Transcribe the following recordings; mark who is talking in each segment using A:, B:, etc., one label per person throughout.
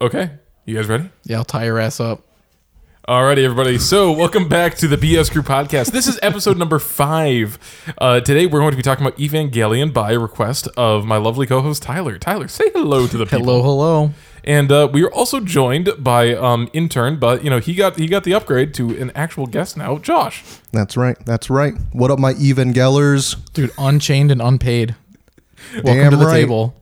A: Okay. You guys ready?
B: Yeah, I'll tie your ass up.
A: Alrighty, everybody. So, welcome back to the BS Crew podcast. This is episode number five. Uh, today, we're going to be talking about Evangelion by request of my lovely co-host Tyler. Tyler, say hello to the people.
B: Hello, hello.
A: And uh, we are also joined by um, intern, but you know he got he got the upgrade to an actual guest now, Josh.
C: That's right. That's right. What up, my Evangelers?
B: Dude, unchained and unpaid. Welcome
C: Damn
B: to the
C: right.
B: table.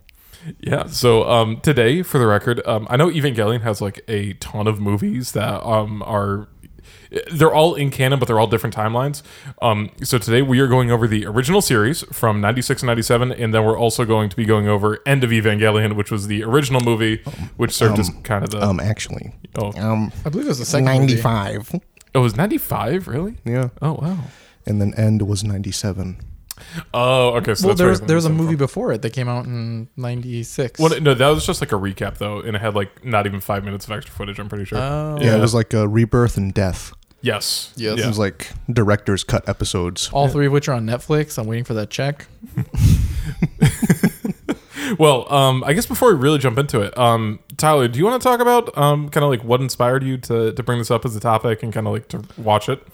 A: Yeah. So um, today, for the record, um, I know Evangelion has like a ton of movies that um, are they're all in canon, but they're all different timelines. Um, so today we are going over the original series from '96 and '97, and then we're also going to be going over End of Evangelion, which was the original movie, which served as kind of the
C: Um, actually,
A: oh,
C: um,
B: I believe it was the second movie.
C: ninety-five.
A: it was '95, really?
C: Yeah,
A: Oh wow.
C: and then end was ninety-seven.
A: Oh, okay. So that's
B: Well,
A: where
B: there was,
A: it's
B: there was a
A: coming from.
B: movie before it that came out in Oh. 96.
A: Well, no, that was just like a recap though, and it had like not even five minutes of extra footage. I'm pretty sure.
B: Oh.
C: Yeah, it was like a rebirth and death.
A: yes.
B: Yes.
C: It
A: Yeah.
C: was like director's cut episodes.
B: All three of which are on Netflix. I'm waiting for that check.
A: Well, um, I guess before we really jump into it, um, Tyler, do you want to talk about um, kind of like what inspired you to to bring this up as a topic and kind of like to watch it?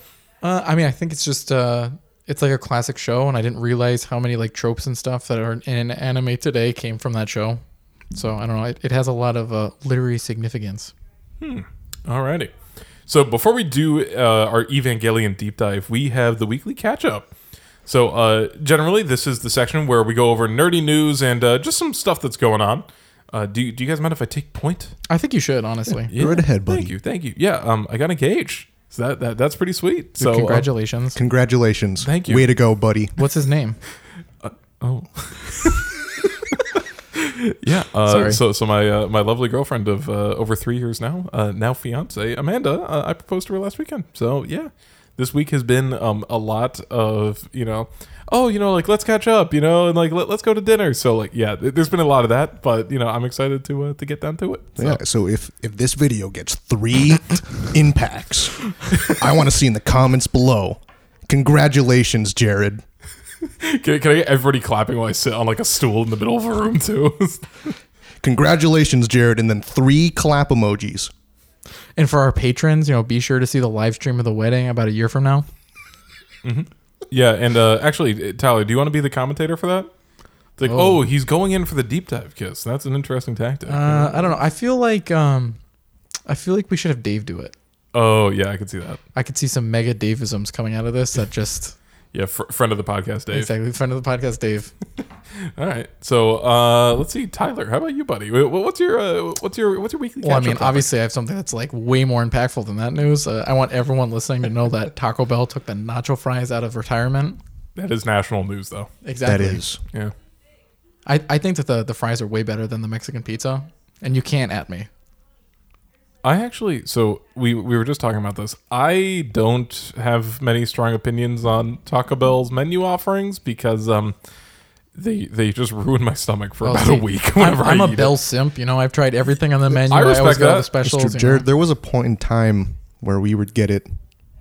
B: Uh, I mean, I think it's just uh, it's like a classic show, and I didn't realize how many like tropes and stuff that are in anime today came from that show. So I don't know. It, it has a lot of uh, literary significance.
A: Alrighty. So before we do uh, our Evangelion deep dive, we have the weekly catch up. So uh, generally, this is the section where we go over nerdy news and uh, just some stuff that's going on. Uh, do, do you guys mind if I take point?
B: I think you should honestly.
A: Yeah.
C: Go right ahead, buddy.
A: Thank you, thank you. Yeah, um, I got engaged. So that, that that's pretty sweet. So uh,
B: Congratulations.
C: Congratulations.
A: Thank you.
C: Way to go, buddy.
B: What's his name?
A: oh. yeah. Uh,
B: Sorry.
A: So so my uh, my lovely girlfriend of uh, over three years now, uh, now fiance Amanda, uh, I proposed to her last weekend. So yeah, this week has been um a lot of you know. Oh, you know, like let's catch up, you know, and like let, let's go to dinner. So, like, yeah, th- there's been a lot of that, but you know, I'm excited to uh, to get down to it. So.
C: Yeah. So if if this video gets three impacts, I want to see in the comments below. Congratulations, Jared.
A: Can, can I get everybody clapping while I sit on like a stool in the middle of a room too?
C: Congratulations, Jared, and then three clap emojis.
B: And for our patrons, you know, be sure to see the live stream of the wedding about a year from now.
A: Yeah, and uh, actually, Tyler, do you want to be the commentator for that? It's like, oh. he's going in for the deep dive kiss. That's an interesting tactic.
B: Uh, I don't know. I feel like um, I feel like we should have Dave do it.
A: oh, yeah, I can see that.
B: I could see some mega Daveisms coming out of this. That just
A: Yeah, fr- friend of the podcast, Dave.
B: exactly friend of the podcast, Dave.
A: All right, so uh, let's see, Tyler. How about you, buddy? Wh- wh- What's your uh, what's your what's your weekly?
B: Well, I
A: catch-up
B: mean,
A: topic?
B: obviously, I have something that's like way more impactful than that news. Uh, I want everyone listening to know that Taco Bell took the nacho fries out of retirement.
A: that is national news, though.
B: Exactly.
C: That is.
A: Yeah,
B: I, I think that the, the fries are way better than the Mexican pizza, and you can't at me.
A: I actually. So we we were just talking about this. I don't have many strong opinions on Taco Bell's menu offerings because um. They, they just ruined my stomach for
B: Well,
A: about
B: Oh, see,
A: a week.
B: I'm,
A: Whenever
B: I'm
A: I
B: a
A: eat it.
B: Bell simp. You know, I've tried everything on the menu.
A: I
B: I, always
A: respect
B: go to the
A: that.
C: It's true,
B: specials. you know.
C: Jared, there was a point in time where we would get it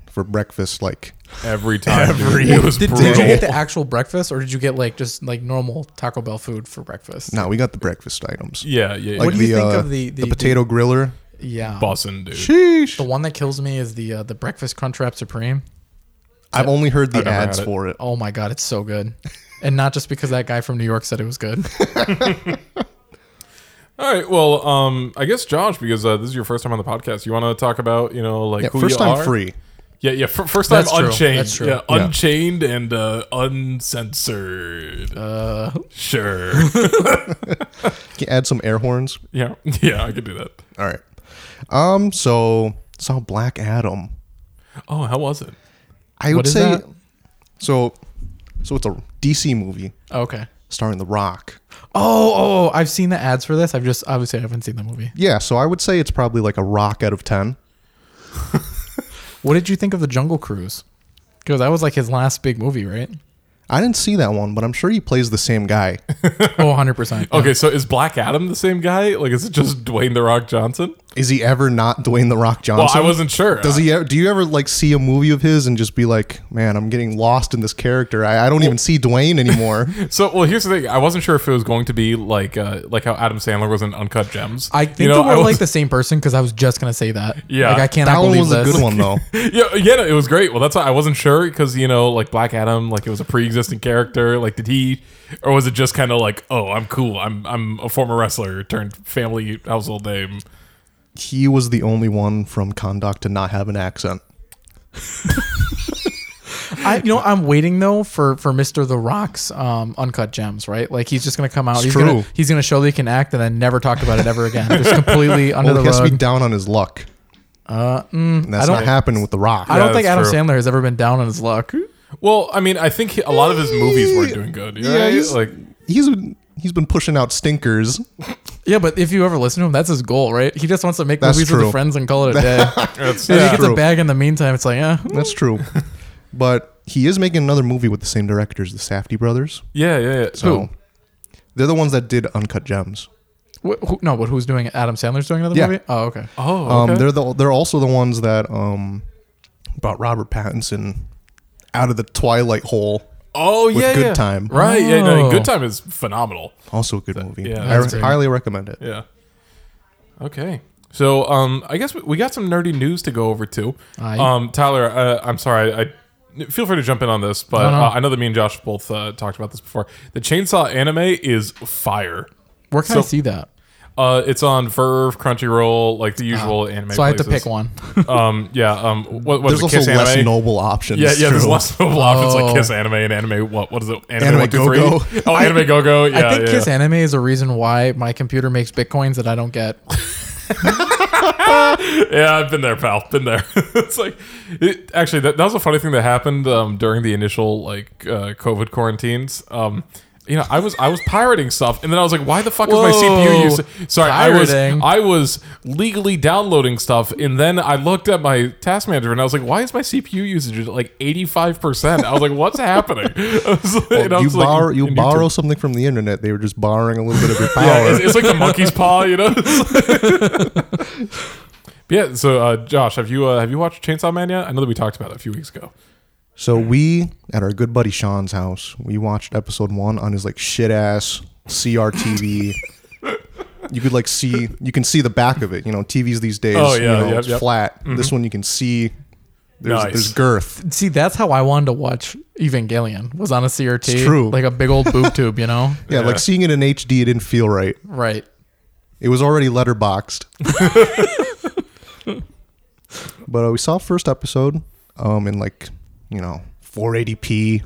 C: for breakfast, like
A: every time. dude.
C: Every-
A: it was
B: Did,
A: brutal.
B: did you get the actual breakfast, or did you get like just like normal Taco Bell food for breakfast?
C: no, we got the breakfast items.
A: yeah, yeah,
C: Like
B: What
A: yeah.
B: do you
C: the,
B: think
C: uh,
B: of the- the-
C: the potato griller?
B: Yeah,
A: bussin', dude.
B: the one that kills me is the uh, the breakfast Crunchwrap Supreme.
C: I've only heard the
A: I've never
C: ads
A: had it.
C: for it.
B: Oh my god, it's so good, and not just because that guy from New York said it was good.
A: All right, well, um, I guess Josh, because uh, this is your first time on the podcast, you want to talk about, you know, like
C: Yeah,
A: who
C: first
A: you
C: time
A: are?
C: free.
A: Yeah, yeah, fir- first time
B: That's true,
A: unchained.
B: that's true.
A: Yeah,
C: Yeah.
A: unchained and uh, uncensored.
B: Uh,
A: sure.
C: Can you add some air horns?
A: yeah, yeah, I could do that.
C: All right. Um. So saw Black Adam.
A: Oh, how was it?
C: I
B: What
C: would
B: is
C: say.
B: that?
C: So, so it's a DC movie
B: okay.
C: starring The Rock.
B: Oh, oh, oh, I've seen the ads for this. I've just obviously I haven't seen the movie.
C: Yeah. So I would say it's probably like a rock out of ten.
B: What did you think of the Jungle Cruise? Because that was like his last big movie, right?
C: I didn't see that one, but I'm sure he plays the same guy.
B: Oh, 100 percent.
A: Okay, so is Black Adam the same guy? Like, is it just Dwayne the Rock Johnson?
C: Is he ever not Dwayne the Rock Johnson?
A: Well, I wasn't sure.
C: Does he? Ever, do you ever like see a movie of his and just be like, "Man, I'm getting lost in this character. I, I don't even see Dwayne anymore."
A: So, well, here's the thing. I wasn't sure if it was going to be like uh, like how Adam Sandler was in Uncut Gems.
B: I think
A: you know,
B: that we're
A: I
B: like
A: was,
B: the same person because I was just gonna say that.
A: Yeah.
B: like I cannot
C: that one
B: believe
C: was a
B: this.
C: good one though.
A: yeah, yeah, no, it was great. Well, that's why I wasn't sure because you know, like Black Adam, like it was a pre-existing character. Like, did he, or was it just kind of like, oh, I'm cool. I'm I'm a former wrestler turned family household name.
C: he was the only one from Conduct to not have an accent.
B: I, you know, I'm waiting though for for Mr. The Rock's um, uncut gems, right? Like he's just gonna come out. he's
C: true.
B: gonna he's gonna show that he can act and then never talk about it ever again. Just completely under
C: Well, he
B: the
C: has to
B: rug.
C: be down on his luck. Uh, and that's
B: I don't-
C: not happening with The Rock.
B: I
A: Yeah,
B: don't think Adam
A: that's true.
B: Sandler has ever been down on his luck.
A: Well, I mean, I think he, a lot of his movies were doing good.
C: Yeah,
A: Yeah,
C: he's-
A: like
C: he's he's been pushing out stinkers.
B: Yeah, but if you ever listen to him, that's his goal, right? He just wants to make
C: That's
B: movies with
C: true.
B: his friends and call it a day.
A: that's,
B: And if
A: yeah.
B: he gets
C: True.
B: a bag in the meantime. It's like, eh.
C: That's true. but he is making another movie with the same directors, the Safety brothers.
A: yeah, yeah, yeah.
C: So they're the ones that did Uncut Gems.
B: Wh- who, no, but who's doing it? Adam Sandler's doing another
C: Yeah.
B: movie? Oh, okay.
A: oh,
C: Um,
A: okay.
C: they're the they're also the ones that um brought Robert Pattinson out of the Twilight hole.
A: oh,
C: with
A: yeah,
C: Good
A: yeah.
C: Time.
A: right? Yeah, no,
B: Oh.
A: Good Time is phenomenal.
C: Also a good movie.
A: yeah,
C: I
A: that's
C: re-
B: great.
C: highly recommend it.
A: Yeah. Okay. So, um, I guess we- we got some nerdy news to go over too.
B: Aye.
A: Um, Tyler, uh, I'm sorry. I feel free to jump in on this, but
B: No, no.
A: Uh, I know that me and Josh both uh, talked about this before. The chainsaw anime is fire.
B: Where can I
A: So-
B: see that?
A: Uh, it's on Verve, Crunchyroll, like the usual anime.
B: Ah. So I have to pick one.
A: one. Um, yeah. Um, what was
C: There's
A: it?
C: also
A: Kiss anime.
C: less noble options.
A: yeah, yeah. There's
C: true.
A: less noble options
B: Oh.
A: like Kiss anime and anime. What? What is it? Anime,
C: Anime
A: one, two, three?
C: Go-Go.
A: Oh, anime go go. Yeah,
B: I think
A: yeah.
B: Kiss Anime is a reason why my computer makes bitcoins that I don't get.
A: Yeah, I've been there, pal. Been there. it's like, it, actually, that, that was a funny thing that happened um, during the initial like uh, COVID quarantines. Um, you know, I was I was pirating stuff, and then I was like, "Why the fuck is my CPU
B: Whoa.
A: used?" Sorry,
B: Pirating.
A: I was I was legally downloading stuff, and then I looked at my task manager, and I was like, "Why is my CPU usage at like eighty five percent?" I was like, "What's happening?" I was like- and I
C: Oh, you
A: was like,
C: borrow you
A: "And
C: borrow
A: too."
C: something from the internet. They were just borrowing a little bit of your power.
A: Yeah, it's, it's like the monkey's paw, you know. yeah. So, uh, Josh, have you uh, have you watched Chainsaw Man yet? I know that we talked about it a few weeks ago.
C: So we at our good buddy Sean's house, we watched episode one on his like shit ass CRTV. you could like see you can see the back of it. You know, TVs these days,
A: Oh, yeah,
C: you know,
A: yep,
C: it's
A: yep. Mm-hmm.
C: flat. This one you can see there's,
A: Nice.
C: there's girth.
B: See, that's how I wanted to watch Evangelion. Was on a CRT,
C: It's true.
B: like a big old boob tube, you know?
C: Yeah,
A: Yeah.
C: like seeing it in HD, it didn't feel right.
B: Right.
C: It was already letterboxed. but uh, we saw first episode um in like you know 480p.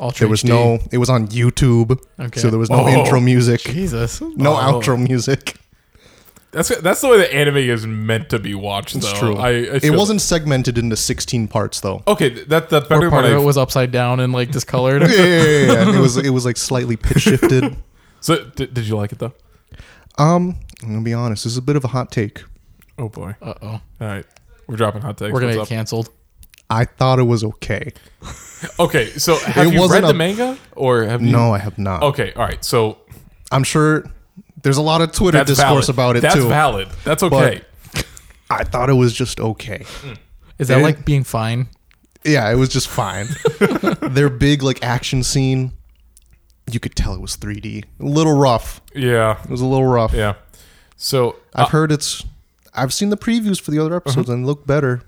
B: Ultra
C: There was
B: HD.
C: no. It was on YouTube,
B: Okay.
C: so there was no
A: Whoa.
C: intro music,
B: Jesus.
C: no
A: Oh.
C: outro music.
A: That's that's the way the anime is meant to be watched. Though.
C: It's true.
A: I, I
C: it
A: feel-
C: wasn't segmented into 16 parts though.
A: okay. That that's better.
B: Or part
A: when
B: of
A: I-
B: it was upside down and like discolored.
C: Yeah, yeah, yeah, yeah, yeah. it was it was like slightly pitch shifted.
A: so, di- did you like it though?
C: Um, I'm gonna be honest. This is a bit of a hot take.
A: Oh boy.
B: Uh oh.
A: All right. We're dropping hot takes.
B: We're going to get
A: What's up?
B: canceled.
C: I thought it was okay.
A: Okay. So have
C: It
A: you read
C: wasn't
A: the
C: a-
A: manga or have you?
C: No, I have not.
A: Okay. All right. So
C: I'm sure there's a lot of Twitter
A: that's valid.
C: discourse about it
A: That's
C: too.
A: valid. That's okay.
C: I thought it was just okay.
B: Is that
C: They didn't-
B: like being fine?
C: Yeah, it was just fine. Their big like action scene, you could tell it was 3D. A little rough.
A: yeah.
C: It was a little rough.
A: Yeah. So
C: I've heard it's. I've seen the previews for the
A: Uh-huh.
C: other episodes and look better.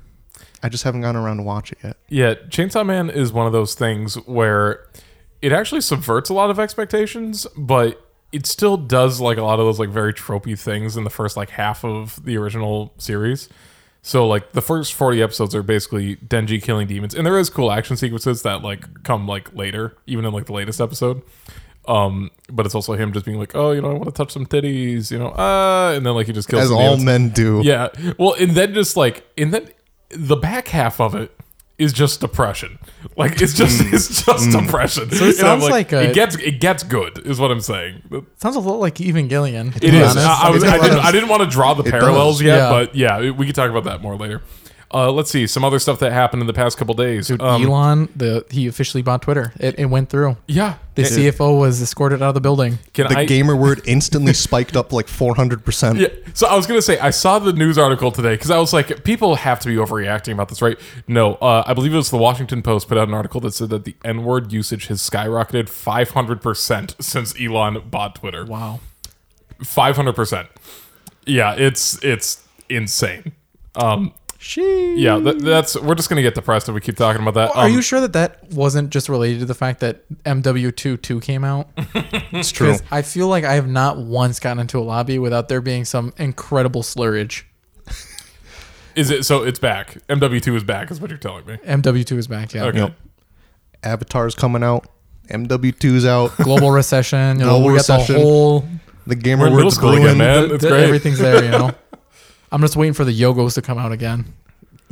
C: I just haven't gotten around to watch it yet.
A: Yeah, Chainsaw Man is one of those things where it actually subverts a lot of expectations, but it still does like a lot of those like very tropey things in the first like half of the original series. So like the first 40 episodes are basically Denji killing demons and there is cool action sequences that like come like later, even in like the latest episode. Um, but it's also him just being like, "Oh, you know, I want to touch some titties," you know, uh, and then like he just kills
C: As
A: some
C: all
A: demons.
C: men do.
A: Yeah. Well, and then just like, and then the back half of it is just depression. Like it's just
C: Mm.
A: it's just depression. So
B: it sounds like a-
A: it gets it gets good is what I'm saying.
B: Sounds a little like Evangelion.
A: It
C: be
A: is.
C: honest,
A: I, I
C: it
A: was,
C: does.
A: I, didn't, I didn't want to draw the
C: It
A: parallels
C: does.
A: yet,
B: Yeah.
A: but yeah, it- we can talk about that more later. Uh, let's see some other stuff that happened in the past couple days.
B: Dude,
A: Um,
B: Elon, the he officially bought Twitter. It, it went through.
A: yeah,
B: The
A: Can-
B: CFO was escorted out of the building.
A: Can
C: The
A: I?
C: gamer word instantly spiked up like 400%.
A: Yeah. So I was gonna say I saw the news article today because I was like, people have to be overreacting about this, right? No, uh, I believe it was the Washington Post put out an article that said that the N word usage has skyrocketed 500 percent since Elon bought Twitter.
B: Wow.
A: Five hundred percent. Yeah, it's it's insane. Um,
B: She.
A: yeah, that, that's we're just gonna get depressed if we keep talking about that.
B: Are
A: Um,
B: you sure that that wasn't just related to the fact that MW22 came out?
C: It's true.
B: Because I feel like I have not once gotten into a lobby without there being some incredible slurrage.
A: Is it so? It's back. MW2 is back. Is what you're telling me.
B: MW2 is back, yeah.
A: Okay.
C: Yep. Avatar's coming out. MW2's out.
B: Global recession. You know,
C: Global
B: we got
C: recession.
B: the whole.
A: We're
C: The gamer
A: in middle
C: word's
A: school
C: brewing.
A: again, man. It's
B: the-
A: great.
B: Everything's there, you know. I'm just waiting for the yogos to come out again.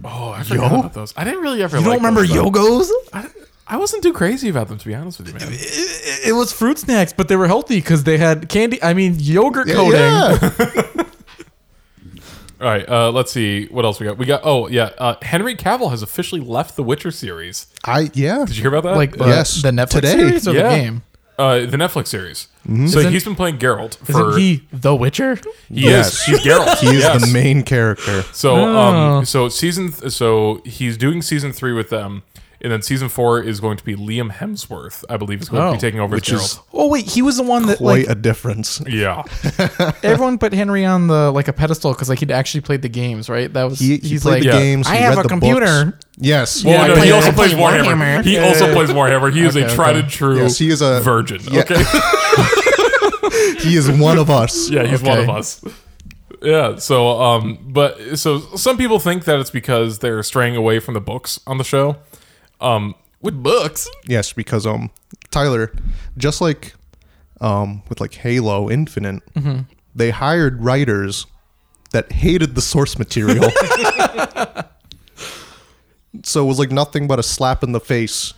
A: Oh, I forgot about those. I didn't really ever.
B: You don't
A: like
B: remember
A: those, though.
B: yogos?
A: I, I wasn't too crazy about them, to be honest with you, man.
B: It, it was fruit snacks, but they were healthy because they had candy. I mean, yogurt
C: Yeah,
B: coating.
C: yeah.
A: All right, uh, let's see what else we got. We got oh yeah, uh, Henry Cavill has officially left the Witcher series.
C: I yeah.
A: Did you hear about that?
B: Like the,
C: Yes,
B: the Netflix
C: today.
B: series or
A: Yeah.
B: the game?
A: uh, the Netflix series.
C: Mm-hmm.
A: So
B: Isn't-
A: he's been playing Geralt
B: Isn't
A: for
B: he the Witcher?
A: he
C: Yes.
A: is he's Geralt.
C: He is
A: Yes.
C: the main character.
A: So
B: Oh.
A: um so season th- so he's doing season three with them, and then season four is going to be Liam Hemsworth, I believe, is going to
B: Oh.
A: be taking over as
C: Which is
A: Geralt.
B: Oh wait, he was the one that
C: quite
B: like
C: a difference.
A: Yeah,
B: everyone put Henry on the like a pedestal because like he'd actually played the games, right? That was
C: He,
B: he's
C: he played
B: like
C: the
A: Yeah.
C: games.
B: I
C: he
B: have
C: read
B: a
C: the
B: computer.
C: Books. Yes.
A: well,
B: I
A: no,
B: play-
A: he also
B: I play
A: plays Warhammer.
B: Warhammer.
A: He
B: Yeah,
A: also
B: yeah,
A: plays Warhammer. He is
B: Okay,
A: a tried
B: okay.
A: and true
C: Yes, he is a-
A: virgin.
C: yeah.
A: Okay,
C: He is one of us.
A: Yeah, he's one
B: Okay.
A: of us. Yeah, so um but so some people think that it's because they're straying away from the books on the show. Um with books.
C: Yes, because um Tyler, just like um with like Halo Infinite, they hired writers that hated the source material. so it was like nothing but a slap in the face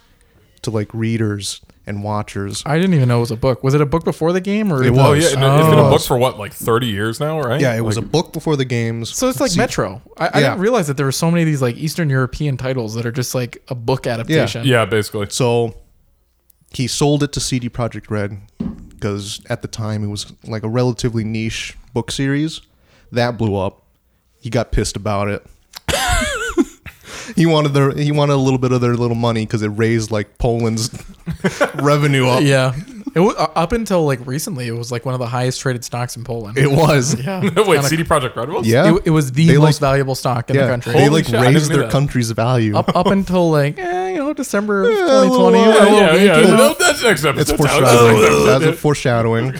C: to like readers and watchers.
B: I didn't even know it was a book. Was it a book before the game or
C: It
A: Oh
C: was.
A: yeah, and it's been a
B: Oh.
A: book for what, like thirty years now, right?
C: Yeah, it was a book before the games.
B: So it's like
C: See-
B: Metro. I, I
C: Yeah.
B: didn't realize that there were so many of these like Eastern European titles that are just like a book adaptation.
A: Yeah, basically.
C: So he sold it to CD Projekt Red because at the time it was like a relatively niche book series. That blew up. He got pissed about it. he wanted their he wanted a little bit of their little money because it raised like Poland's revenue up.
B: Yeah. It was, up until like recently, it was like one of the highest traded stocks in Poland.
C: It was.
B: yeah.
A: Wait,
B: Kinda-
A: CD Project Red was?
C: Yeah.
B: It, it was the
C: They,
B: most
C: like-
B: valuable stock in
C: yeah.
B: the country.
C: They
A: Holy
C: like
A: shit, I didn't
C: raised
A: know
C: their
A: that.
C: country's value.
B: up, up until like, eh, you know, December of
C: Yeah, a little
B: 2020. a
C: while.
B: little
A: Yeah, yeah,
B: weak, you know?
A: no, that's next
C: it's
A: episode.
C: foreshadowing. That's foreshadowing.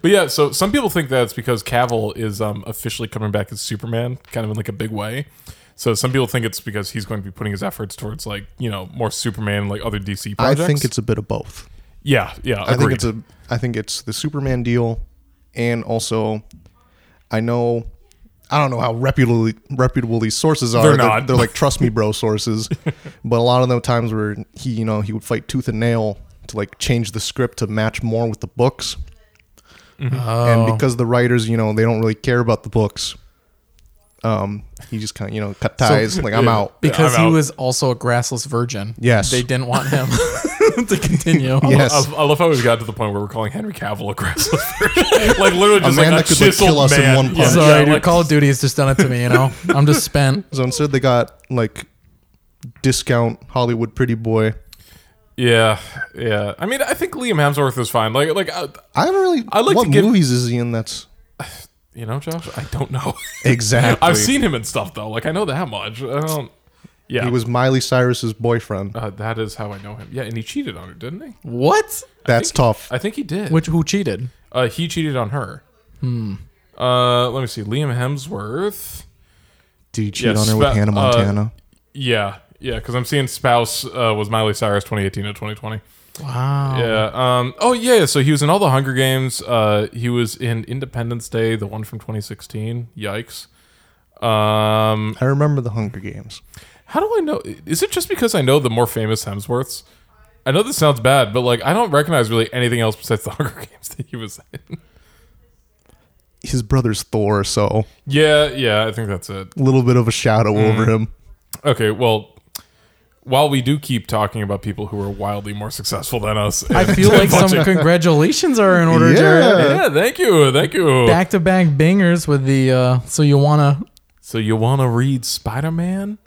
A: But yeah, so some people think that it's because Cavill is um, officially coming back as Superman, kind of in like a big way. So some people think it's because he's going to be putting his efforts towards like you know more Superman, like other DC
C: I
A: projects.
C: think it's a bit of both.
A: yeah, yeah.
C: I think
A: agreed.
C: it's a I think it's the Superman deal and also I know I don't know how reputable reputable these sources are.
A: They're not.
C: They're, like trust me bro sources. but a lot of the times where he, you know, he would fight tooth and nail to like change the script to match more with the books. And
A: Mm-hmm.
B: Oh.
C: because the writers, you know, they don't really care about the books. Um, he just kind of, you know, cut ties. like I'm
A: yeah.
C: out.
B: because
A: I'm
B: he
A: out.
B: was also a grassless virgin.
C: Yes.
B: They didn't want him to continue.
C: Yes.
A: I, I love how we got to the point where we're calling Henry Cavill a grassless virgin. like literally just
C: man
A: like
C: that
A: a
C: could, like,
A: chiseled
C: kill us in
A: man.
C: one
A: Yeah,
C: punch.
B: Sorry,
A: yeah,
B: dude.
A: like-
B: Call of Duty has just done it to me, you know? I'm just spent.
C: So instead they got like discount Hollywood pretty boy.
A: yeah, yeah. I mean, I think Liam Hemsworth is fine. Like, like uh,
C: I don't really.
A: I'd like to
C: what
A: give-
C: movies is he in? That's
A: you know, Josh. I don't know.
C: exactly.
A: I've seen him in stuff though. Like I know that much. I don't. Yeah.
C: He was Miley Cyrus's boyfriend.
A: Uh, that is how I know him. Yeah, and he cheated on her, didn't he?
B: What?
C: That's
A: think-
C: tough.
A: I think he did.
B: Which who cheated?
A: Uh, he cheated on her. Hmm. Uh, let me see. Liam Hemsworth.
C: Did he cheat
A: yeah,
C: on her with
A: spe-
C: Hannah
A: uh,
C: Montana?
A: Yeah, yeah. Because I'm seeing spouse uh, was Miley Cyrus 2018 to 2020.
B: Wow.
A: Yeah. Um. Oh yeah. So he was in all the Hunger Games. Uh. He was in Independence Day, the one from 2016. Yikes. Um.
C: I remember the Hunger Games.
A: How do I know? Is it just because I know the more famous Hemsworths? I know this sounds bad, but like I don't recognize really anything else besides the Hunger Games that he was in.
C: his brother's Thor, so
A: Yeah, yeah, I think that's it.
C: a little bit of a shadow
A: Mm.
C: over him.
A: Okay, well, while we do keep talking about people who are wildly more successful than us,
B: I
A: and
B: feel
A: a
B: like some
A: bunch of-
B: congratulations are in order,
C: Yeah.
B: Jared.
A: yeah, thank you, thank you.
B: Back to back bangers with the uh, so you wanna
A: so you want to read Spider Man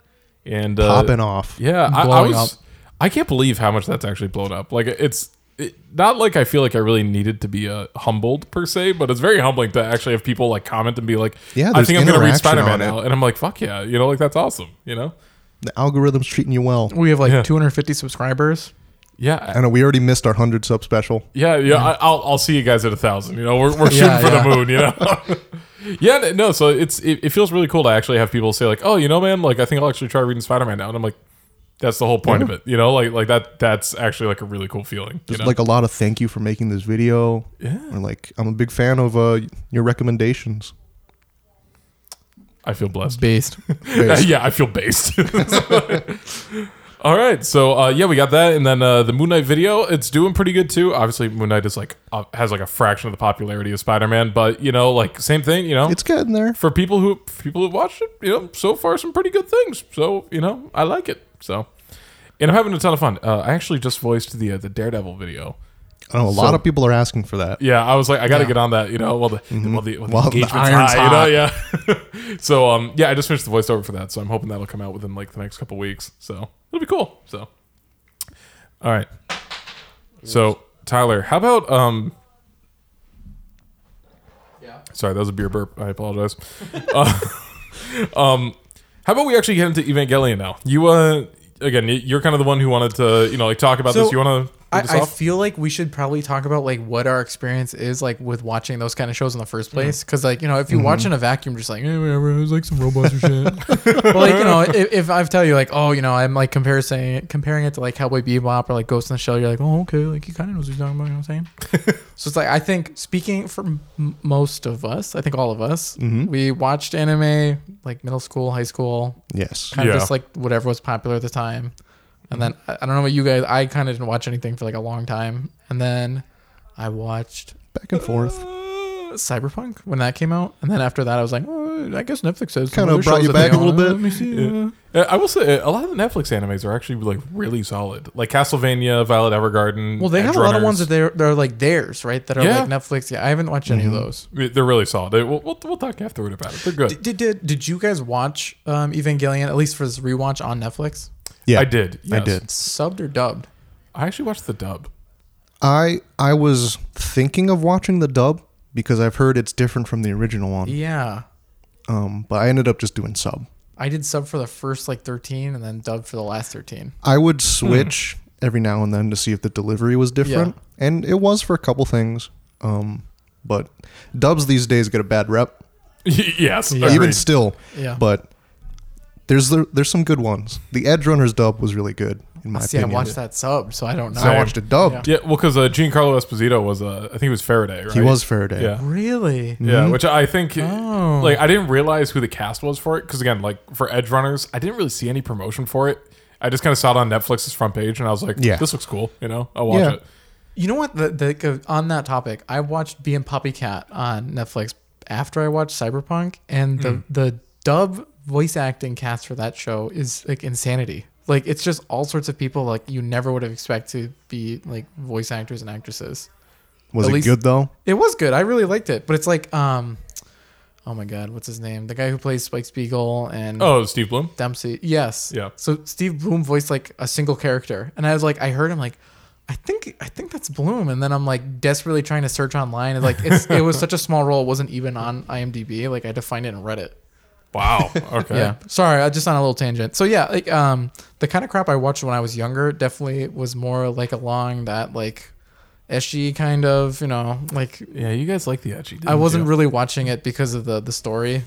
A: and uh,
C: Popping off.
A: Yeah, I, I
B: Blowing
A: was.
B: up.
A: I can't believe how much that's actually blown up. Like it's it, not like I feel like I really needed to be uh, humbled per se, but it's very humbling to actually have people like comment and be like,
C: Yeah,
A: I
C: there's
A: think I'm gonna read
C: interaction
A: Spider Man
C: on it.
A: now," and I'm like, "Fuck yeah!" You know, like that's awesome. You know,
C: The algorithm's treating you well.
B: we have like
A: Yeah.
B: 250 subscribers.
A: yeah,
C: I know we already missed our hundred sub special.
A: Yeah, yeah. I, I'll I'll see you guys at a thousand. You know, we're we're shooting
B: Yeah,
A: for
B: yeah.
A: the moon. You know. yeah, no. So it's it, it feels really cool to actually have people say like, oh, you know, man, like I think I'll actually try reading Spider Man now, and I'm like, that's the whole point of it. You know, like like that that's actually like a really cool feeling. You
C: There's
A: know?
C: like a lot of thank you for making this video.
A: yeah,
C: Or like I'm a big fan of uh, your recommendations.
A: I feel blessed.
B: Based.
C: Based.
A: yeah, I feel based. All right, so uh, yeah, we got that, and then uh, the Moon Knight video. It's doing pretty good too. Obviously, Moon Knight is like uh, has like a fraction of the popularity of Spider Man, but you know, like same thing. You know,
C: It's getting there.
A: for people who for people who watched it, you know, so far some pretty good things. So you know, I like it. So, and I'm having a ton of fun. Uh, I actually just voiced the uh, the Daredevil video.
C: I know a lot of people are asking for that.
A: Yeah, I was like, I got to get on that. You know, while the while the, while the
C: While the
A: engagement's
C: iron's
A: high, you know, yeah. so um, yeah, I just finished the voiceover for that. So I'm hoping that'll come out within like the next couple weeks. So it'll be cool. So, all right. So Tyler, how about um.
B: Yeah.
A: Sorry, that was a beer burp. I apologize. Uh, um, how about we actually get into Evangelion now? You uh, again, y- you're kind of the one who wanted to, you know, like talk about
B: So,
A: this. You want to this
B: I, I
A: off?
B: feel like we should probably talk about like what our experience is like with watching those kind of shows in the first place. Because like you know, if you watch in a vacuum, just like eh, whatever, it was like some robots or shit. but like you know, if, if I tell you like oh you know I'm like comparing comparing it to like Cowboy Bebop or like Ghost in the Shell, you're like oh okay like you kind of knows what you're talking about. You know what I'm saying? so it's like I think speaking for m- most of us, I think all of us, we watched anime like middle school, high school,
C: Yes.
B: kind
A: Yeah.
B: of just like whatever was popular at the time. And then I I don't know about you guys. I kind of didn't watch anything for like a long time, and then I watched
C: Back and forth.
B: uh, Cyberpunk when that came out, and then after that I was like, oh, I guess Netflix has some
C: Kinda
B: other
C: brought
B: shows
C: you
B: that they
C: back a little
B: own.
C: bit.
B: Let me see.
A: Yeah.
B: uh,
A: Uh, I will say uh, a lot of the Netflix animes are actually like really solid. Like Castlevania, Violet Evergarden.
B: Well, they
A: Edge
B: have a lot of ones that
A: Runners.
B: they're they're like theirs, right? That are
A: Yeah.
B: like Netflix. Yeah, Mm-hmm. I haven't watched any of those.
A: they're really solid. They- We'll, we'll, we'll talk afterward about it. They're good.
B: Did, did, did, did you guys watch um, Evangelion at least for this rewatch on Netflix?
C: Yeah.
A: I did.
C: I
A: yes.
C: did.
B: Subbed or dubbed?
A: I actually watched the dub.
C: I I was thinking of watching the dub because I've heard it's different from the original one.
B: Yeah,
C: Um, but I ended up just doing sub.
B: I did sub for the first like 13 and then dubbed for the last 13.
C: I would switch
B: Hmm.
C: every now and then to see if the delivery was different, and it was for a couple things. Um, but dubs these days get a bad rep,
A: yes.
C: even
A: agreed.
C: still.
B: Yeah.
C: But there's the, there's some good ones. The Edge Runners dub was really good in my
B: See,
C: opinion.
B: I watched that sub, so I don't know.
C: I watched it dubbed.
A: yeah, well, because uh, Giancarlo Esposito was, uh, I think he was Faraday, right?
C: He was Faraday. Mm-hmm.
A: Yeah.
B: Really?
A: Yeah, which I think, uh,
B: Oh.
A: like, I didn't realize who the cast was for it because again, like for Edge Runners, I didn't really see any promotion for it. I just kind of saw it on Netflix's front page, and I was like,
C: Yeah.
A: this looks cool." You know, I'll watch
C: Yeah.
A: it.
B: You know what? The, the on that topic, I watched Being Poppycat on Netflix after I watched Cyberpunk, and
C: Hmm.
B: the the dub voice acting cast for that show is like insanity. Like it's just all sorts of people like you never would have expected to be like voice actors and actresses.
C: Was
B: At
C: it
B: least-
C: good though?
B: It was good. I really liked it, but it's like, um, oh my god, what's his name? The guy who plays Spike Spiegel and
A: Oh, Steve Bloom.
B: Dempsey. Yes.
A: Yeah.
B: So Steve Bloom voiced like a single character, and I was like, I heard him like, I think I think that's Bloom, and then I'm like desperately trying to search online, and like it's, it was such a small role, it wasn't even on IMDb. Like I had to find it in Reddit.
A: Wow. Okay.
B: Yeah. Sorry, I just on a little tangent. So yeah, like um, the kind of crap I watched when I was younger definitely was more like along that like, eshy kind of you know like.
A: Yeah, you guys like the edgy.
B: I wasn't really watching it because of the the story.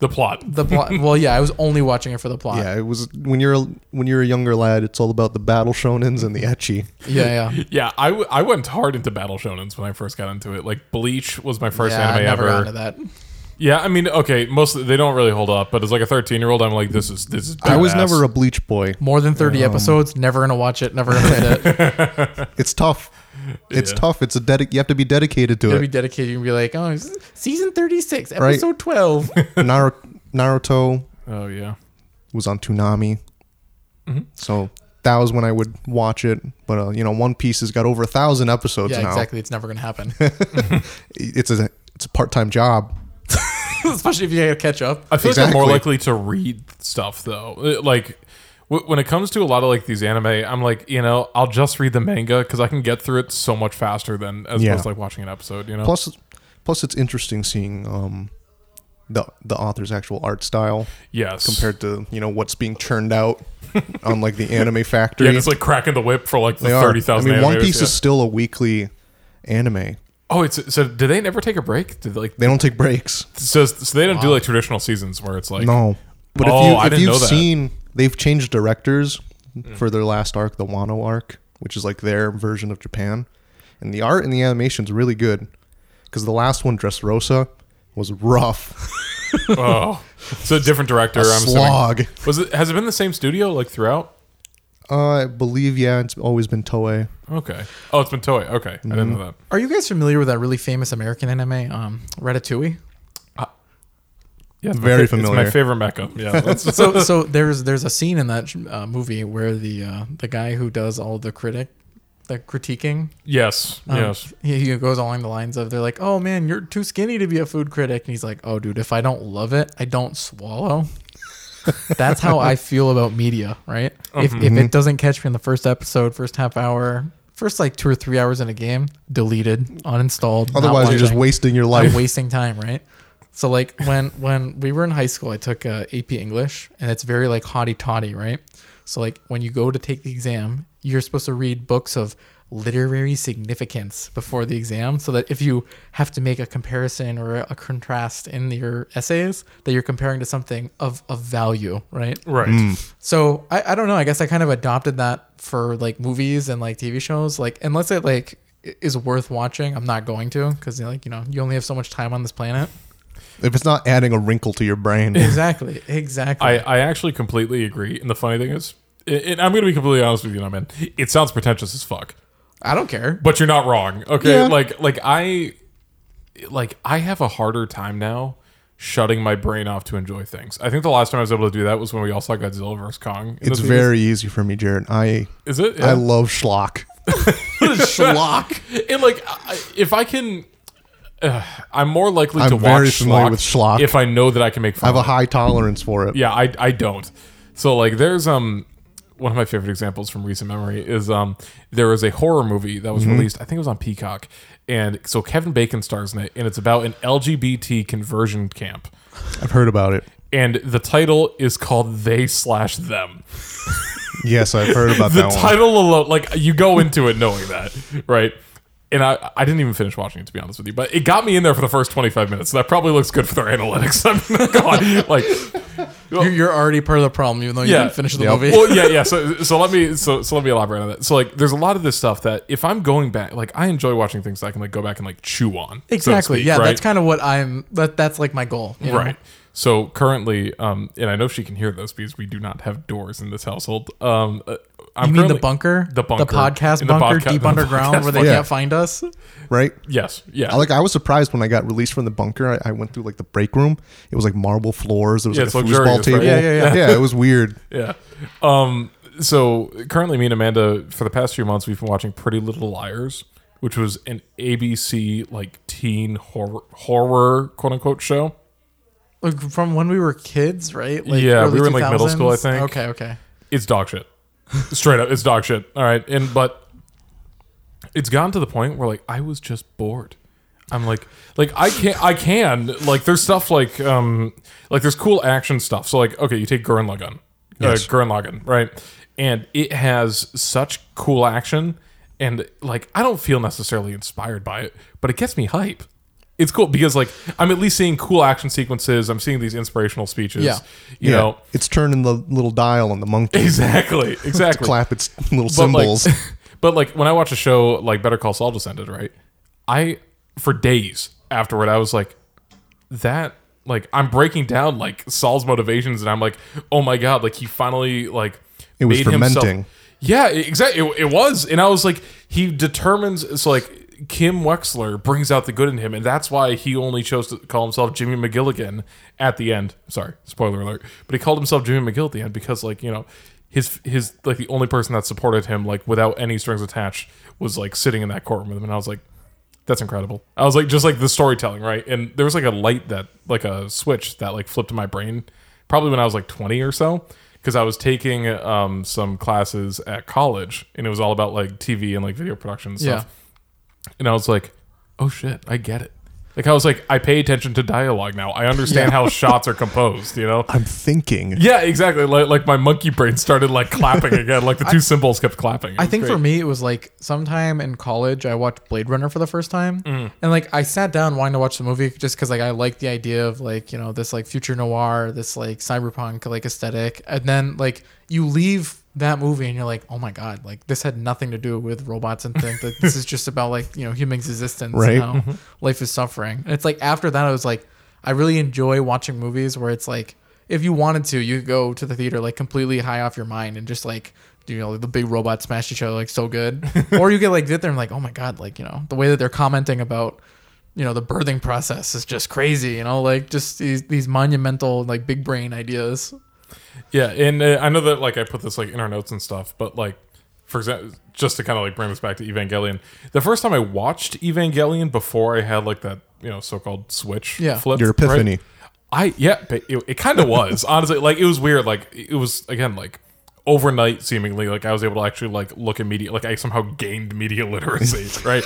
A: the plot.
B: The plot. well, yeah, I was only watching it for the plot.
C: Yeah, it was when you're when you're a younger lad. It's all about the battle shonens and the etchy.
B: Yeah. Yeah.
A: Yeah, I, w- I went hard into battle shonens when I first got into it. Like Bleach was my first
B: yeah, I
A: anime
B: never got
A: ever.
B: into that.
A: Yeah, I mean, okay, most they don't really hold up, but as like a thirteen year old, I'm like, this is this is.
C: I was
A: badass.
C: never a bleach boy.
B: more than 30 episodes never gonna watch it never gonna read it
C: It's tough. It's
A: Yeah.
C: tough. It's a dedic. You have to be dedicated to
B: You'll
C: it.
B: be dedicated. You'll be like, oh, this is season 36,
C: Right.
B: episode 12.
C: Naru- Naruto
A: Oh yeah.
C: was on Toonami,
A: Mhm.
C: so that was when I would watch it. But uh, you know, One Piece has got over a thousand episodes
B: yeah,
C: now.
B: exactly. It's never going to happen.
C: It's a it's a part time job.
B: Especially if you got to catch up.
A: I feel like I'm more
C: Exactly.
A: likely to read stuff though. Uh, Like w- when it comes to a lot of like these anime, I'm like, you know, I'll just read the manga because I can get through it so much faster than as
C: Yeah.
A: opposed to like watching an episode. You know,
C: Plus, plus it's interesting seeing um, the the author's actual art style
A: yes,
C: compared to you know what's being churned out on like the anime
A: yeah,
C: factory.
A: and it's like cracking the whip for like the
C: They are.
A: thirty thousand.
C: I mean, One Piece is still a weekly anime.
A: Oh, it's so. Do they never take a break? Did like
C: They don't take breaks.
A: so? So they don't do like traditional seasons where it's like
C: no, but
A: Oh, I
C: if you
A: didn't
C: if
A: know
C: you've
A: that. Hmm.
C: seen, they've changed directors for their last arc, the Wano arc, which is like their version of Japan, and the art and the animation's really good because the last one, Dressrosa, was rough,
A: oh, so different director.
C: a
A: I'm assuming.
C: slog.
A: Was it? Has it been the same studio like throughout?
C: Uh, I believe yeah, it's always been Toei.
A: Okay. Oh, it's been Toei. Okay, I didn't
C: Mm-hmm.
A: know that.
B: Are you guys familiar with that really famous American anime, um, Ratatouille?
A: Yeah, it's my
C: Very
A: fa- it's
C: familiar.
A: my favorite mecha. Yeah, that's
B: so so there's there's a scene in that uh, movie where the uh, the guy who does all the critic the critiquing
A: Yes,
B: um,
A: yes.
B: he, he goes along the lines of they're like oh man you're too skinny to be a food critic and he's like oh dude if i don't love it i don't swallow that's how i feel about media right if, if
C: Mm-hmm.
B: it doesn't catch me in the first episode first half hour first like two or three hours in a game deleted uninstalled not
C: Otherwise, you're just
B: watching.
C: wasting your
B: I'm
C: life.
B: wasting time, right? So like when when we were in high school, I took uh, AP English, and it's very like hotty toddy, right? So like when you go to take the exam, you're supposed to read books of literary significance before the exam, so that if you have to make a comparison or a contrast in your essays, that you're comparing to something of of value, right?
A: Right.
C: mm.
B: So I, I don't know. I guess I kind of adopted that for like movies and like TV shows. Like unless it like i- is worth watching, I'm not going to because like you know you only have so much time on this planet.
C: If it's not adding a wrinkle to your brain,
B: Exactly. Exactly.
A: I, I actually completely agree. And the funny thing is, it, it- I'm going to be completely honest with you, now, man. It sounds pretentious as fuck,
B: I don't care.
A: but you're not wrong. Okay,
C: Yeah.
A: like like I like I have a harder time now shutting my brain off to enjoy things. I think the last time I was able to do that was when we all saw Godzilla vs Kong. in the
C: it's
A: theaters.
C: very easy for me, Jared. I
A: Is it?
C: I
A: Yeah.
C: love schlock. schlock.
A: and like I, if I can. Uh, I'm more likely
C: I'm
A: to
C: very
A: watch
C: familiar
A: schlock
C: with schlock.
A: if I know that I can make
C: I
A: fun.
C: have
A: of
C: a
A: it.
C: high tolerance for it.
A: yeah I, I don't so like there's um one of my favorite examples from recent memory is um there was a horror movie that was
C: Mm-hmm.
A: released i think it was on peacock and so kevin bacon stars in it and it's about an lgbt conversion camp
C: I've heard about it.
A: and the title is called they slash them
C: Yes, I've heard about
A: the
C: that one.
A: title alone like you go into it knowing that right and I, I didn't even finish watching it to be honest with you, but it got me in there for the first twenty five minutes. So that probably looks good for their analytics. I'm not gonna lie. like
B: You're, you're already part of the problem, even though you
A: Yeah.
B: didn't finish the
C: Yep.
B: movie.
A: Well, yeah, yeah. So, so let me so, so let me elaborate on that. So, like, there's a lot of this stuff that if I'm going back, like, I enjoy watching things that I can like go back and like chew on. so to
B: exactly.
A: speak,
B: yeah.
A: right?
B: That's kind of what I'm. That that's like my goal. you know?
A: right. So currently, um, and I know she can hear this because we do not have doors in this household. Um, uh, I'm
B: You mean the
A: currently-
B: bunker,
A: The bunker.
B: the podcast
A: In the
B: bunker,
A: podca-
B: deep
A: the
B: underground,
A: podcast
B: where they
C: bunker.
B: can't find us.
C: Right?
A: Yes. Yeah.
C: I like I was surprised when I got released from the bunker. I, I went through like the break room. It was like marble floors. There was
A: Yeah,
C: like a
A: it's luxurious,
C: foosball
A: right?
C: table.
A: Yeah,
B: yeah,
C: yeah. it was weird.
A: yeah. Um. So currently, me and Amanda, for the past few months, we've been watching Pretty Little Liars, which was an ABC like teen horror horror quote unquote show.
B: Like from when we were kids, right?
A: Yeah, we
B: early
A: were in, like, middle school, I
B: 2000s?
A: think.
B: Okay, okay.
A: it's dog shit. Straight up, it's dog shit. All right, and but it's gotten to the point where like I was just bored. I'm like, like I can't, I can like there's stuff like um like there's cool action stuff. So like okay, you take Gurren Lagann,
C: Yes.
A: uh, Gurren Lagann, right? And it has such cool action, and like I don't feel necessarily inspired by it, but it gets me hype. It's cool because like I'm at least seeing cool action sequences. I'm seeing these inspirational speeches.
B: Yeah.
A: you
C: yeah.
A: know
C: It's turning the little dial on the monkey.
A: exactly, exactly.
C: Clap its little
A: But, like-
C: cymbals.
A: But like when I watch a show like Better Call Saul just ended, right? I for days afterward I was like that like I'm breaking down like Saul's motivations and I'm like, "Oh my god, like he finally like
C: It was
A: made himself- e,
C: fermenting.
A: Yeah, exactly. It, it was and I was like he determines it's like Kim Wexler brings out the good in him, and that's why he only chose to call himself Jimmy McGilligan at the end. Sorry, spoiler alert. But he called himself Jimmy McGill at the end because, like, you know, his his like the only person that supported him, like without any strings attached, was like sitting in that courtroom with him, and I was like, that's incredible. I was like, just like the storytelling, right? And there was like a light that, like a switch that like flipped in my brain, probably when I was like 20 or so, because I was taking um, some classes at college and it was all about like TV and like video production and stuff. And I was like, oh shit, I get it. Like I was like, I pay attention to dialogue now. I understand how shots are composed, you know?
C: I'm thinking.
A: Yeah, exactly. Like, like my monkey brain started like clapping again. Like the two symbols kept clapping. It
B: I
A: was
B: think
A: great.
B: for me, it was like sometime in college, I watched Blade Runner for the first time,
A: Mm-hmm.
B: and like I sat down wanting to watch the movie just because like I liked the idea of like you know this like future noir, this like cyberpunk like aesthetic, and then like you leave that movie and you're like, oh my god, like this had nothing to do with robots and things. Like, this is just about like you know humans' existence,
C: Right.
B: and
A: Mm-hmm.
B: how life is suffering. And it's like after that, I was like, I really enjoy watching movies where it's like if you wanted to, you could go to the theater like completely high off your mind and just like you know like, the big robots smash each other like so good, or you could like sit there and like oh my god, like you know the way that they're commenting about you know the birthing process is just crazy, you know like just these these monumental like big brain ideas.
A: Yeah, and uh, I know that like I put this like in our notes and stuff, but like for example, just to kind of like bring this back to Evangelion, the first time I watched Evangelion before I had like that you know so-called switch
B: Yeah.
A: flip
C: Your
A: right?
C: epiphany.
A: I yeah, but it, it kind of was honestly like it was weird. Like it was again like overnight seemingly like I was able to actually like look at media like I somehow gained media literacy right.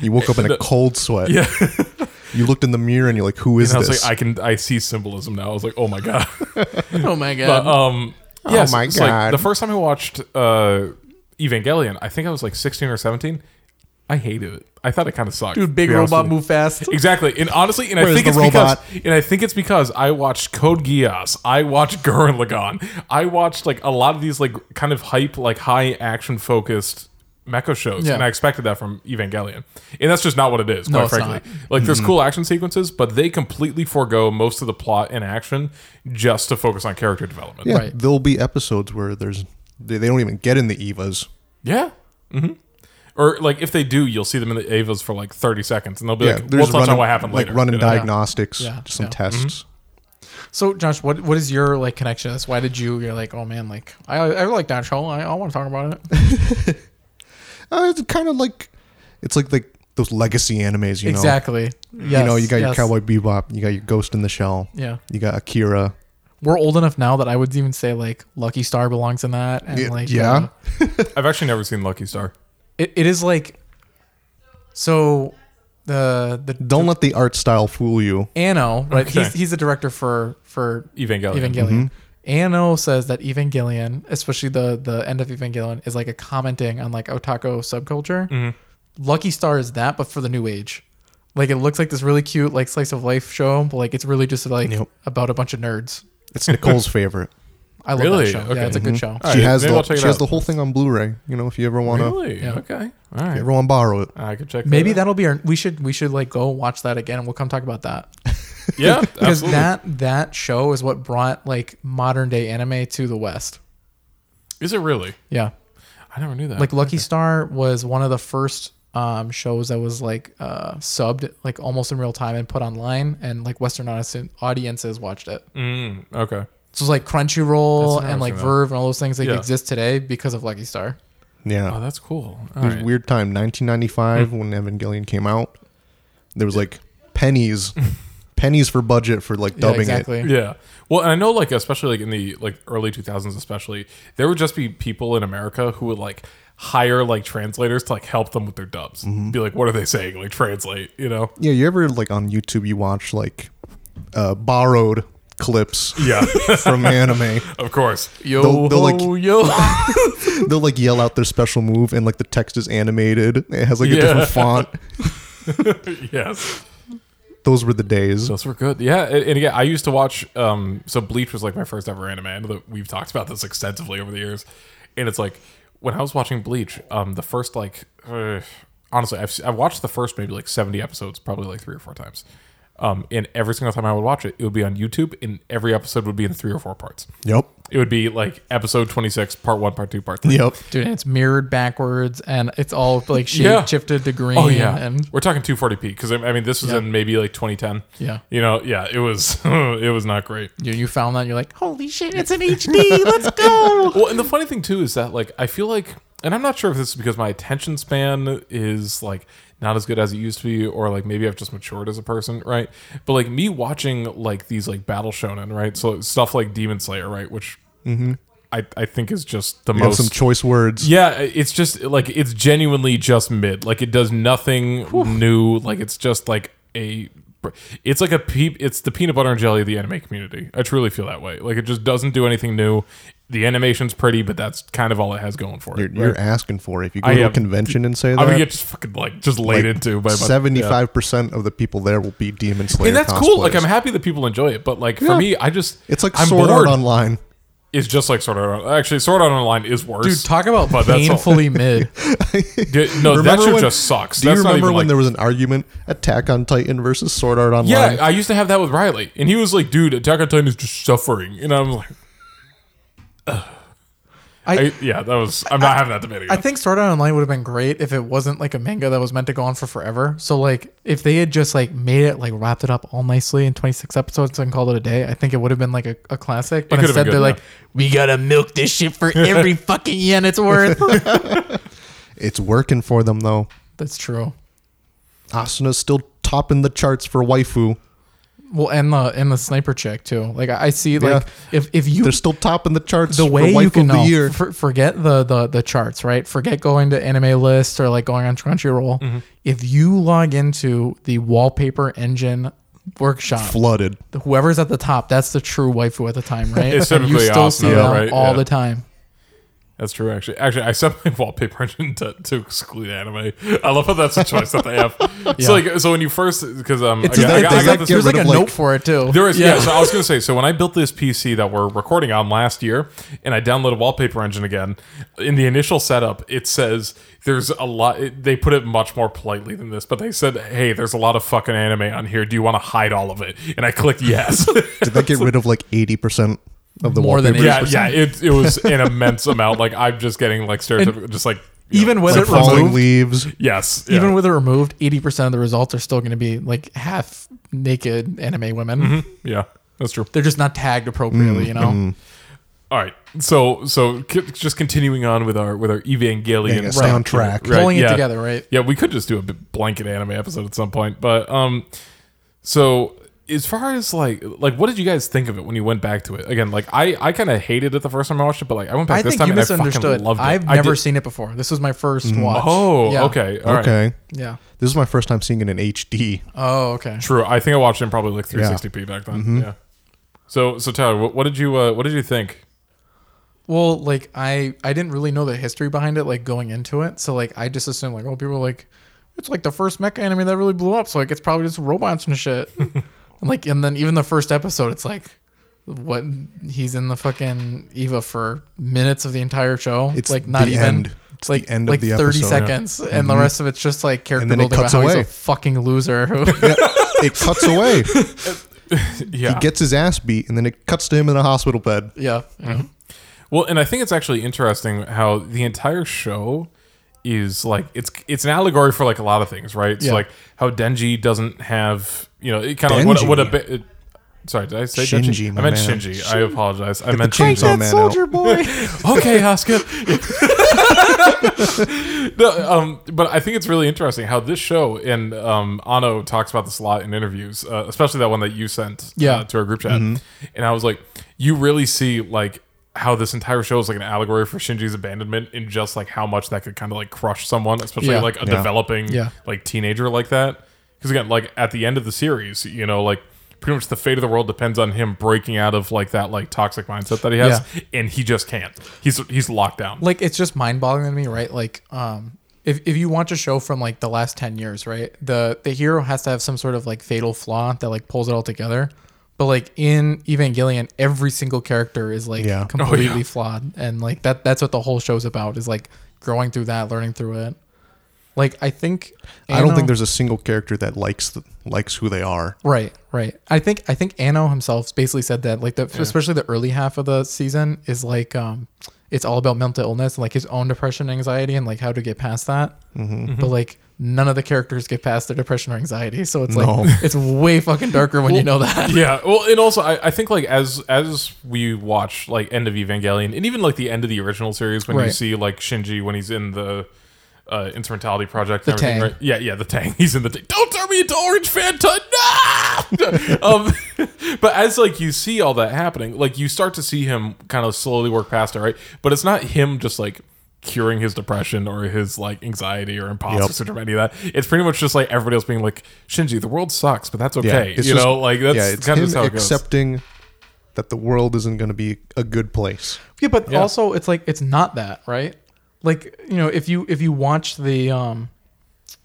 C: You woke up in a cold sweat.
A: Yeah.
C: You looked in the mirror and you're like, who is
A: And I was
C: this?
A: like I can I see symbolism now. I was like oh my god.
B: Oh my god.
A: But, um, yeah,
C: Oh
A: so
C: my
A: it's like,
C: God.
A: the first time I watched uh, Evangelion, I think I was like 16 or 17. I hated it. I thought it kind of sucked.
B: Dude, big
A: to be honest
B: robot
A: with you.
B: move fast.
A: Exactly, and honestly, and I
C: Where's
A: think
C: the
A: it's
C: robot?
A: because, and I think it's because I watched Code Geass, I watched Gurren Lagann, I watched like a lot of these like kind of hype, like high action focused mecha shows,
B: Yeah.
A: and I expected that from Evangelion, and that's just not what it is. Quite
B: No, it's
A: frankly, like there's cool action sequences, but they completely forego most of the plot and action just to focus on character development.
C: yeah,
B: Right.
C: there'll be episodes where there's they, they don't even get in the Evas.
A: Yeah. hmm Or like if they do, you'll see them in the Avas for like thirty seconds, and they'll be
C: Yeah,
A: like,
C: there's
A: "We'll touch
C: running,
A: on what happened
C: like
A: later."
C: running
A: you know?
C: diagnostics,
B: Yeah.
C: just some
B: Yeah.
C: tests.
B: So, Josh, what what is your like connection to this? Why did you? You're like, oh man, like I I like that show. I, I want to talk about it.
A: Mm-hmm.
C: Uh, it's kind of like it's like like those legacy animes, you
B: exactly.
C: know. you know, you got your Cowboy Bebop, you got your Ghost in the Shell,
B: Yeah,
C: you got Akira.
B: we're old enough now that I would even say like Lucky Star belongs in that, and
C: Yeah.
B: like
C: Yeah.
B: uh,
A: I've actually never seen Lucky Star.
B: it, it is like so the the
C: Don't let the art style fool you.
B: Anno right.
A: Okay.
B: He's he's the director for for
A: Evangelion.
C: Mm-hmm.
B: Evangelion. Anno says that Evangelion, especially the the end of Evangelion, is like a commenting on like otaku subculture.
C: Mm-hmm.
B: Lucky Star is that, but for the new age. Like it looks like this really cute like slice of life show, but like it's really just like
C: Yep.
B: about a bunch of nerds.
C: It's Nicole's favorite.
B: I love
A: Really?
B: that show.
A: Okay. Mm-hmm.
B: Yeah, it's a good show.
A: All
C: she
A: right,
C: has
A: maybe
C: the
A: I'll check it
C: she has
A: out.
C: the whole thing on Blu-ray. You know, if you ever want to,
A: Really?
B: Yeah.
A: Okay. All right.
C: everyone borrow it.
A: I could check.
B: Maybe
A: that.
B: that'll be our. We should we should like go watch that again, and we'll come talk about that
A: out. yeah,
B: because
A: absolutely.
B: that that show is what brought like modern day anime to the West.
A: Is it really?
B: Yeah,
A: I never knew that.
B: like Lucky Star was one of the first um, shows that was like uh, subbed like almost in real time and put online, and like Western audi- audiences watched it.
A: mm, okay.
B: So it's like
A: That's
B: Crunchyroll
A: what I
B: and
A: was
B: like
A: thinking
B: Verve and all those things that
A: Yeah.
B: exist today because of Lucky Star.
A: Oh,
C: Yeah,
A: that's cool. All
C: it was
A: right.
C: a weird time. 1995
B: Hmm.
C: when Evangelion came out. There was like pennies, pennies for budget for like
B: Yeah,
C: dubbing it.
B: exactly.
A: Yeah. Well, and I know like especially like in the like early 2000s especially, there would just be people in America who would like hire like translators to like help them with their dubs. Be like, "What are they saying?" Like translate, you know.
C: Yeah, you ever like on YouTube you watch like uh borrowed clips
A: Yeah.
C: from anime.
A: of course.
B: Yo,
C: They'll- they'll, like-
B: ho, yo.
C: They'll like yell out their special move and like the text is animated. It has like a
A: Yeah.
C: different font.
A: yes.
C: Those were the days.
A: Those were good. Yeah, and, and again, I used to watch. Um, so Bleach was like my first ever anime. I know that we've talked about this extensively over the years, and it's like when I was watching Bleach, um, the first like, uh, honestly, I've I've watched the first maybe like seventy episodes, probably like three or four times. Um, and every single time I would watch it, it would be on YouTube, and every episode would be in three or four parts.
C: Yep.
A: it would be like episode 26, part one, part two, part three.
C: Yep.
B: Dude, and it's mirrored backwards and it's all like shape
A: Yeah.
B: shifted to green.
A: Oh yeah,
B: And
A: we're talking 240p because I I mean this was
B: Yeah.
A: in maybe like 2010.
B: yeah.
A: You know, yeah, it was it was not great.
B: You, you found that and you're like, holy shit, it's an HD. Let's go.
A: Well, and the funny thing too is that like I feel like, and I'm not sure if this is because my attention span is like not as good as it used to be, or like maybe I've just matured as a person, right? But like me watching like these like battle shonen, right? So stuff like Demon Slayer, right, which I I think is just the
C: We have
A: most
C: some choice words.
A: yeah, it's just like it's genuinely just mid. Like it does nothing new. Like it's just like a it's like a peep it's the peanut butter and jelly of the anime community. I truly feel that way. Like it just doesn't do anything new. The animation's pretty, but that's kind of all it has going for
C: You're,
A: it.
C: you're
A: right?
C: asking for it. If you go
A: I
C: to a
A: am.
C: convention and say
A: I would
C: that,
A: get just fucking like just laid
C: like,
A: into by about- yeah.
C: seventy-five percent of the people there will be Demon Slayer.
A: And that's cool. Like
C: cosplayers.
A: I'm happy that people enjoy it, but like for
C: Yeah.
A: me, I just
C: It's like
A: I'm
C: Sword
A: bored.
C: Art Online.
A: It's just like Sword Art. Online. Actually, Sword Art Online is worse.
B: Dude, talk about
A: But that's all.
B: painfully mid.
A: Dude, no, Oh, that
C: Remember
A: shit
C: when-
A: just sucks.
C: Do you
A: That's not
C: remember
A: even,
C: when
A: like,
C: there was an argument, Attack on Titan versus Sword Art Online?
A: Yeah, I used to have that with Riley, and he was like, "Dude, Attack on Titan is just suffering," and I'm like, ugh.
B: I-
A: I- yeah, that was. I'm not having that debate
B: I
A: again.
B: think Sword Art Online would have been great if it wasn't like a manga that was meant to go on for forever. So like if they had just like made it like wrapped it up all nicely in 26 episodes and called it a day, I think it would have been like a, a classic. But
A: could have
B: instead
A: been
B: they're
A: good,
B: like, we gotta milk this shit for every fucking yen it's worth.
C: It's working for them though.
B: That's true.
C: Asuna's still topping the charts for waifu.
B: Well, and the and the sniper check too. Like I I see like if if you
C: They're still topping the charts
B: the way
C: for waifu
B: you can
C: of the
B: know,
C: year.
B: for- forget the, the the charts, right? Forget going to anime list or like going on Crunchyroll.
A: Mm-hmm.
B: If you log into the wallpaper engine workshop,
C: Flooded.
B: whoever's at the top, that's the true waifu at the time, right?
A: It's
B: And you
A: typically
B: still
A: Asuna,
B: see them
A: right?
B: all
A: Yeah.
B: the time.
A: That's true. Actually, actually, I set my wallpaper engine to, to exclude anime. I love how that's a choice that they have. So like, so when you first, because um, I
B: It's
A: got, I
B: like,
A: got, I
B: there's like,
A: got
C: get
A: this.
B: there's like
C: rid
B: a
C: of, like-
B: note for it too.
A: There is yeah. So I was gonna say. So when I built this PC that we're recording on last year, and I downloaded Wallpaper Engine again, in the initial setup, it says there's a lot. It, they put it much more politely than this, but they said, "Hey, there's a lot of fucking anime on here. Do you want to hide all of it?" And I clicked yes.
C: Did they get rid of like eighty percent of the
B: More than
C: wallpaper?
A: yeah, yeah. It, it was an immense amount. Like I'm just getting like stereotypical, just like you
B: even
A: know,
B: with
C: Like
B: it
C: falling
B: removed,
C: leaves.
A: yes,
B: even
A: yeah,
B: with it removed, eighty percent of the results are still going to be like half naked anime women.
A: yeah, that's true.
B: They're just not tagged
A: Mm-hmm.
B: appropriately, you know.
A: All right, so so c- just continuing on with our with our Evangelion
C: Yeah, yeah, stay on track.
A: Right,
B: Pulling
A: yeah.
B: it together, right?
A: Yeah, we could just do a b- blanket anime episode at some point, but um, so as far as like like what did you guys think of it when you went back to it again? Like I I kind of hated it the first time I watched it, but like I went back
B: I
A: this
B: think
A: time
B: you
A: and I fucking
B: misunderstood.
A: loved it.
B: I've
A: I
B: never
A: did-
B: seen it before. This was my first watch.
A: Oh,
B: Yeah.
A: okay, all right.
C: Mm-hmm. Okay.
B: Yeah.
C: This is my first time seeing it in HD.
B: Oh, okay.
A: True. I think I watched it in probably like 360p back then. Yeah. So so Tyler, what, what did you uh, what did you think?
B: Well, like I I didn't really know the history behind it, like going into it. So like I just assumed like, oh, people are like, it's like the first mecha anime that really blew up. So like it's probably just robots and shit. and like and then even the first episode, it's like, what he's in the fucking Eva for minutes of the entire show.
C: It's
B: like not
C: the
B: even.
C: end. It's
B: like
C: the end of
B: like
C: the
B: thirty
C: episode. Mm-hmm.
B: seconds, and the rest of it's just like character
C: And then it
B: building about
C: cuts
B: how he's
C: away.
B: a fucking loser. who-
C: Yeah, it cuts away.
A: Yeah.
C: He gets his ass beat, and then it cuts to him in a hospital bed.
B: yeah, yeah.
A: Well, and I think it's actually interesting how the entire show is like it's it's an allegory for like a lot of things, right? It's
B: Yeah.
A: like how Denji doesn't have you know it kind of like
C: Denji?
A: what what a bit. it- Sorry, did I say
C: Shinji,
A: Denji? I
C: my
A: meant
C: man.
A: Shinji. I apologize. I meant
C: chainsaw
A: Shinji.
C: man out.
B: boy.
A: okay, Oscar. no, um, but I think it's really interesting how this show and um, Ano talks about this a lot in interviews, uh, especially that one that you sent
B: Yeah. Mm-hmm.
A: uh, to our group chat. And I was like, you really see like how this entire show is like an allegory for Shinji's abandonment and just like how much that could kind of like crush someone, especially
B: Yeah.
A: like a
C: Yeah.
A: developing
B: Yeah.
A: like teenager like that. Because again, like at the end of the series, you know, like pretty much the fate of the world depends on him breaking out of like that like toxic mindset that he has, and he just can't. He's he's locked down.
B: like it's just mind boggling to me, right? Like, um, if, if you watch a show from like the last ten years, right, the the hero has to have some sort of like fatal flaw that like pulls it all together. But like in Evangelion, every single character is like
C: Yeah. Oh, yeah.
B: completely flawed, and like that that's what the whole show's about is like growing through that, learning through it. Like I think
C: I don't think
B: Anno-
C: there's a single character that likes the, likes who they are.
B: Right, right. I think I think Anno himself basically said that like the especially the early half of the season is like um it's all about mental illness and like his own depression and anxiety and like how to get past that. But like none of the characters get past their depression or anxiety. So it's
C: No.
B: like it's way fucking darker when you know that.
A: yeah well and also I, I think like as as we watch like end of evangelion and even like the end of the original series when you
B: Right.
A: see like shinji when he's in the uh instrumentality project and
B: The
A: everything
B: Tang.
A: right yeah yeah the tang he's in the tang. don't turn me into orange fanta no! um but as like you see all that happening like you start to see him kind of slowly work past it right but it's not him just like curing his depression or his like anxiety or imposter
C: Yep.
A: syndrome any of that it's pretty much just like everybody else being like shinji the world sucks but that's okay you
C: it's just-
A: know like that's
C: yeah, it's
A: kind
C: him
A: of just how it goes.
C: accepting that the world isn't going to be a good place.
B: Yeah, but
A: Yeah.
B: also it's like it's not that, right? Like, you know, if you if you watch the um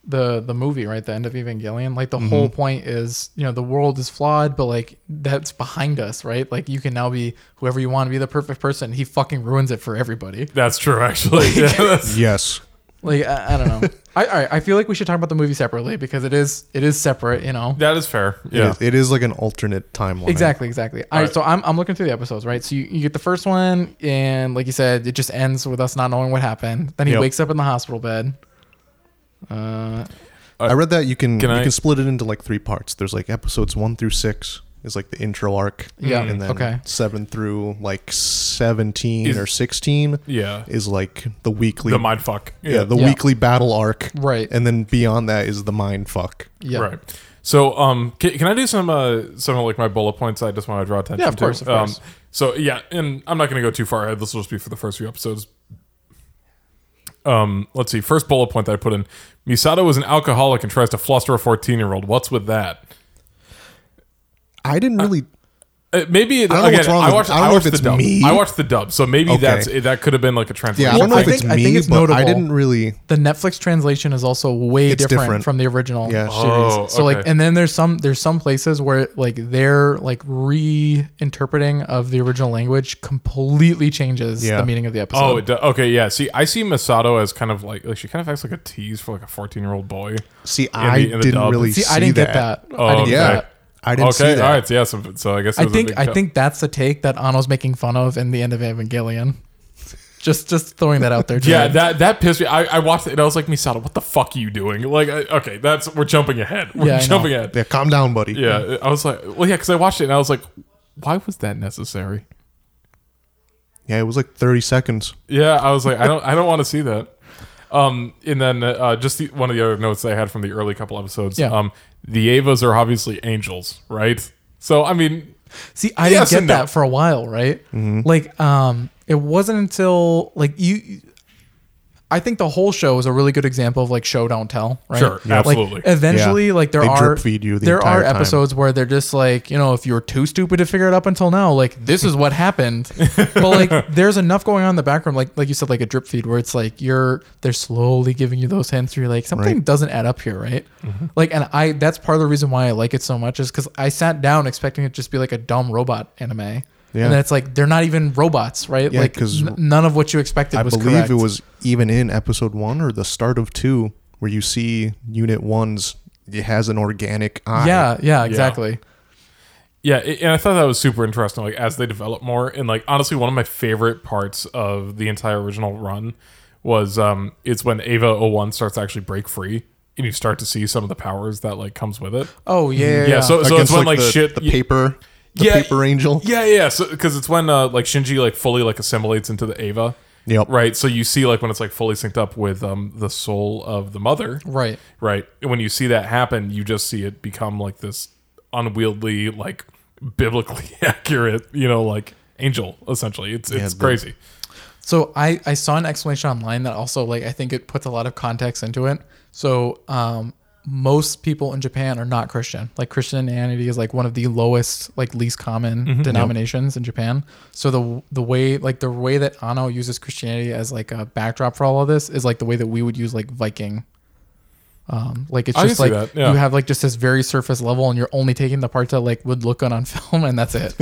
B: the the movie, right, the end of Evangelion, like the whole point is, you know, the world is flawed, but like that's behind us, right? Like you can now be whoever you want to be the perfect person. He fucking ruins it for everybody.
A: That's true, actually. Yeah, that's-
C: Yes,
B: Like I, I don't know. I all right, I feel like we should talk about the movie separately because it is it is separate, you know.
A: that is fair.
C: It
A: Yeah.
C: is- it is like an alternate timeline.
B: Exactly, exactly. All
A: right.
B: right, so I'm, I'm looking through the episodes, right? So you, you get the first one, and like you said, it just ends with us not knowing what happened. Then he
C: Yep.
B: wakes up in the hospital bed. Uh,
C: I read that you can,
A: Can
C: you
A: I-
C: can split it into like three parts. There's like episodes one through six is like the intro arc.
B: Yeah,
C: and then
B: okay.
C: seven through like seventeen
A: Is-
C: or sixteen
A: Yeah.
C: is like the weekly.
A: The mind fuck.
C: yeah, the
B: Yeah.
C: weekly battle arc.
B: Right.
C: and then beyond that is the mind fuck.
B: yeah.
A: Right. So, um, can, can I do some uh, some of like my bullet points? I just want to draw attention.
B: Yeah, of
A: to?
B: course, of course.
A: Um, so yeah, and I'm not going to go too far ahead. This will just be for the first few episodes. Um, let's see. First bullet point that I put in: Misato is an alcoholic and tries to fluster a 14 year old. What's with that?
C: I didn't really.
A: Uh, maybe it,
C: I don't know
A: again,
C: what's wrong
A: I
C: with-
A: watched.
C: I don't know
A: watched
C: if it's
A: the dub.
C: me.
A: I watched the dub, so maybe
C: Okay.
A: that's that could have been like a translation.
C: yeah, I don't know
B: I
C: if it's
B: think- I
C: me,
B: think it's
C: but I
B: notable.
C: didn't really.
B: The Netflix translation is also way
C: It's
B: different,
C: different.
B: from the original
C: Yeah.
B: series.
A: Oh,
B: so like,
A: okay.
B: and then there's some there's some places where like their like reinterpreting of the original language completely changes
C: Yeah.
B: the meaning of the episode.
A: Oh, it do- okay, yeah. See, I see Masato as kind of like, like she kind of acts like a tease for like a fourteen-year-old boy.
C: See, I
A: in the
C: didn't
A: dub.
C: really
B: see,
C: see,
B: I didn't get that. I
A: Oh,
B: didn't
A: okay.
B: get
C: Yeah,
B: that.
C: I didn't
A: okay,
C: see that.
A: all right, yeah. So, so I guess it
B: I
A: was a
B: think
A: big
B: I
A: cut.
B: think that's the take that Ano's making fun of in the end of Evangelion. Just just throwing that out there.
A: yeah,
B: too.
A: that that pissed me. I, I watched it and I was like, Misato, what the fuck are you doing? Like, I, okay, that's we're jumping ahead. We're
B: Yeah, I know.
A: jumping ahead.
C: Yeah, calm down, buddy.
A: Yeah, I was like, well, yeah, because I watched it and I was like, why was that necessary?
C: yeah, it was like thirty seconds.
A: Yeah, I was like, I don't, I don't want to see that. Um, and then uh, just the, one of the other notes I had from the early couple episodes.
B: Yeah.
A: Um, the Avas are obviously angels, right? So I mean,
B: See, I
A: Yes
B: didn't
A: and no.
B: get
A: Mm-hmm.
B: that for a while, right? Like, um, it wasn't until like you. I think the whole show is a really good example of like show don't tell, right?
A: Sure,
B: Like,
A: absolutely.
B: eventually,
C: Yeah.
B: like there
C: They
B: are
C: drip feed you the
B: there
C: entire
B: are
C: time.
B: episodes where they're just like, you know, if you were too stupid to figure it up until now, like this is what happened. but like, there's enough going on in the background, like like you said, like a drip feed where it's like you're they're slowly giving you those hints. Where you're like something
C: Right. Mm-hmm.
B: doesn't add up here, right? Like, and I that's part of the reason why I like it so much is because I sat down expecting it to just be like a dumb robot anime, and then it's like they're not even robots, right?
C: Yeah,
B: like
C: 'cause
B: n- none of what you expected
C: I
B: was
C: believe
B: correct.
C: it was even in episode one or the start of two, where you see Unit One's it has an organic eye.
B: yeah, yeah, exactly.
A: Yeah, it, and I thought that was super interesting. Like as they develop more, and like honestly, one of my favorite parts of the entire original run was um, it's when Ava 01 starts to actually break free, and you start to see some of the powers that like comes with it.
B: Oh yeah, yeah.
A: Yeah,
B: yeah.
A: so so
C: Against,
A: it's when like,
C: the,
A: shit.
C: the
A: y-
C: paper, the
A: Yeah.
C: paper angel.
A: yeah, yeah. So because it's when uh, like Shinji like fully like assimilates into the Ava,
C: Yep.
A: right? So you see like when it's like fully synced up with um the soul of the mother,
B: right.
A: Right. And when you see that happen, you just see it become like this unwieldy, like biblically accurate, you know, like angel essentially. It's it's
C: the-
A: crazy.
B: So I, I saw an explanation online that also like I think it puts a lot of context into it. So um, most people in Japan are not Christian. Like Christianity is like one of the lowest like least common
A: Mm-hmm.
B: denominations in Japan. So the the way like the way that Ano uses Christianity as like a backdrop for all of this is like the way that we would use like Viking Um, like it's
A: I can
B: just
A: see
B: like
A: that, yeah.
B: you have like just this very surface level, and you're only taking the parts that like would look good on film, and that's it.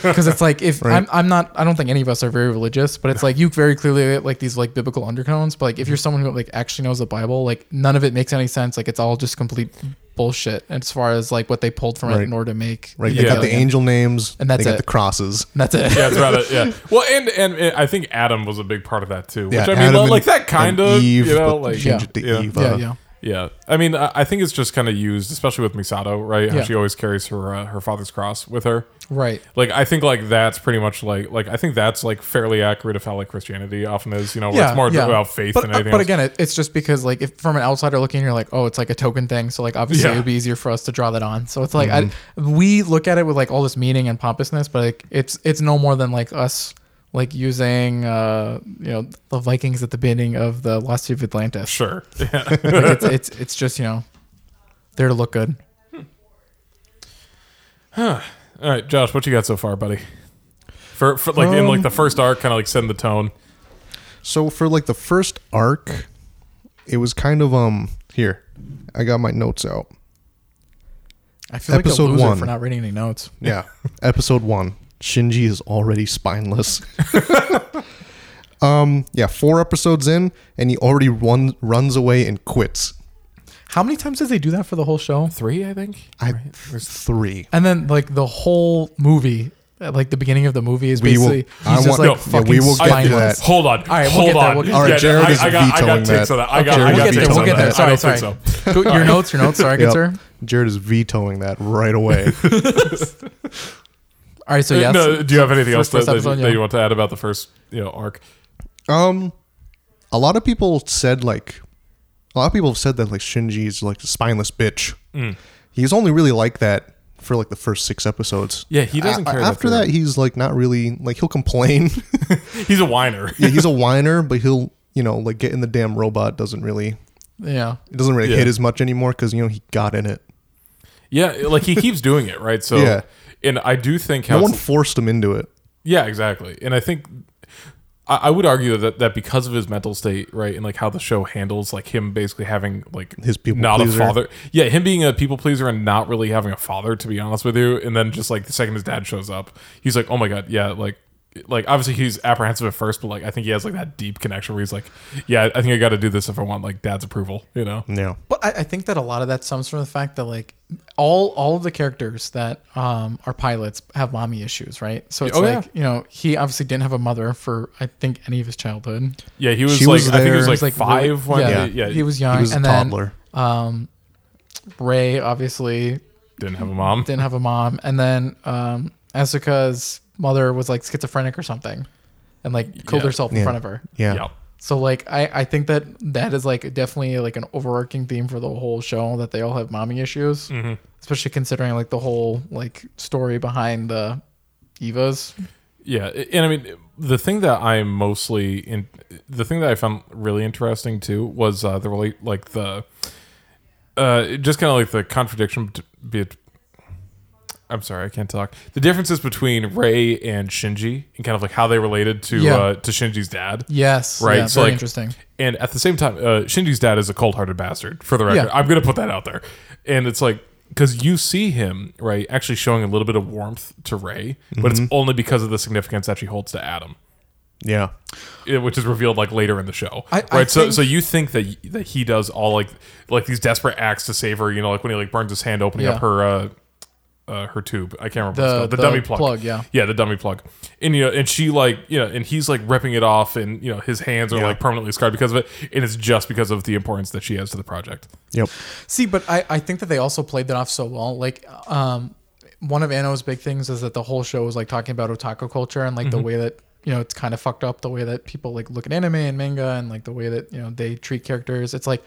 B: Because it's like if
C: Right.
B: I'm, I'm not, I don't think any of us are very religious, but it's like you very clearly get like these like biblical undertones. But like if you're someone who like actually knows the Bible, like none of it makes any sense. Like it's all just complete bullshit as far as like what they pulled from it
C: Right.
B: in order to make
C: Right,
A: Yeah.
C: they got the angel names,
B: And that's
C: they got
B: it.
C: the crosses.
B: And that's it.
A: Yeah, that's about it. Yeah. Well, and, and and I think Adam was a big part of that too. Which
C: Yeah,
A: I mean,
C: Adam
A: like
C: and-
A: that kind
C: and
A: of
C: Eve,
A: you know,
C: but
A: like
C: change it to
A: yeah.
C: Eve.
B: yeah,
C: uh,
B: yeah.
A: Yeah, I mean, I, I think it's just kind of used, especially with Misato, right? How
B: Yeah.
A: she always carries her uh, her father's cross with her.
B: Right.
A: Like, I think like that's pretty much like like I think that's like fairly accurate of how like Christianity often is. You know, where it's more about faith
B: but,
A: than
B: uh,
A: anything.
B: But
A: else.
B: again, it, it's just because like if from an outsider looking, in, you're like, oh, it's like a token thing. So like obviously
A: Yeah. Mm-hmm.
B: it would be easier for us to draw that on. So it's like I, we look at it with like all this meaning and pompousness, but like it's it's no more than like us like using uh you know the Vikings at the beginning of the Lost City of Atlantis.
A: sure. Yeah.
B: Like, it's, it's it's just you know there to look good.
A: All right, Josh, what you got so far, buddy? For, for like in
B: Um,
A: like the first arc, kind of like setting the tone.
C: So for like the first arc, it was kind of um here. I got my notes out.
B: I feel
C: Episode
B: like a loser
C: one.
B: for not reading any notes.
C: Yeah. Episode one. Shinji is already spineless. um, yeah, four episodes in, and he already run, runs away and quits.
B: How many times did they do that for the whole show?
A: Three, I think.
C: I
A: There's-
C: three.
B: And then like the whole movie, at, like the beginning of the movie is
C: We will-
B: basically
C: I
B: he's just
C: want-
B: like
A: no, yeah,
B: fucking
C: we will get to
B: spineless.
C: that.
A: Hold on.
B: right, we'll
A: hold
B: get there,
A: on.
B: we'll get
C: All right,
A: Yeah,
C: Jared is
A: I, I got, I got
C: vetoing
A: takes
C: that.
A: on that. I got,
C: Okay,
A: I
C: we'll
A: got
C: get there,
A: takes
C: we'll
A: on
C: get
A: that.
C: there.
A: I don't
B: Sorry, sorry.
A: think so.
B: Go, your notes, your notes. Sorry, good
C: Yep.
B: sir.
C: Jared is vetoing that right away.
B: All right, so
A: Uh,
B: yes,
A: no, do you have anything
B: First-
A: else
B: first
A: that,
B: episode,
A: that,
B: yeah.
A: you want to add about the first you know arc?
C: um, a lot of people said like, a lot of people have said that like Shinji is like a spineless bitch.
A: Mm.
C: He's only really like that for like the first six episodes.
A: Yeah, he doesn't
C: A-
A: care
C: after that, he's like not really like he'll complain.
A: He's a whiner.
C: yeah, he's a whiner, but he'll you know like getting the damn robot doesn't really
B: yeah,
C: it doesn't really
A: Yeah.
C: hit as much anymore because you know he got in it.
A: Yeah, like he keeps doing it, right? So,
C: Yeah.
A: and I do think how
C: No one
A: it's-
C: forced him into it.
A: Yeah, exactly. And I think I, I would argue that that because of his mental state, right, and like how the show handles like him basically having like
C: His people
A: not
C: pleaser.
A: a father. Yeah, him being a people pleaser and not really having a father, to be honest with you. And then just like the second his dad shows up, he's like, oh my god, yeah, like. Like obviously he's apprehensive at first, but like I think he has like that deep connection where he's like, "Yeah, I think I got to do this if I want like dad's approval," you know.
C: No.
B: But I, I think that a lot of that stems from the fact that like all all of the characters that um, are pilots have mommy issues, right? So it's
A: Oh, yeah.
B: like you know he obviously didn't have a mother for I think any of his childhood.
A: Yeah, he was
C: She
A: like
C: was
A: I think
C: there.
A: he was like,
C: He
B: was, like, really-
A: five when
B: yeah.
A: yeah, yeah,
B: He was
C: He
B: young,
C: was a
B: and then
C: toddler.
B: um, Ray obviously
A: didn't have a mom.
B: didn't have a mom, and then um, Asuka's mother was like schizophrenic or something, and like killed
A: Yeah.
B: herself in
C: Yeah.
B: front of her.
C: yeah.
A: yeah.
B: So like I, I think that that is like definitely like an overarching theme for the whole show that they all have mommy issues,
A: Mm-hmm.
B: especially considering like the whole like story behind the Evas.
A: Yeah, a- and I mean the thing that I'm mostly in, the thing that I found really interesting too was uh, the relate like the, uh, just kind of like the contradiction bet- bet- I'm sorry, I can't talk. The differences between Ray and Shinji and kind of like how they related to
B: Yeah.
A: uh, to Shinji's dad.
B: Yes,
A: Right,
B: yeah,
A: so,
B: very
A: like-
B: interesting.
A: And at the same time, uh, Shinji's dad is a cold hearted bastard, for the record.
B: Yeah.
A: I'm going to put that out there. And it's like, because you see him, right, actually showing a little bit of warmth to Ray, but
B: Mm-hmm.
A: it's only because of the significance that she holds to Adam,
C: Yeah.
A: eh, which is revealed like later in the show.
B: I-
A: right.
B: I
A: so,
B: think-
A: so you think that that he does all like like these desperate acts to save her, you know, like when he like burns his hand opening
B: Yeah.
A: up her. Uh, uh, her tube. I can't remember what it's
B: The-
A: called. The,
B: the
A: dummy plug.
B: plug, yeah.
A: Yeah, the dummy plug. And you know, and she like you know, and he's like ripping it off, and you know, his hands are
C: Yeah.
A: like permanently scarred because of it, and it's just because of the importance that she has to the project.
C: Yep.
B: See, but I, I think that they also played that off so well. Like, um, one of Anno's big things is that the whole show was like talking about otaku culture and like
A: Mm-hmm.
B: the way that you know it's kind of fucked up the way that people like look at anime and manga and like the way that you know they treat characters. It's like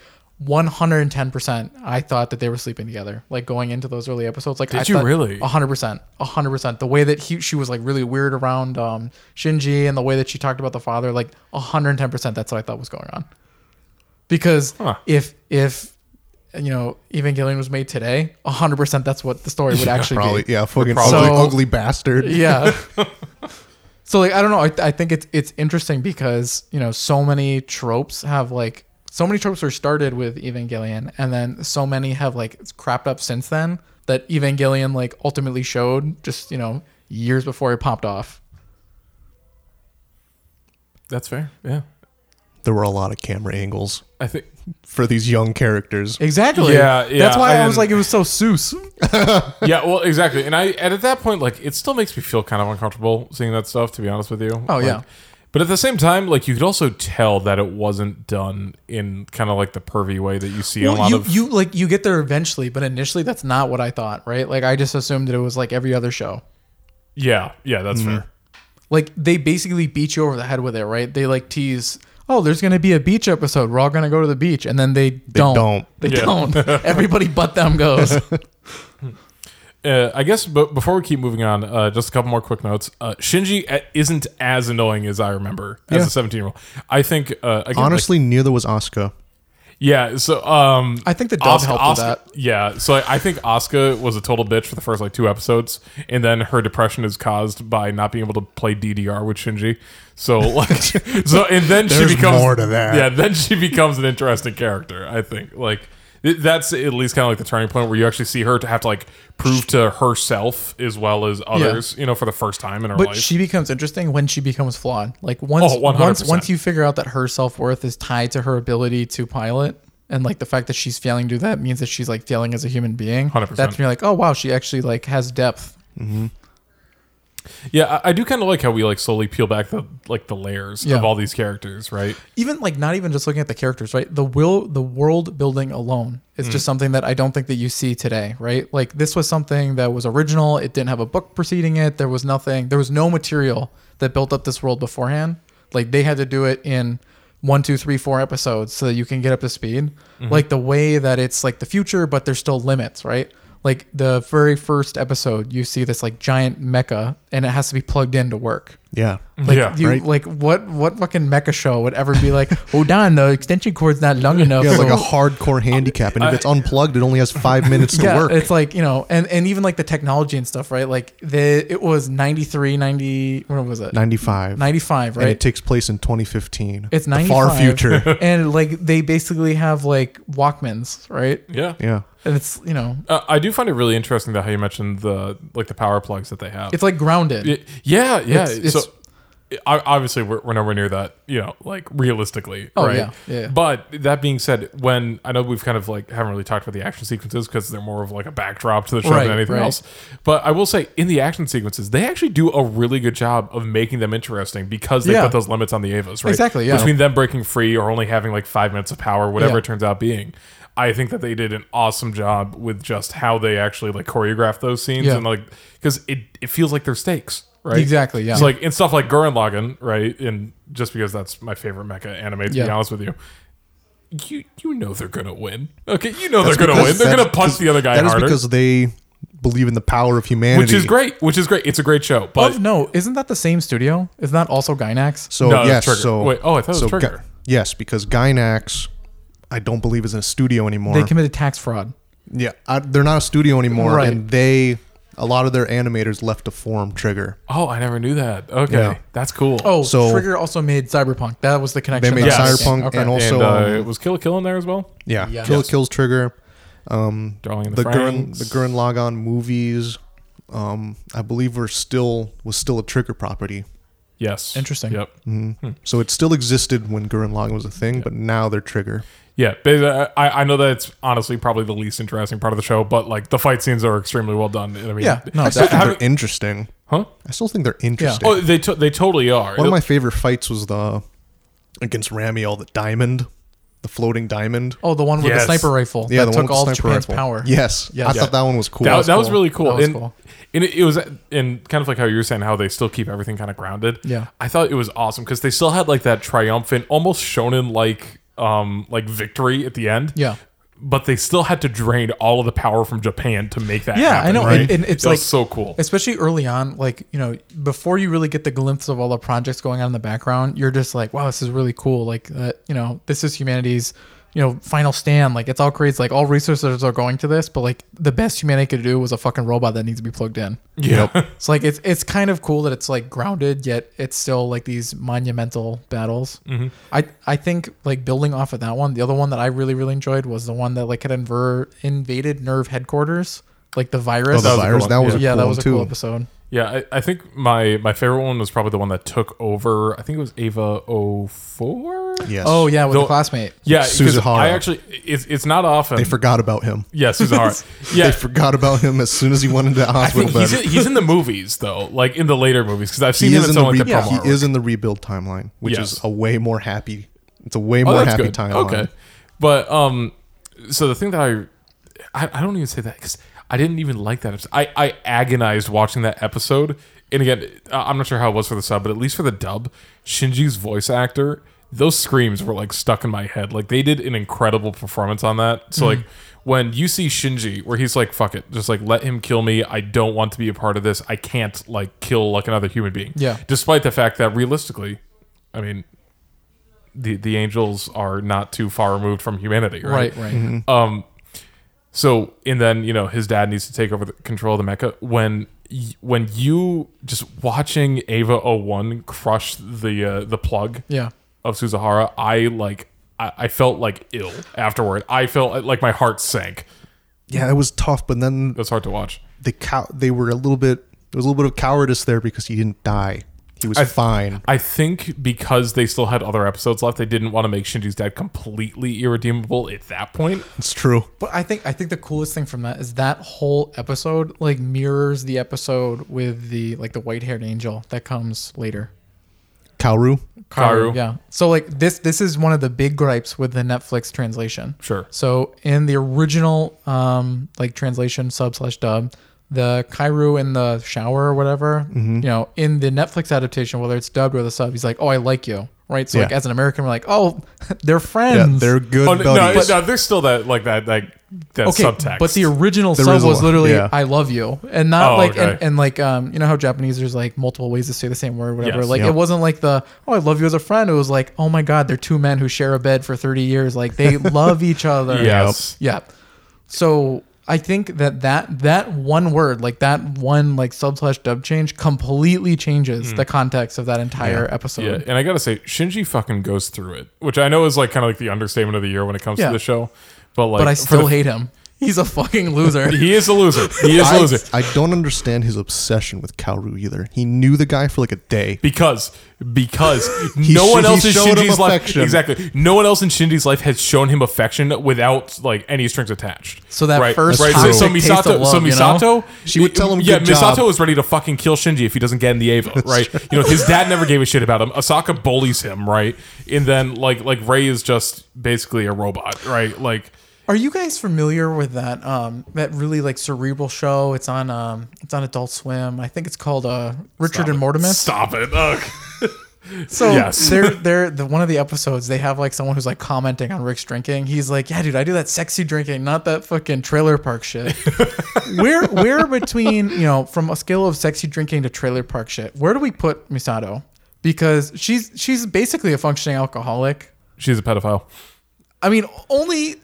B: 110%. I thought that they were sleeping together, like going into those early episodes. Like, I
A: Did you
B: thought
A: really?
B: 100%. 100%. The way that he, she was like really weird around um, Shinji and the way that she talked about the father, like 110%. That's what I thought was going on because
A: Huh.
B: if if you know Evangelion was made today, hundred percent that's what the story would actually
C: Probably.
B: be.
C: Yeah. Fucking
A: Probably.
C: ugly,
B: So-
C: ugly bastard.
B: Yeah. so like I don't know. I, I think it's it's interesting because you know so many tropes have like so many tropes were started with Evangelion, and then so many have like crapped up since then that Evangelion like ultimately showed just you know years before it popped off.
A: That's fair. Yeah.
C: There were a lot of camera angles
A: I think
C: for these young characters.
B: Exactly.
A: Yeah, yeah,
B: That's why I, was
A: and-
B: like, it was so Seuss.
A: yeah, well, exactly. And I and at that point, like, it still makes me feel kind of uncomfortable seeing that stuff. To be honest with you.
B: Oh,
A: Like,
B: yeah.
A: But at the same time, like, you could also tell that it wasn't done in kind of like the pervy way that you see a
B: Well,
A: lot
B: you
A: of.
B: you like you get there eventually, but initially that's not what I thought. Right? Like I just assumed that it was like every other show.
A: yeah, yeah, that's
B: Mm-hmm.
A: fair.
B: like they basically beat you over the head with it, right? They like tease, oh, there's gonna be a beach episode. We're all gonna go to the beach, and then they don't.
C: don't.
B: They
A: Yeah.
B: don't. Everybody but them goes.
A: uh, I guess, but before we keep moving on, uh, just a couple more quick notes. Uh, Shinji uh, isn't as annoying as I remember as
B: Yeah.
A: a 17 year old. I think, uh, again,
C: Honestly, neither was Asuka.
A: like- yeah. So, um,
B: I think the dub helped with that.
A: Yeah. So I, I think Asuka was a total bitch for the first like two episodes, and then her depression is caused by not being able to play DDR with Shinji. So like, so and then
C: There's
A: she becomes
C: more to that.
A: Yeah. Then she becomes an interesting character. I think like. it- That's at least kind of like the turning point where you actually see her to have to like prove to herself as well as others, you know, for the first time in her
B: But
A: life.
B: she becomes interesting when she becomes flawed. Like once
A: Oh, 100%.
B: once once you figure out that her self worth is tied to her ability to pilot. And like the fact that she's failing to do that means that she's like failing as a human being.
A: 100%.
B: That's when you're like, oh wow, she actually like has depth.
A: yeah, I, I do kind of like how we like slowly peel back the like the layers
B: Yeah.
A: of all these characters, right?
B: even like not even just looking at the characters, right? The will the world building alone is just something that I don't think that you see today, right? Like this was something that was original. It didn't have a book preceding it. There was nothing. There was no material that built up this world beforehand. Like they had to do it in one, two, three, four episodes so that you can get up to speed. Like the way that it's like the future, but there's still limits, right? Like the very first episode, you see this like giant mecha, and it has to be plugged in to work.
C: Yeah.
B: Like
A: yeah,
B: you,
C: right.
B: like what what fucking mecha show would ever be like? Hold on, the extension cord's not long enough.
C: Yeah, it's like
B: so-
C: a hardcore handicap, and if
A: I-
C: it's unplugged, it only has five minutes to
B: yeah,
C: work.
B: it's like you know, and and even like the technology and stuff, right? Like the it was 93, 90, What was it?
C: 95.
B: Ninety five,
C: And it
B: right?
C: takes place in 2015.
B: It's
C: The
B: 95.
C: Far future.
B: and like they basically have like Walkmans, right?
A: yeah.
C: yeah.
B: And it's you know,
A: Uh, I do find it really interesting that how you mentioned the like the power plugs that they have.
B: it's like grounded.
A: It- yeah, yeah.
B: It's- it's-
A: so I, obviously, we're, we're nowhere near that. You know, like realistically,
B: Oh,
A: right?
B: yeah, yeah.
A: But that being said, when I know we've kind of like haven't really talked about the action sequences because they're more of like a backdrop to the show
B: Right,
A: than anything
B: right.
A: else. But I will say, in the action sequences, they actually do a really good job of making them interesting because they
B: Yeah.
A: put those limits on the Avas, right?
B: Exactly, yeah.
A: Between them breaking free or only having like five minutes of power, whatever
B: Yeah.
A: it turns out being. I think that they did an awesome job with just how they actually like choreographed those scenes
B: Yeah.
A: and like because it, it feels like they're stakes, right?
B: Exactly, yeah.
A: So like in stuff like Gurren Lagann, right? And just because that's my favorite mecha anime, to be
B: Yeah.
A: honest with you, you you know they're gonna win. Okay, you know
C: That's
A: they're gonna win.
C: because-
A: They're
C: that's
A: gonna punch
C: because-
A: the other guy
C: That is
A: harder,
C: because they believe in the power of humanity.
A: which is great. Which is great. It's a great show, but
B: Of Oh, no, isn't that the same studio? Is that also Gynax?
C: So,
A: No, that's
C: yes.
A: Trigger.
C: So,
A: Wait, oh, I thought it was
C: so Gy-
A: Trigger.
C: yes, because Gynax, I don't believe, is in a studio anymore.
B: They committed tax fraud.
C: yeah. I, they're not a studio anymore.
B: Right.
C: And they, a lot of their animators left to form Trigger.
A: oh, I never knew that. Okay,
C: Yeah.
A: that's cool.
B: Oh,
C: So-
B: Trigger also made Cyberpunk. That was the
C: They
B: connection.
C: made
B: that I
A: Yes.
B: was
C: Cyberpunk
B: making.
A: and
C: and also.
A: uh,
C: um,
A: was Kill a Kill in there as well?
C: yeah.
B: Yes.
C: Kill Kills Trigger. Um,
A: Darling in the,
C: the Gurren
A: Franks.
C: the Gurren Lagann movies, um, I believe were still was still a Trigger property.
A: Yes,
B: Interesting.
A: Yep.
C: So it still existed when Gurren Lagann was a thing, but now they're Trigger.
A: Yeah, but, uh, I, I know that it's honestly probably the least interesting part of the show, but like the fight scenes are extremely well done. I mean,
B: Yeah, no,
C: I still think
A: having-
C: they're interesting.
A: huh?
C: I still think they're interesting.
A: Oh, they to- they totally are.
C: One of my favorite fights was the against Ramiel, the diamond, the floating diamond.
B: Oh, the one with
A: Yes.
B: the sniper rifle.
C: Yeah,
B: Oh, that
C: the one
B: took
C: with
B: all
C: the sniper
B: Japan's
C: rifle.
B: power.
C: Yes,
B: Yeah.
C: I
B: Yeah.
C: thought that one was cool.
A: that, that was really cool.
B: That was
A: and,
B: cool.
A: and it, it was and kind of like how you were saying how they still keep everything kind of grounded.
B: Yeah.
A: I thought it was awesome because they still had like that triumphant, almost shonen like um like victory at the end.
B: Yeah.
A: But they still had to drain all of the power from Japan to make that.
B: Yeah,
A: happen,
B: I know,
A: Right?
B: and- and it's
A: That was
B: like-
A: so cool.
B: Especially early on, like, you know, before you really get the glimpse of all the projects going on in the background, you're just like, wow, this is really cool. Like, uh, you know, this is humanity's you know, Final Stand. Like, it's all crazy. Like, all resources are going to this, but like the best humanity could do was a fucking robot that needs to be plugged in.
A: Yeah.
B: It's like it's it's kind of cool that it's like grounded, yet it's still like these monumental battles. Mm-hmm. I I think like building off of that one, the other one that I really really enjoyed was the one that like had inver- invaded Nerve headquarters, like the virus.
C: Oh,
A: was
C: the
A: a good
C: virus.
A: one.
C: That was a
B: yeah,
C: cool
B: that
C: one
B: was a
C: too.
B: cool episode.
A: Yeah, I, I think my my favorite one was probably the one that took over. I think it was Ava 04?
C: Yes.
B: Oh yeah, with
A: The-
B: the classmate.
A: Yeah, because
C: Suzuhara.
A: I actually it's it's not often.
C: They forgot about him.
A: yeah, Suzuhara. Yeah,
C: They forgot about him as soon as he went into the
A: I
C: hospital
A: think
C: bed.
A: he's in, he's in the movies though, like in the later movies because I've seen
C: he
A: him
C: is
A: in
C: in the
A: some like
C: re-
A: the promo.
C: he
A: artwork.
C: is in the rebuild timeline, which
A: Yes.
C: is a way more happy. It's a way
A: Oh,
C: more
A: that's
C: happy
A: good.
C: timeline.
A: Okay, but um, so the thing that I I, I don't even say that because I didn't even like that. episode. I I agonized watching that episode, and again, I- I'm not sure how it was for the sub, but at least for the dub, Shinji's voice actor, those screams were like stuck in my head. Like they did an incredible performance on that. So like.
C: Mm-hmm.
A: When you see Shinji, where he's like, "Fuck it," just like let him kill me. I don't want to be a part of this. I can't like kill like another human being.
B: Yeah.
A: Despite the fact that realistically, I mean, the the angels are not too far removed from humanity, right?
B: Right, right.
C: Mm-hmm.
A: Um, so and then you know his dad needs to take over the control of the mecha when y- when you just watching Ava 01 crush the uh, the plug
B: Yeah.
A: of Suzuhara, I like I, I felt like ill afterward. I felt like my heart sank.
C: Yeah, it was tough, but then
A: It was hard to watch.
C: the cow they were a little bit there was a little bit of cowardice there because he didn't die. He was fine.
A: I think because they still had other episodes left, they didn't want to make Shinji's dad completely irredeemable at that point.
C: It's true.
B: But I think I think the coolest thing from that is that whole episode like mirrors the episode with the like the white haired angel that comes later.
C: Kaoru.
A: Karu,
B: Yeah. So like this this is one of the big gripes with the Netflix translation.
A: sure.
B: So in the original um like translation sub slash dub, the Kairu in the shower or whatever, you know, in the Netflix adaptation, whether it's dubbed or the sub, he's like, Oh, I like you. Right. So like
C: Yeah.
B: as an American, we're like, Oh, they're
C: Yeah,
B: friends.
C: they're good
A: Oh, no, no,
C: buddies.
A: no, there's still that like that that that
B: okay,
A: subtext.
B: But the original
C: There
B: sub
C: is a
B: was
C: lot,
B: literally
C: yeah.
B: "I love you," and not
A: Oh,
B: like
A: okay.
B: and, and like um, you know how Japanese there's like multiple ways to say the same word, whatever.
A: Yes.
B: like
C: Yep.
B: it wasn't like the "Oh, I love you" as a friend. It was like, "Oh my God, they're two men who share a bed for 30 years. Like they love each other."
A: yes,
B: Yeah. So I think that that that one word, like that one like sub slash dub change, completely changes the context of that entire episode.
A: Hmm.
C: Um,
A: yeah, and I gotta say, Shinji fucking goes through it, which I know is like kind of like the understatement of the year when it comes
B: Yeah.
A: to the show. But like,
B: But I
A: for
B: still
A: the-
B: hate him. He's a fucking loser.
A: He is a loser. He is a
C: I,
A: loser
C: I don't understand his obsession with Kaoru either. He knew the guy for like a day.
A: because because no one
C: sh- he
A: else in
C: showed him
A: Shinji's life
C: affection.
A: exactly no one else in Shinji's life has shown him affection without like any strings attached.
B: So that
A: right?
B: first
A: right? So,
B: toxic
A: so
B: taste of
A: Misato, so
B: love, you know?
A: Misato,
C: She would tell him,
A: Yeah,
C: "Good
A: Misato
C: job."
A: is ready to fucking kill Shinji if he doesn't get in the Ava, right? You know, his dad never gave a shit about him. Asaka bullies him, right? And then like like Ray is just basically a robot, right? Like.
B: Are you guys familiar with that um that really like cerebral show? It's on um it's on Adult Swim. I think it's called uh Richard and Mortimer.
A: Stop it. Ugh.
B: So
A: Yes.
B: they're they're the one of the episodes they have like someone who's like commenting on Rick's drinking. He's like, Yeah, dude, I do that sexy drinking, not that fucking trailer park shit. where where between, you know, from a scale of sexy drinking to trailer park shit, where do we put Misato? Because she's she's basically a functioning alcoholic.
A: She's a pedophile.
B: I mean, only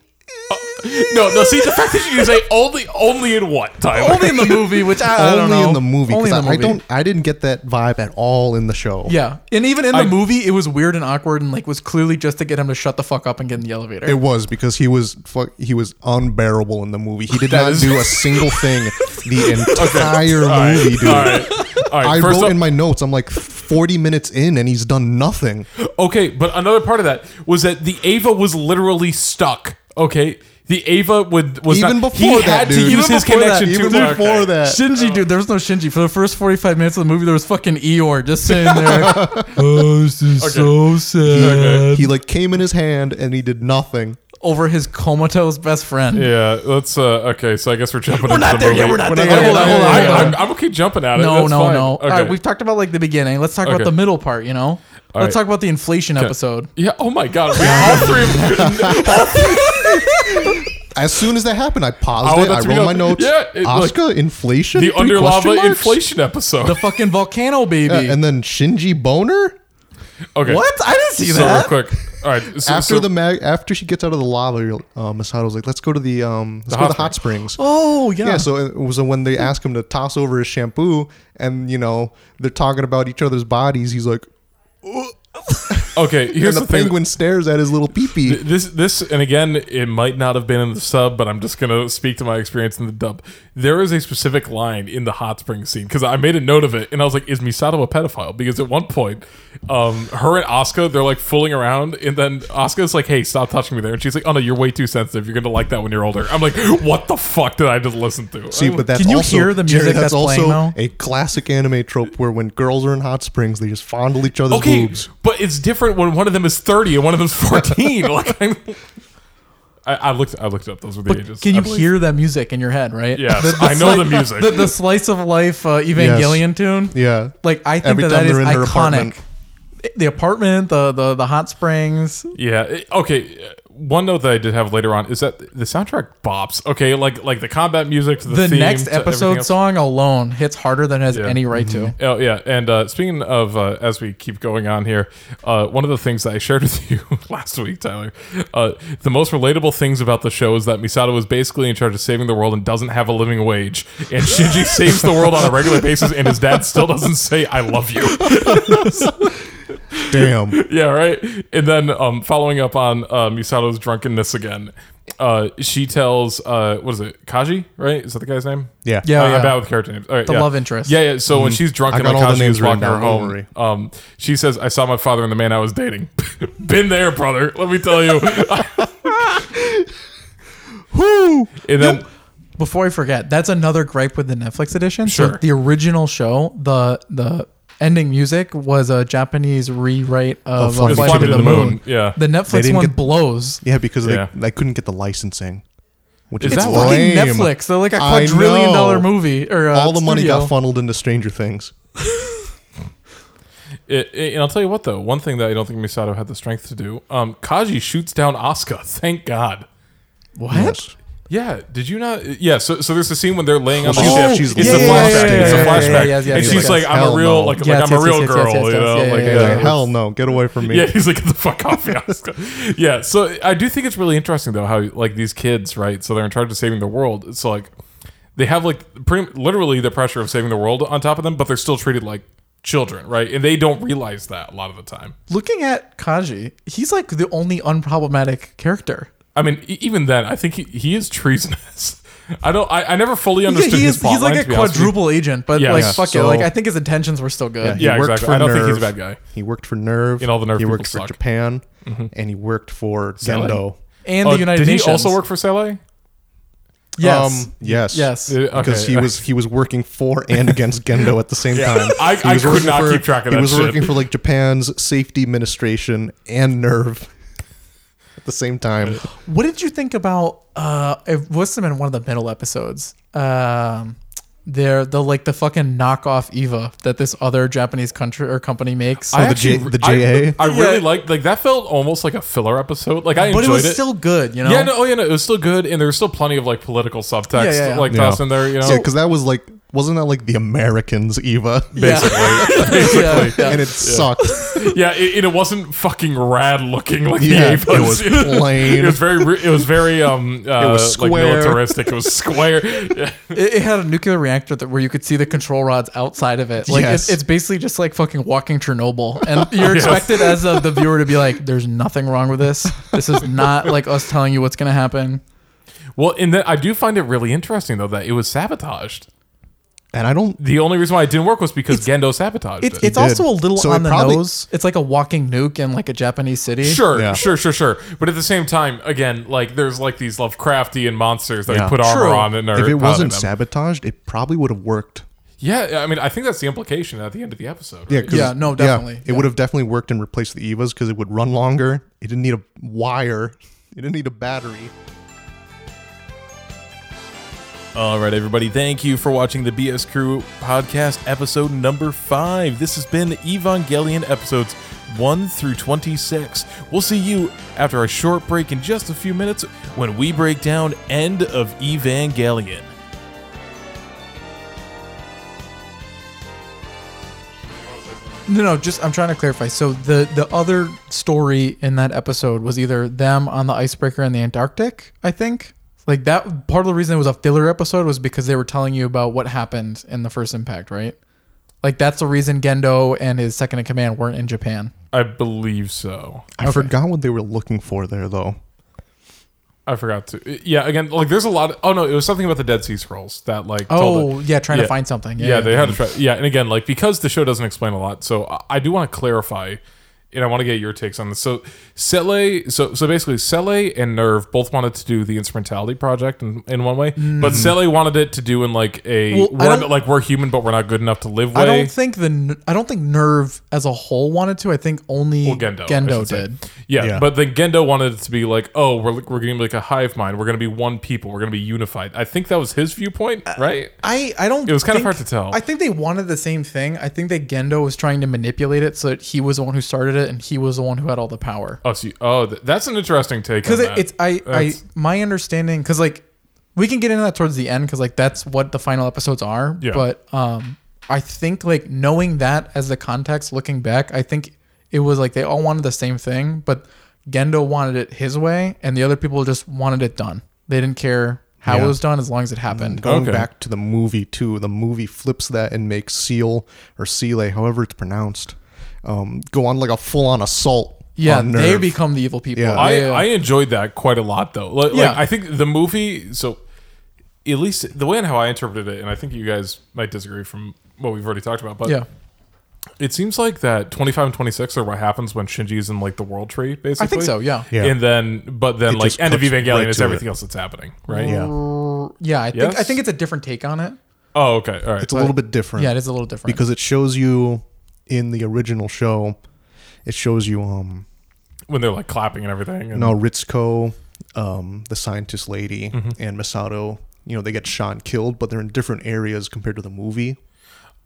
A: No, no, see the fact that you say only only in what, Tyler?
B: only in the movie, which I, I don't
C: Only
B: know.
C: in the movie.
B: Only
C: 'cause
B: in the
C: I, I
B: movie.
C: don't. I didn't get that vibe at all in the show.
B: Yeah, and even in the
A: I-
B: movie, it was weird and awkward, and like was clearly just to get him to shut the fuck up and get in the elevator. Uh,
C: It was because he was fuck, he was unbearable in the movie. He did
A: That
C: not
A: is-
C: do a single thing the entire movie, dude.
A: All right. All right.
C: I
A: First
C: wrote
A: up,
C: in my notes. I'm like 40 minutes in, and he's done nothing.
A: okay, but another part of that was that the Ava was literally stuck. Okay, the Ava would was
C: Even
A: not-
C: before
A: he had
C: that,
A: to use
C: dude.
B: Even
A: his
B: before that,
A: connection
C: Even
A: to
C: before
A: okay.
C: that,
B: Shinji, dude, there was no Shinji. For the first 45 minutes of the movie, there was fucking Eeyore just sitting there. oh, this is so sad.
C: he like came in his hand, and he did nothing.
B: Over his comatose best friend.
A: Yeah, let's. Uh, okay, so I guess we're jumping. We're into
B: not
A: the
B: there
A: movie.
B: yet, we're not there
A: Hold
B: yet.
A: on, hold on,
B: Yeah.
A: I, am I'm okay jumping at it.
B: No,
A: that's
B: no,
A: fine.
B: no.
A: Okay.
B: All right, we've talked about like the beginning. Let's talk
A: Okay.
B: about the middle part, you know? Let's
A: right.
B: talk about the inflation episode.
A: yeah. Oh my god. We, all three. Of,
C: As soon as that happened, I paused
A: Oh,
C: it. I
A: that's-
C: rolled my notes.
A: yeah, it, like,
C: Asuka inflation.
A: the
C: Three
A: under
C: question
A: lava
C: marks?
A: inflation episode.
B: The fucking volcano baby.
C: Yeah, and then Shinji boner.
A: okay.
B: what? I didn't see
A: So real
B: that.
A: quick, All right. So,
C: after
A: so-
C: the mag, after she gets out of the lava, you're- uh, Masato's like, "Let's go to the um, let's
A: The
C: go
A: hot
C: to the hot springs."
B: Oh yeah.
C: Yeah. so it was so when they ask him to toss over his shampoo, and you know they're talking about each other's bodies. He's like,
A: okay. Here's
C: and
A: the,
C: the,
A: thing.
C: penguin stares at his little peepee.
A: Th- This this and again, it might not have been in the sub, but I'm just gonna speak to my experience in the dub. There is a specific line in the hot spring scene because I made a note of it, and I was like, "Is Misato a pedophile?" Because at one point, um, her and Asuka they're like fooling around, and then Asuka's like, "Hey, stop touching me there," and she's like, "Oh no, you're way too sensitive. You're gonna like that when you're older." I'm like, "What the fuck did I just listen to?"
C: See, but that's
B: Can you
C: also,
B: hear the music
C: Jared,
B: that's playing,
C: also
B: though?
C: a classic anime trope where when girls are in hot springs, they just fondle each other's
A: okay,
C: boobs.
A: but it's different when one of them is 30 and one of them's 14. like I'm, I, I looked I looked it up. Those were the ages.
B: Can you
A: I believe-
B: hear that music in your head, right?
A: Yes,
B: The- the
A: I know the
B: slice-
A: music.
B: The, the slice of life uh, Evangelion tune.
C: Yeah,
B: Like I think
C: Every
B: that,
C: time
B: that is
C: they're in her
B: iconic.
C: apartment.
B: The apartment, the the the hot springs.
A: Yeah. it- okay. uh, One note that I did have later on is that the soundtrack bops. Okay, like like the combat music to the,
B: The
A: theme
B: next
A: to everything
B: episode
A: else.
B: song alone hits harder than it has
A: Yeah.
B: any right to.
C: Mm-hmm.
A: Oh yeah, and uh, speaking of, uh, as we keep going on here, uh, one of the things that I shared with you last week, Tyler, uh, the most relatable things about the show is that Misato was basically in charge of saving the world and doesn't have a living wage, and Shinji saves the world on a regular basis, and his dad still doesn't say "I love you."
C: damn.
A: yeah, right. And then um, following up on uh, Misato's drunkenness again, uh, she tells uh, what is it, Kaji? Right? Is that the guy's name?
C: Yeah,
B: Yeah.
A: Uh, I'm bad with character names. All right,
B: The
A: yeah.
B: love interest.
A: Yeah, yeah. So when she's drunk
C: Mm-hmm. I
A: and
C: got
A: like
C: all the
A: Kaji
C: names
A: is walking
C: written
A: her
C: down, don't
A: home,
C: worry.
A: um, she says, "I saw my father and the man I was dating." Been there, brother. Let me tell you.
B: Woo!
A: and then
B: Before I forget, that's another gripe with the Netflix edition.
A: Sure.
B: So the original show, the the ending music was a Japanese rewrite of
C: Flight
B: uh,
C: to
B: Flight to
C: the
B: the,
C: Moon.
B: Moon.
A: Yeah.
B: The
C: They
B: Netflix
C: didn't
B: one
C: get-
B: blows.
C: yeah, because they,
A: Yeah.
C: they couldn't get the licensing, which is,
A: Is
B: It's
A: that
B: fucking
C: lame.
B: Netflix. They're like a
C: I
B: quadrillion
C: know.
B: dollar movie or uh,
C: All the money
B: studio.
C: got funneled into Stranger Things.
A: It, it- and I'll tell you what, though, one thing that I don't think Misato had the strength to do, um, Kaji shoots down Asuka. Thank God.
B: What?
C: Yes.
A: Yeah, did you not? Yeah, so so there's a scene when they're laying on the
C: Oh, she's-
A: ship.
C: she's
A: it's a
C: yeah, yeah,
A: flashback.
C: yeah, yeah,
A: it's a
C: yeah, yeah,
A: flashback,
B: yeah, yeah,
A: and
B: yeah,
A: she's
B: yeah.
A: like, "I'm
C: Hell
A: a real
C: no.
A: like,
B: Yes,
A: like I'm a
B: yes,
A: real
B: yes, yes,
A: girl,"
B: yes, yes,
A: you know,
B: yes,
A: like
B: yeah,
C: Yeah,
A: uh,
C: like, hell no, get away from me.
A: Yeah, he's like, get the fuck off me, Asuka. yeah, so I do think it's really interesting though how like these kids, right? So they're in charge of saving the world. It's like they have like pretty literally the pressure of saving the world on top of them, but they're still treated like children, right? And they don't realize that a lot of the time.
B: Looking at Kaji, he's like the only unproblematic character.
A: I mean, e- even then, I think he, he is treasonous. I don't. I, I never fully
B: Yeah,
A: understood
B: he
A: his
B: is,
A: plot
B: he's
A: line,
B: like
A: to
B: a
A: be honest with you.
B: quadruple agent, but
A: Yeah.
B: like
A: Yeah,
B: fuck it.
C: so-
B: Like I think his intentions were still good.
C: he
A: Yeah,
C: worked
A: exactly.
C: for
A: I don't think he's a
C: Nerve.
A: bad guy.
C: He worked for Nerve.
A: And all the Nerve
C: He
A: people
C: worked for
A: suck. Mm-hmm.
C: Japan, and he worked for
A: Sally?
C: Gendo.
B: And
A: Oh,
B: the United
A: did
B: Nations.
A: he also work for Sele?
B: Yes.
C: Um, yes.
B: Yes.
A: Uh,
C: Because
A: okay.
C: he was he was working for and against Gendo at the same time.
A: I-
C: He
A: I
C: was
A: could
C: working
A: not keep track of
C: he
A: that
C: was
A: shit.
C: working for like Japan's safety administration and Nerve at the same time.
B: What did you think about uh it was in one of the middle episodes? Um they're the like the fucking knockoff Eva that this other Japanese country or company makes.
A: I
C: the J-
A: actually-
C: the
A: I-
C: JA?
A: I, really
B: Yeah.
A: liked like that felt almost like a filler episode. Like I
B: but it
A: enjoyed
B: was
A: it.
B: still good, you know?
A: Yeah, no, oh yeah, no, it was still good, and there was still plenty of like political subtext
B: Yeah, yeah, yeah.
A: like
C: Yeah.
A: tossed in there. You know,
C: Yeah, because that was like wasn't that like the Americans Eva?
B: Yeah. Yeah, yeah.
C: and it sucked.
A: yeah, it, it wasn't fucking rad looking like
C: Yeah,
A: the Avas.
C: it was plain.
A: It was very. re- It was very. Um, uh,
C: was
A: Like
C: square.
A: militaristic. It was square. Yeah.
B: It, it had a nuclear reactor that where you could see the control rods outside of it. Like
C: Yes.
B: it's, it's basically just like fucking walking Chernobyl, and you're expected as of the viewer to be like, "There's nothing wrong with this. This is not like us telling you what's gonna happen."
A: Well, and then I do find it really interesting though that it was sabotaged.
C: And I don't
A: The only reason why it didn't work was because Gendo sabotaged
B: It's
A: it.
B: it's
C: did.
B: also a little
C: So it
B: on the
C: probably-
B: nose. It's like a walking nuke in like a Japanese city.
A: Sure,
C: Yeah.
A: sure, sure, sure. But at the same time, again, like there's like these Lovecraftian monsters that
C: Yeah.
A: put armor
B: True.
A: on and are
C: if it
A: pounding
C: wasn't
A: them.
C: sabotaged, it probably would have worked.
A: Yeah, I mean, I think that's the implication at the end of the episode.
C: Yeah,
A: right?
C: 'cause-
B: Yeah, no, definitely.
C: It would have definitely worked and replaced the Evas because it would run longer. It didn't need a wire. It didn't need a battery.
A: All right, everybody. Thank you for watching the BS Crew podcast episode number five. This has been Evangelion episodes 1 through 26. We'll see you after a short break in just a few minutes when we break down End of Evangelion.
B: No, no, just I'm trying to clarify. So the the other story in that episode was either them on the icebreaker in the Antarctic, I think. Like that part of the reason it was a filler episode was because they were telling you about what happened in the first impact, right? Like that's the reason Gendo and his second in command weren't in Japan.
A: I believe so.
C: I forgot what they were looking for there, though.
A: I forgot to. Yeah, again, like there's a lot. Of, oh no, it was something about the Dead Sea Scrolls that like. told it-
B: Oh, yeah, trying
A: yeah.
B: to find something.
A: yeah, they had to try. Yeah, and again, like because the show doesn't explain a lot, so I, I do want to clarify, and I want to get your takes on this. So Sele, so so basically, Sele and Nerve both wanted to do the instrumentality project in, in one way, but Sele wanted it to do in like a
B: Mm. Well, I
A: we're
B: don't-
A: like we're human, but we're not good enough to live way.
B: I don't think the n- I don't think Nerve as a whole wanted to. I think only
A: Well, Gendo, I
B: Gendo,
A: should say.
B: did.
A: Yeah,
C: Yeah.
A: but then Gendo wanted it to be like, oh, we're we're gonna be like a hive mind. We're gonna be one people. We're gonna be unified. I think that was his viewpoint,
B: Uh,
A: right?
B: I I don't.
A: It was kind of
B: think-
A: hard to tell.
B: I think they wanted the same thing. I think that Gendo was trying to manipulate it so that he was the one who started it and he was the one who had all the power.
A: oh, so you- oh, th- that's an interesting take.
B: Because
A: on
B: it,
A: that.
B: it's uh, I I
A: That's-
B: my understanding because like we can get into that towards the end because like that's what the final episodes are.
A: Yeah.
B: But um, I think like knowing that as the context, looking back, I think it was like they all wanted the same thing, but Gendo wanted it his way, and the other people just wanted it done. They didn't care how
C: Yeah.
B: it was done as long as it happened.
C: Going
A: Okay.
C: back to the movie too, the movie flips that and makes Seal or Sele, however it's pronounced, um, go on like a full-on assault.
B: Yeah,
C: on
B: they
C: Nerve.
B: become the evil people.
C: Yeah.
A: I,
B: Yeah.
A: I enjoyed that quite a lot though. Like, like,
B: Yeah.
A: I think the movie so at least the way and how I interpreted it, and I think you guys might disagree from what we've already talked about, but
B: yeah.
A: it seems like that twenty five and twenty six are what happens when Shinji's in like the world tree, basically.
B: I think so. Yeah.
C: Yeah.
A: And then but then
C: It
A: like
C: just
A: end of
C: cuts
A: Evangelion
C: right
A: is
C: to
A: everything
C: it.
A: else that's happening, right?
C: yeah,
B: R- Yeah. I think I
A: Yes?
B: think it's a different take on it.
A: Oh, okay. All right.
C: it's a little bit different.
B: Yeah, it is a little different.
C: because it shows you in the original show. It shows you um
A: when they're like clapping and everything. And,
C: no Ritsuko, um the scientist lady, and Masato. You know they get shot and killed, but they're in different areas compared to the movie.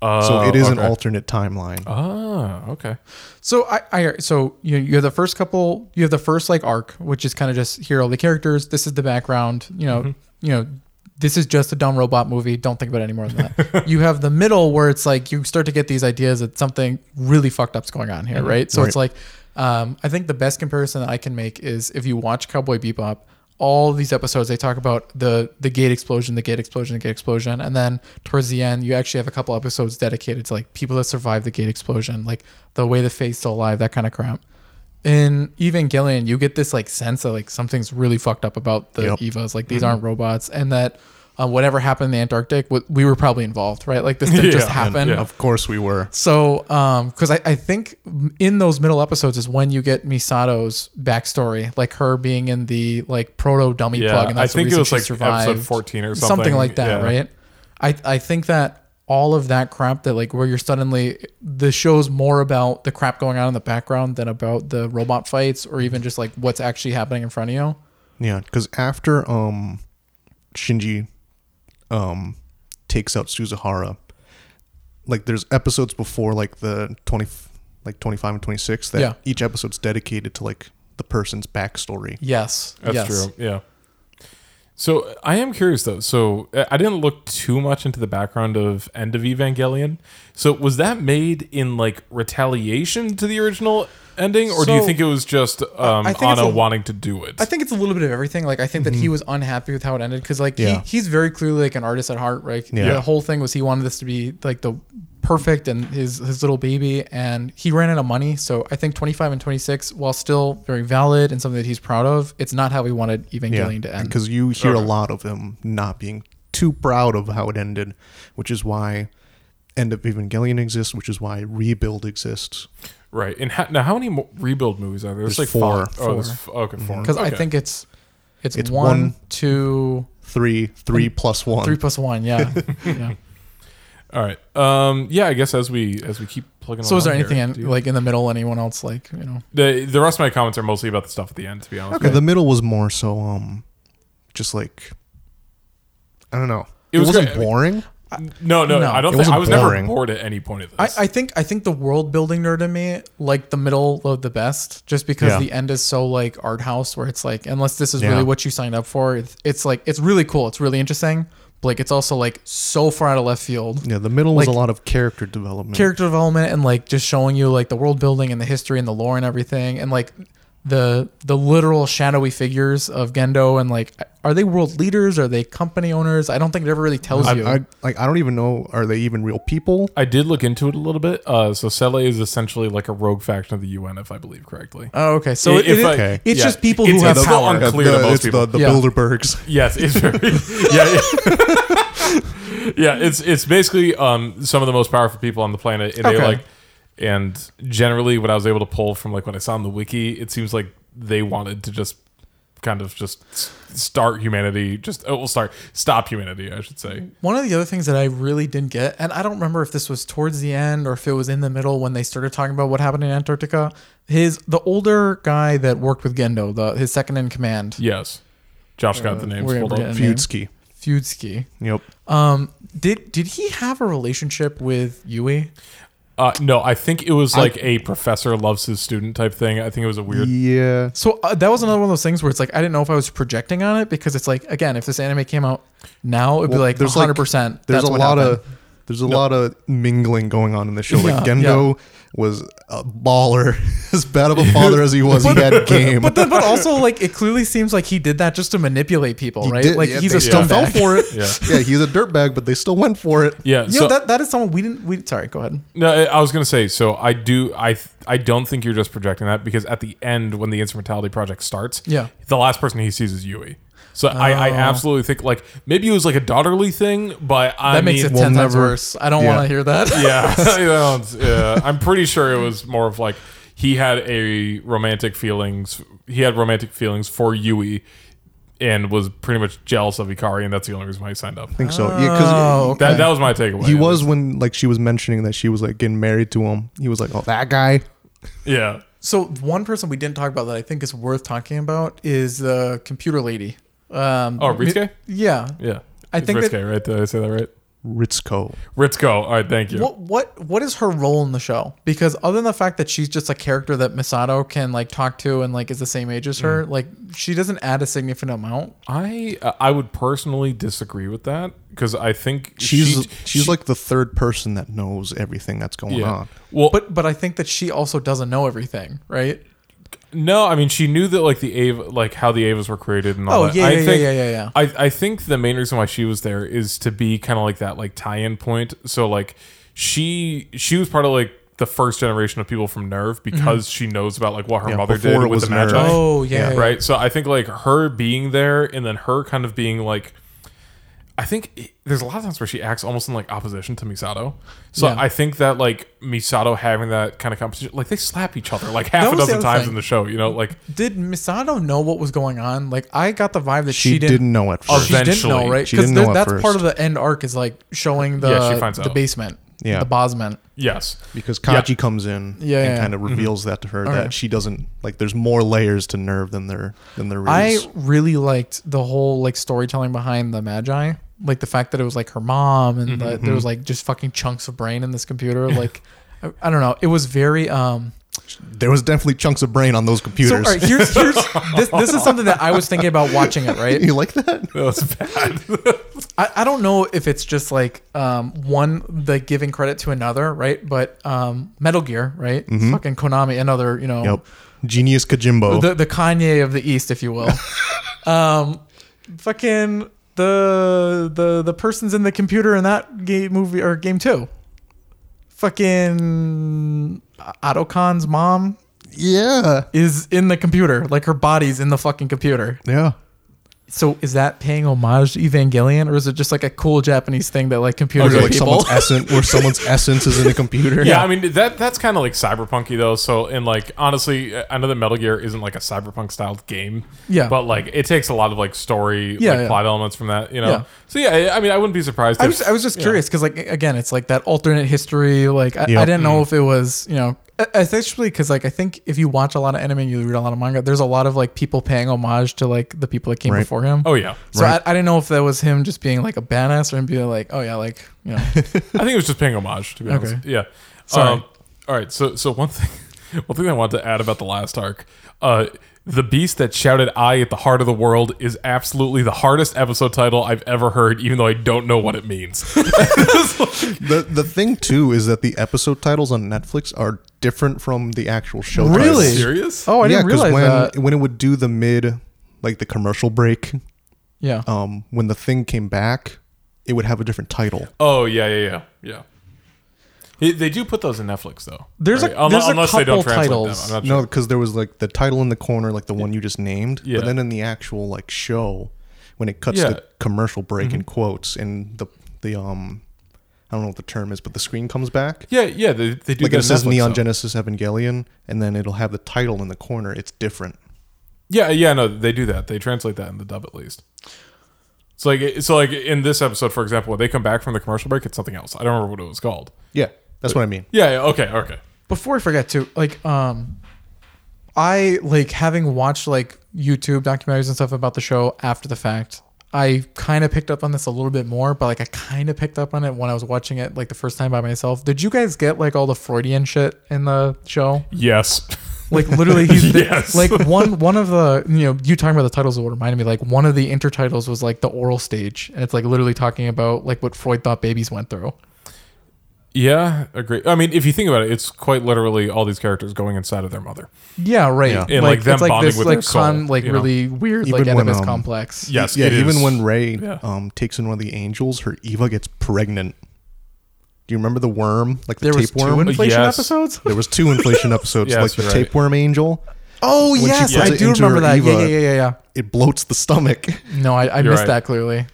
A: Oh,
C: So it is an
A: okay.
C: alternate timeline.
A: Ah, okay.
B: so I, I so you you have the first couple you have the first like arc, which is kind of just here are all the characters. This is the background. You know, you know, this is just a dumb robot movie. Don't think about it any more than that. you have the middle where it's like you start to get these ideas that something really fucked up's going on here, right? So it's like, um, I think the best comparison that I can make is if you watch Cowboy Bebop. All these episodes, they talk about the the gate explosion, the gate explosion, the gate explosion, and then towards the end, you actually have a couple episodes dedicated to like people that survived the gate explosion, like the way the fate's still alive, that kind of crap in Evangelion, you get this like sense that like something's really fucked up about the
C: Yep.
B: Evas. Like
A: Mm-hmm.
B: these aren't robots, and that uh, whatever happened in the Antarctic, w- we were probably involved, right? Like this didn't just
A: Yeah, and-
B: happen.
A: yeah.
C: Of course we were.
B: So, um, because I, I think in those middle episodes is when you get Misato's backstory, like her being in the like proto dummy
A: Yeah,
B: plug, and
A: I
B: that's
A: think
B: the
A: it
B: reason
A: was,
B: she
A: like,
B: survived.
A: episode 14 or something.
B: like that,
A: Yeah.
B: right? I I think that all of that crap that like where you're suddenly the show's more about the crap going on in the background than about the robot fights or even just like what's actually happening in front of you.
C: Yeah, because after um, Shinji um, takes out Suzuhara, like there's episodes before like the twenty, like twenty five and twenty six that
B: Yeah.
C: each episode's dedicated to like the person's backstory.
B: Yes,
A: That's
B: yes.
A: true. Yeah. So I am curious though. So uh, I I didn't look too much into the background of End of Evangelion. So was that made in like retaliation to the original ending, or do you
B: So-
A: think it was just um,
B: I think it's
A: Anna
B: a-
A: wanting to do it?
B: I think it's a little bit of everything. Like I think that he was unhappy with how it ended because like
C: Mm-hmm. Yeah.
B: he, he's very clearly like an artist at heart. Right.
C: Yeah.
B: The whole thing was he wanted this to be like the perfect and his his little baby, and he ran out of money. So I think 25 and 26, while still very valid and something that he's proud of, it's not how he wanted Evangelion to end.
C: because you hear
A: Okay.
C: a lot of him not being too proud of how it ended, which is why End of Evangelion exists, which is why Rebuild exists.
A: right. And how, now, how many mo- rebuild movies are there? There's,
C: There's
A: like
C: four.
A: five- Oh, there's f- okay, four.
B: Because Mm-hmm. I
A: Okay.
B: think it's it's,
C: It's
B: one,
C: one-
B: two,
C: Three, three plus one.
B: three plus one. Yeah. yeah.
A: All right. Um. Yeah. I guess as we as we keep plugging.
B: So is there
A: along
B: anything
A: here,
B: in,
A: do you-
B: like in the middle? Anyone else like you know?
A: the the rest of my comments are mostly about the stuff at the end? To be honest.
C: Okay, the middle was more so um, just like I don't know.
A: It
C: It,
A: was
C: was not
A: great.
C: boring.
A: No, no,
B: No.
A: I don't.
C: It
A: Think, I
C: wasn't
A: was never
C: boring.
A: bored at any point of this.
B: I, I think I think the world building nerd in me like the middle of the best, just because
C: Yeah.
B: the end is so like art house, where it's like unless this is
C: Yeah.
B: really what you signed up for, it's, it's like it's really cool, it's really interesting, Like it's also like so far out of left field.
C: Yeah, the middle was
B: Like-
C: a lot of character development.
B: Character development and like just showing you like the world building and the history and the lore and everything and like the the literal shadowy figures of Gendo and like are they world leaders? Are they company owners? I don't think it ever really tells
C: I,
B: you.
C: I, like I don't even know are they even real people?
A: I did look into it a little bit. Uh, so Sele is essentially like a rogue faction of the UN, if I believe correctly.
B: oh, okay. So it,
A: If
B: it-
A: I-
C: okay.
B: it's
A: yeah.
B: just people
A: It's-
B: who have
A: it's
B: power.
A: not unclear to
C: the,
A: most
C: it's
A: people.
C: the, the
B: Yeah.
C: Bilderbergs.
A: Yes, it's very yeah, it- yeah. It's it's basically um, some of the most powerful people on the planet, and
B: Okay.
A: they like. And generally, what I was able to pull from like when I saw on the wiki, it seems like they wanted to just kind of just s- start humanity. Just oh, well, start stop humanity, I should say.
B: One of the other things that I really didn't get, and I don't remember if this was towards the end or if it was in the middle when they started talking about what happened in Antarctica, his the older guy that worked with Gendo, the his second in command,
A: Yes, Josh got the names
B: Uh, we're
A: pulled
B: gonna
A: up.
B: forget.
C: Feudski.
B: Feudski.
C: Yep.
B: Um, did did he have a relationship with Yui?
A: Uh, no, I think it was like a professor loves his student type thing. I think it was a weird.
C: Yeah.
B: So uh, that was another one of those things where it's like I didn't know if I was projecting on it because it's like again, if this anime came out now, it'd
C: Well,
B: be like
C: there's, like,
B: 100. percent
C: There's a lot of there's a lot of mingling going on in the show. Like
B: Yeah,
C: Gendo was a baller, as bad of a father as he was. he had game.
B: But, then, but also, like, it clearly seems like he did that just to manipulate people,
C: He
B: right?
C: did-
B: like,
C: yeah,
B: he's
C: they
B: a
C: still
B: scumbag.
C: fell for it.
A: Yeah.
C: yeah, he's a dirtbag, but they still went for it.
A: Yeah,
B: You
A: so-
B: know, that, that is someone we didn't. We sorry. Go ahead.
A: No, I I was gonna say. So I do. I th- I don't think you're just projecting that because at the end, when the instrumentality project starts,
B: Yeah.
A: the last person he sees is Yui. So I, I
B: Oh.
A: absolutely think like maybe it was like a daughterly thing, but I
B: That makes
A: mean,
B: it
C: we'll
B: ten times
C: never-
B: worse. I don't
C: yeah.
B: want to hear that.
A: yeah, you know, it's- yeah. I'm pretty sure it was more of like he had a romantic feelings. He had romantic feelings for Yui, and was pretty much jealous of Ikari, and that's the only reason why he signed up.
C: I think so. Yeah, because
B: Oh, okay.
A: That, that was my takeaway.
C: he was when like she was mentioning that she was like getting married to him. He was like, oh, that guy.
A: yeah.
B: So one person we didn't talk about that I think is worth talking about is the computer lady. Um,
A: Oh, Ritsuke.
B: Yeah.
A: Yeah,
B: I
A: It's
B: think
A: Ritsuke,
B: that-
A: right? Did I say that right?
C: Ritzko.
A: Ritsuko. All right, thank you.
B: What what what is her role in the show? Because other than the fact that she's just a character that Misato can like talk to and like is the same age as her, like she doesn't add a significant amount.
A: I uh, I would personally disagree with that because I think
C: She's
A: she-
C: she's
A: she-
C: like the third person that knows everything that's going
A: yeah.
C: on.
A: Well, but
B: But but I think that she also doesn't know everything, right?
A: no, I mean she knew that like the Ava, like how the Avas were created and all
B: Oh
A: that.
B: yeah
A: I
B: yeah, yeah
A: think,
B: yeah yeah yeah.
A: I I think the main reason why she was there is to be kind of like that like tie-in point. So like she she was part of like the first generation of people from Nerve because she knows about like what her
C: Yeah,
A: mother
C: before
A: did
C: it
A: with
C: was
A: the Magi.
C: Nerve.
B: Oh yeah.
C: Yeah,
B: yeah, yeah.
A: right? So I think like her being there and then her kind of being like, I think i- there's a lot of times where she acts almost in like opposition to Misato. So
B: Yeah.
A: I think that like Misato having that kind of competition, like they slap each other like half a
B: was the
A: dozen
B: other
A: times
B: thing.
A: in the show, you know, like
B: Did Misato know what was going on? Like I got the vibe that
C: She,
B: she,
C: didn't,
B: didn't Oh,
C: know at
A: Of
C: first.
B: she didn't
A: Eventually.
B: know, right?
C: She
B: Because
C: didn't know at
B: that's
C: first.
B: part of the end arc is like showing the
A: Yeah, she finds
B: the
A: out.
B: basement,
C: Yeah.
B: the Bosman.
A: yes,
C: because
A: Yeah.
C: Kaji comes in
B: Yeah,
C: and
B: yeah. Mm-hmm.
C: kind of reveals that to her
B: Okay.
C: that she doesn't like. There's more layers to nerve than there than there
B: I
C: is.
B: really liked the whole like storytelling behind the Magi, like the fact that it was like her mom
C: Mm-hmm,
B: and that there was like just fucking chunks of brain in this computer. Like, I, I don't know, it was very um.
C: there was definitely chunks of brain on those
B: So
C: computers.
B: all right, here's here's this this is something that I was thinking about watching it. Right,
C: you like that?
A: that was bad.
B: I, I don't know if it's just like um, one the giving credit to another, right? But um, Metal Gear, right? Fucking Konami, another you know
C: Mm-hmm. Yep. Genius Kajimbo.
B: the the Kanye of the East, if you will. um, fucking the the the person's in the computer in that game movie or game two. Fucking Ottokon's mom
C: yeah.
B: is in the computer, like her body's in the fucking computer.
C: Yeah.
B: So is that paying homage to Evangelion, or is it just like a cool Japanese thing that like
C: Or
B: computers
A: Okay.
B: are
C: Oh, like
B: people?
C: someone's essence, where someone's essence is in a computer.
A: yeah, I mean that that's kind of like cyberpunky though. So and like honestly, I know that Metal Gear isn't like a cyberpunk style game.
B: Yeah.
A: but like it takes a lot of like story,
B: Yeah,
A: like
B: yeah.
A: plot elements from that, you know.
B: Yeah.
A: So yeah, I- I mean, I wouldn't be surprised.
B: I
A: if-
B: was I was just
A: yeah.
B: curious because like again, it's like that alternate history. Like I, I
C: Yep. Mm.
B: didn't know if it was you know e- especially because like I think if you watch a lot of anime, and you read a lot of manga. There's a lot of like people paying homage to like the people that came
C: Right.
B: before him.
A: Oh yeah,
B: so
C: right.
B: I, I didn't know if that was him just being like a badass or him being like, oh yeah, like you know,
A: I think it was just paying homage, to be
B: Okay.
A: honest. Yeah.
B: Sorry.
A: Um, all right. So so one thing, one thing I wanted to add about the last arc, uh, The beast that shouted "I" at the heart of the world is absolutely the hardest episode title I've ever heard, even though I don't know what it means.
C: The the thing too is that the episode titles on Netflix are different from the actual show. titles.
B: Really?
A: Serious?
B: Oh, I
C: yeah,
B: didn't realize
C: when
B: that.
C: when it would do the mid, like the commercial break,
B: Yeah.
C: um, when the thing came back, it would have a different title.
A: Oh yeah, yeah, yeah, yeah. They- They do put those in Netflix though.
B: There's a-
A: Unle-
B: there's a couple
A: translate
B: titles.
A: them. I'm not
C: No, because there was like the title in the corner, like the one you just named.
A: Yeah.
C: But then in the actual like show, when it cuts
A: Yeah. Mm-hmm.
C: to commercial break in quotes and the the um, I don't know what the term is, but the screen comes back.
A: Yeah, yeah, they, they do.
C: Like
A: that
C: it says
A: on Netflix,
C: Neon
A: though.
C: Genesis Evangelion, and then it'll have the title in the corner. It's different.
A: Yeah, yeah, no, they do that. They translate that in the dub at least. So like, so like in this episode, for example, when they come back from the commercial break, it's something else. I don't remember what it was called.
C: Yeah, that's what I mean.
A: Yeah, yeah, okay, okay.
B: Before I forget to like um I like having watched like YouTube documentaries and stuff about the show after the fact. I kind of picked up on this a little bit more, but like I kind of picked up on it when I was watching it like the first time by myself. Did you guys get like all the Freudian shit in the show?
A: Yes.
B: Like literally, he's
A: Yes.
B: like one one of the you know you talking about the titles will remind me like one of the intertitles was like the oral stage, and it's like literally talking about like what Freud thought babies went through.
A: yeah, agree. I mean, if you think about it, it's quite literally all these characters going inside of their mother.
B: Yeah, right.
C: Yeah.
A: And, like, them
B: it's like
A: bonding
B: this
A: with
B: like
A: their soul,
B: con like
A: you know?
B: really weird like
C: Even when,
B: Oedipus
C: um,
B: complex.
A: Yes,
C: yeah.
A: it
C: Even
A: is.
C: when Ray
A: Yeah.
C: um, takes in one of the angels, her Eva gets pregnant. Do you remember the worm, like the
B: There was
C: tapeworm?
B: two inflation
A: Yes.
B: episodes.
C: there was two inflation episodes,
A: Yes,
C: like the
A: you're right.
C: tapeworm angel.
B: Oh
C: she
B: yes,
C: puts
B: I
C: it
B: do
C: into
B: remember
C: her
B: that. Yeah,
C: Eva.
B: yeah, yeah, yeah,
C: It bloats the stomach.
B: yeah. No, I, I
A: You're
B: missed
A: right.
B: that clearly.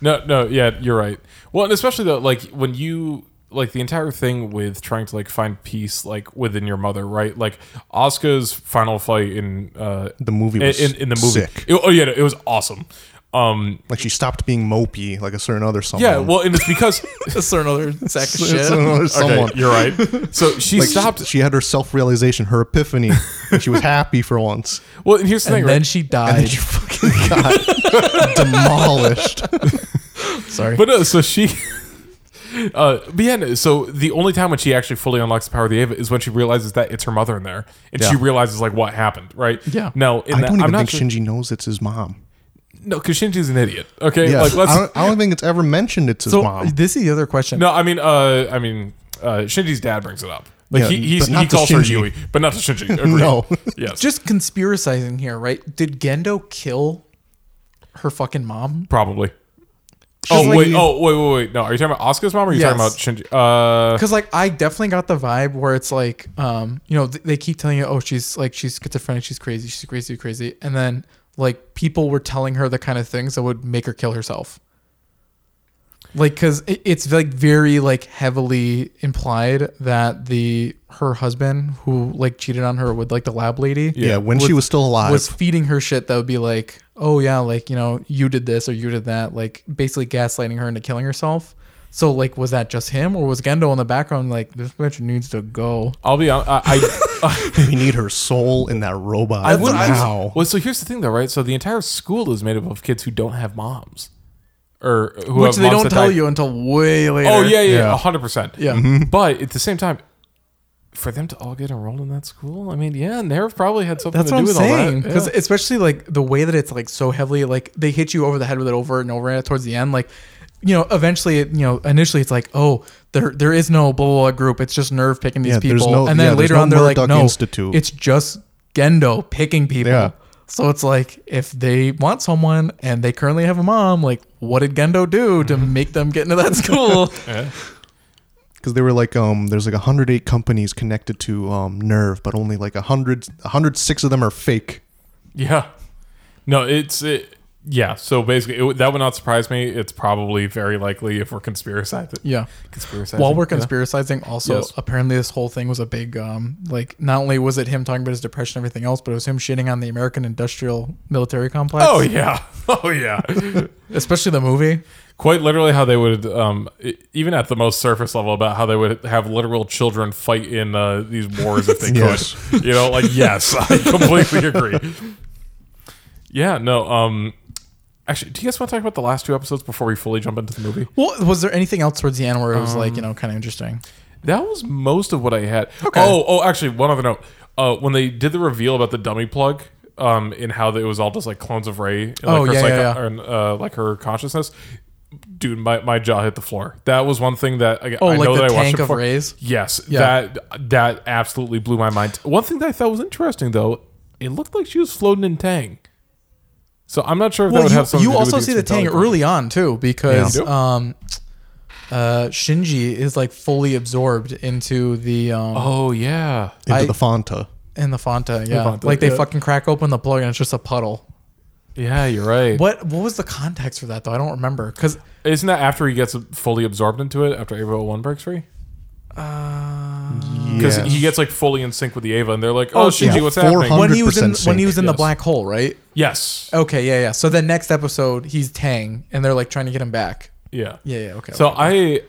A: No, no, yeah, you're right. Well, and especially though, like when you like the entire thing with trying to like find peace like within your mother, right? Like Asuka's final fight in uh
C: The movie
A: in,
C: was
A: in, in the movie.
C: sick.
A: It- oh yeah, no, it was awesome. Um
C: Like she stopped being mopey, like a certain other someone.
A: yeah, well, and it's because
B: A certain other sack
C: It's another someone.
A: okay, you're right. So she
C: Like,
A: stopped.
C: She had her self realization, her epiphany. and she was happy for once.
A: Well, and here's the thing,
B: And then
A: right?
B: she
C: And then
B: died.
C: she fucking got demolished.
B: Sorry.
A: But no, so she. Uh, but yeah, no, so the only time when she actually fully unlocks the power of the Ava is when she realizes that it's her mother in there, and she
C: Yeah.
A: realizes like what happened, right?
B: Yeah.
A: Now, in
C: I
A: that,
C: don't even
A: I'm not
C: think
A: sure-
C: Shinji knows it's his mom.
A: No, because Shinji's an idiot. Okay,
C: Yeah.
A: like
C: I,
A: let's.
C: don't, I don't think it's ever mentioned it's his
B: so
C: mom.
B: this is the other question.
A: No, I mean, uh, I mean, uh, Shinji's dad brings it up. Like
C: Yeah,
A: he he's,
C: but not
A: he
C: to
A: calls her
C: Shinji.
A: Yui, but not to Shinji. Agreed.
C: No.
A: yes,
B: Just conspiracizing here, right? Did Gendo kill her fucking mom?
A: probably.
B: Just
A: Oh
B: like-
A: wait, oh wait, wait, wait. No, are you talking about Asuka's mom or are you
B: Yes.
A: talking about Shinji? Uh,
B: because like I definitely got the vibe where it's like, um, you know, th- they keep telling you, oh, she's like she's schizophrenic, she's crazy, she's crazy, crazy, and then like people were telling her the kind of things that would make her kill herself. Like, cause it, it's like very like heavily implied that the her husband who like cheated on her with like the lab lady
C: yeah, when she was still alive.
B: was feeding her shit that would be like, oh yeah, like you know, you did this or you did that, like basically gaslighting her into killing herself. So like, was that just him or was Gendo in the background like this bitch needs to go?
A: I'll be honest. I, I
C: we need her soul in that robot.
A: I would.
C: wow.
A: Well, so here's the thing, though, right? So the entire school is made up of kids who don't have moms, or who
B: Which
A: have moms
B: they don't
A: that
B: tell
A: died-
B: you until way later.
A: Oh yeah, yeah,
C: Yeah.
A: hundred percent.
B: Yeah.
A: But at the same time, for them to all get enrolled in that school, I mean, yeah, Nerve probably had something
B: That's
A: to
B: what I'm
A: do with
B: saying.
A: all that.
B: Because
A: Yeah.
B: especially like the way that it's like so heavily, like they hit you over the head with it over and over and towards the end. Like, you know, eventually, it, you know, initially it's like, oh, there there is no blah blah, blah group. It's just Nerve picking these
C: Yeah, there's
B: people.
C: no-
B: and then
C: yeah, there's
B: later
C: no
B: on, they're like,
C: Murdoch
B: no,
C: Institute.
B: it's just Gendo picking people.
C: Yeah.
B: So it's like if they want someone and they currently have a mom, like what did Gendo do to make them get into that school?
C: because they were like um there's like 108 companies connected to um nerve but only like 100 106 of them are fake
A: Yeah. No, it's it, yeah. So basically, it, would- that would not surprise me. It's probably very likely if we're conspiracizing.
B: yeah.
A: Conspiracizing.
B: While we're
A: yeah.
B: conspiracizing, also
A: Yes.
B: apparently this whole thing was a big um like not only was it him talking about his depression and everything else, but it was him shitting on the American industrial military complex.
A: Oh yeah. Oh yeah.
B: Especially the movie.
A: quite literally how they would um, e- even at the most surface level about how they would have literal children fight in uh, these wars if they
C: Yes.
A: could you know like yes i completely agree yeah no um actually do you guys want to talk about the last two episodes before we fully jump into the movie
B: Well, was there anything else towards the end where it was like, you
A: Um,
B: know, kind of interesting?
A: that was most of what i had okay. oh oh actually one other note uh, when they did the reveal about the dummy plug um, in how it was all just like clones of Ray, and, like,
B: Oh,
A: her
B: yeah, yeah, yeah.
A: and, uh, like her consciousness. Dude, my, my jaw hit the floor. That was one thing that I,
B: Oh,
A: I
B: like
A: know
B: the
A: that I watched
B: tank
A: it
B: of
A: before.
B: rays.
A: Yes,
B: Yeah.
A: that that absolutely blew my mind. One thing that I thought was interesting though, it looked like she was floating in Tang. So I'm not sure if that
B: Well,
A: would
B: you,
A: have something.
B: you
A: to do
B: also
A: with
B: see the Tang
A: expanded
B: early on too, because
A: Yeah. Yep.
B: um, uh, Shinji is like fully absorbed into the um,
A: Oh yeah,
C: into
B: I-
C: the Fanta.
B: and the Fanta. Yeah,
A: Fonta,
B: like they
A: yeah.
B: fucking crack open the plug and it's just a puddle.
A: yeah, you're right.
B: What what was the context for that though? I don't remember because
A: Isn't that after he gets fully absorbed into it after Ava 01 breaks free? Because
C: Yes.
A: he gets like fully in sync with the Ava, and they're like, "Oh,
B: Oh,
A: Shinji,
B: yeah.
A: what's happening?"
C: 400.
B: when he was in
C: 100%
B: when he was in the
A: sync, yes.
B: black hole, right?
A: Yes,
B: Okay, yeah, yeah. So the next episode, he's Tang, and they're like trying to get him back.
A: yeah.
B: Yeah, yeah, okay.
A: So I,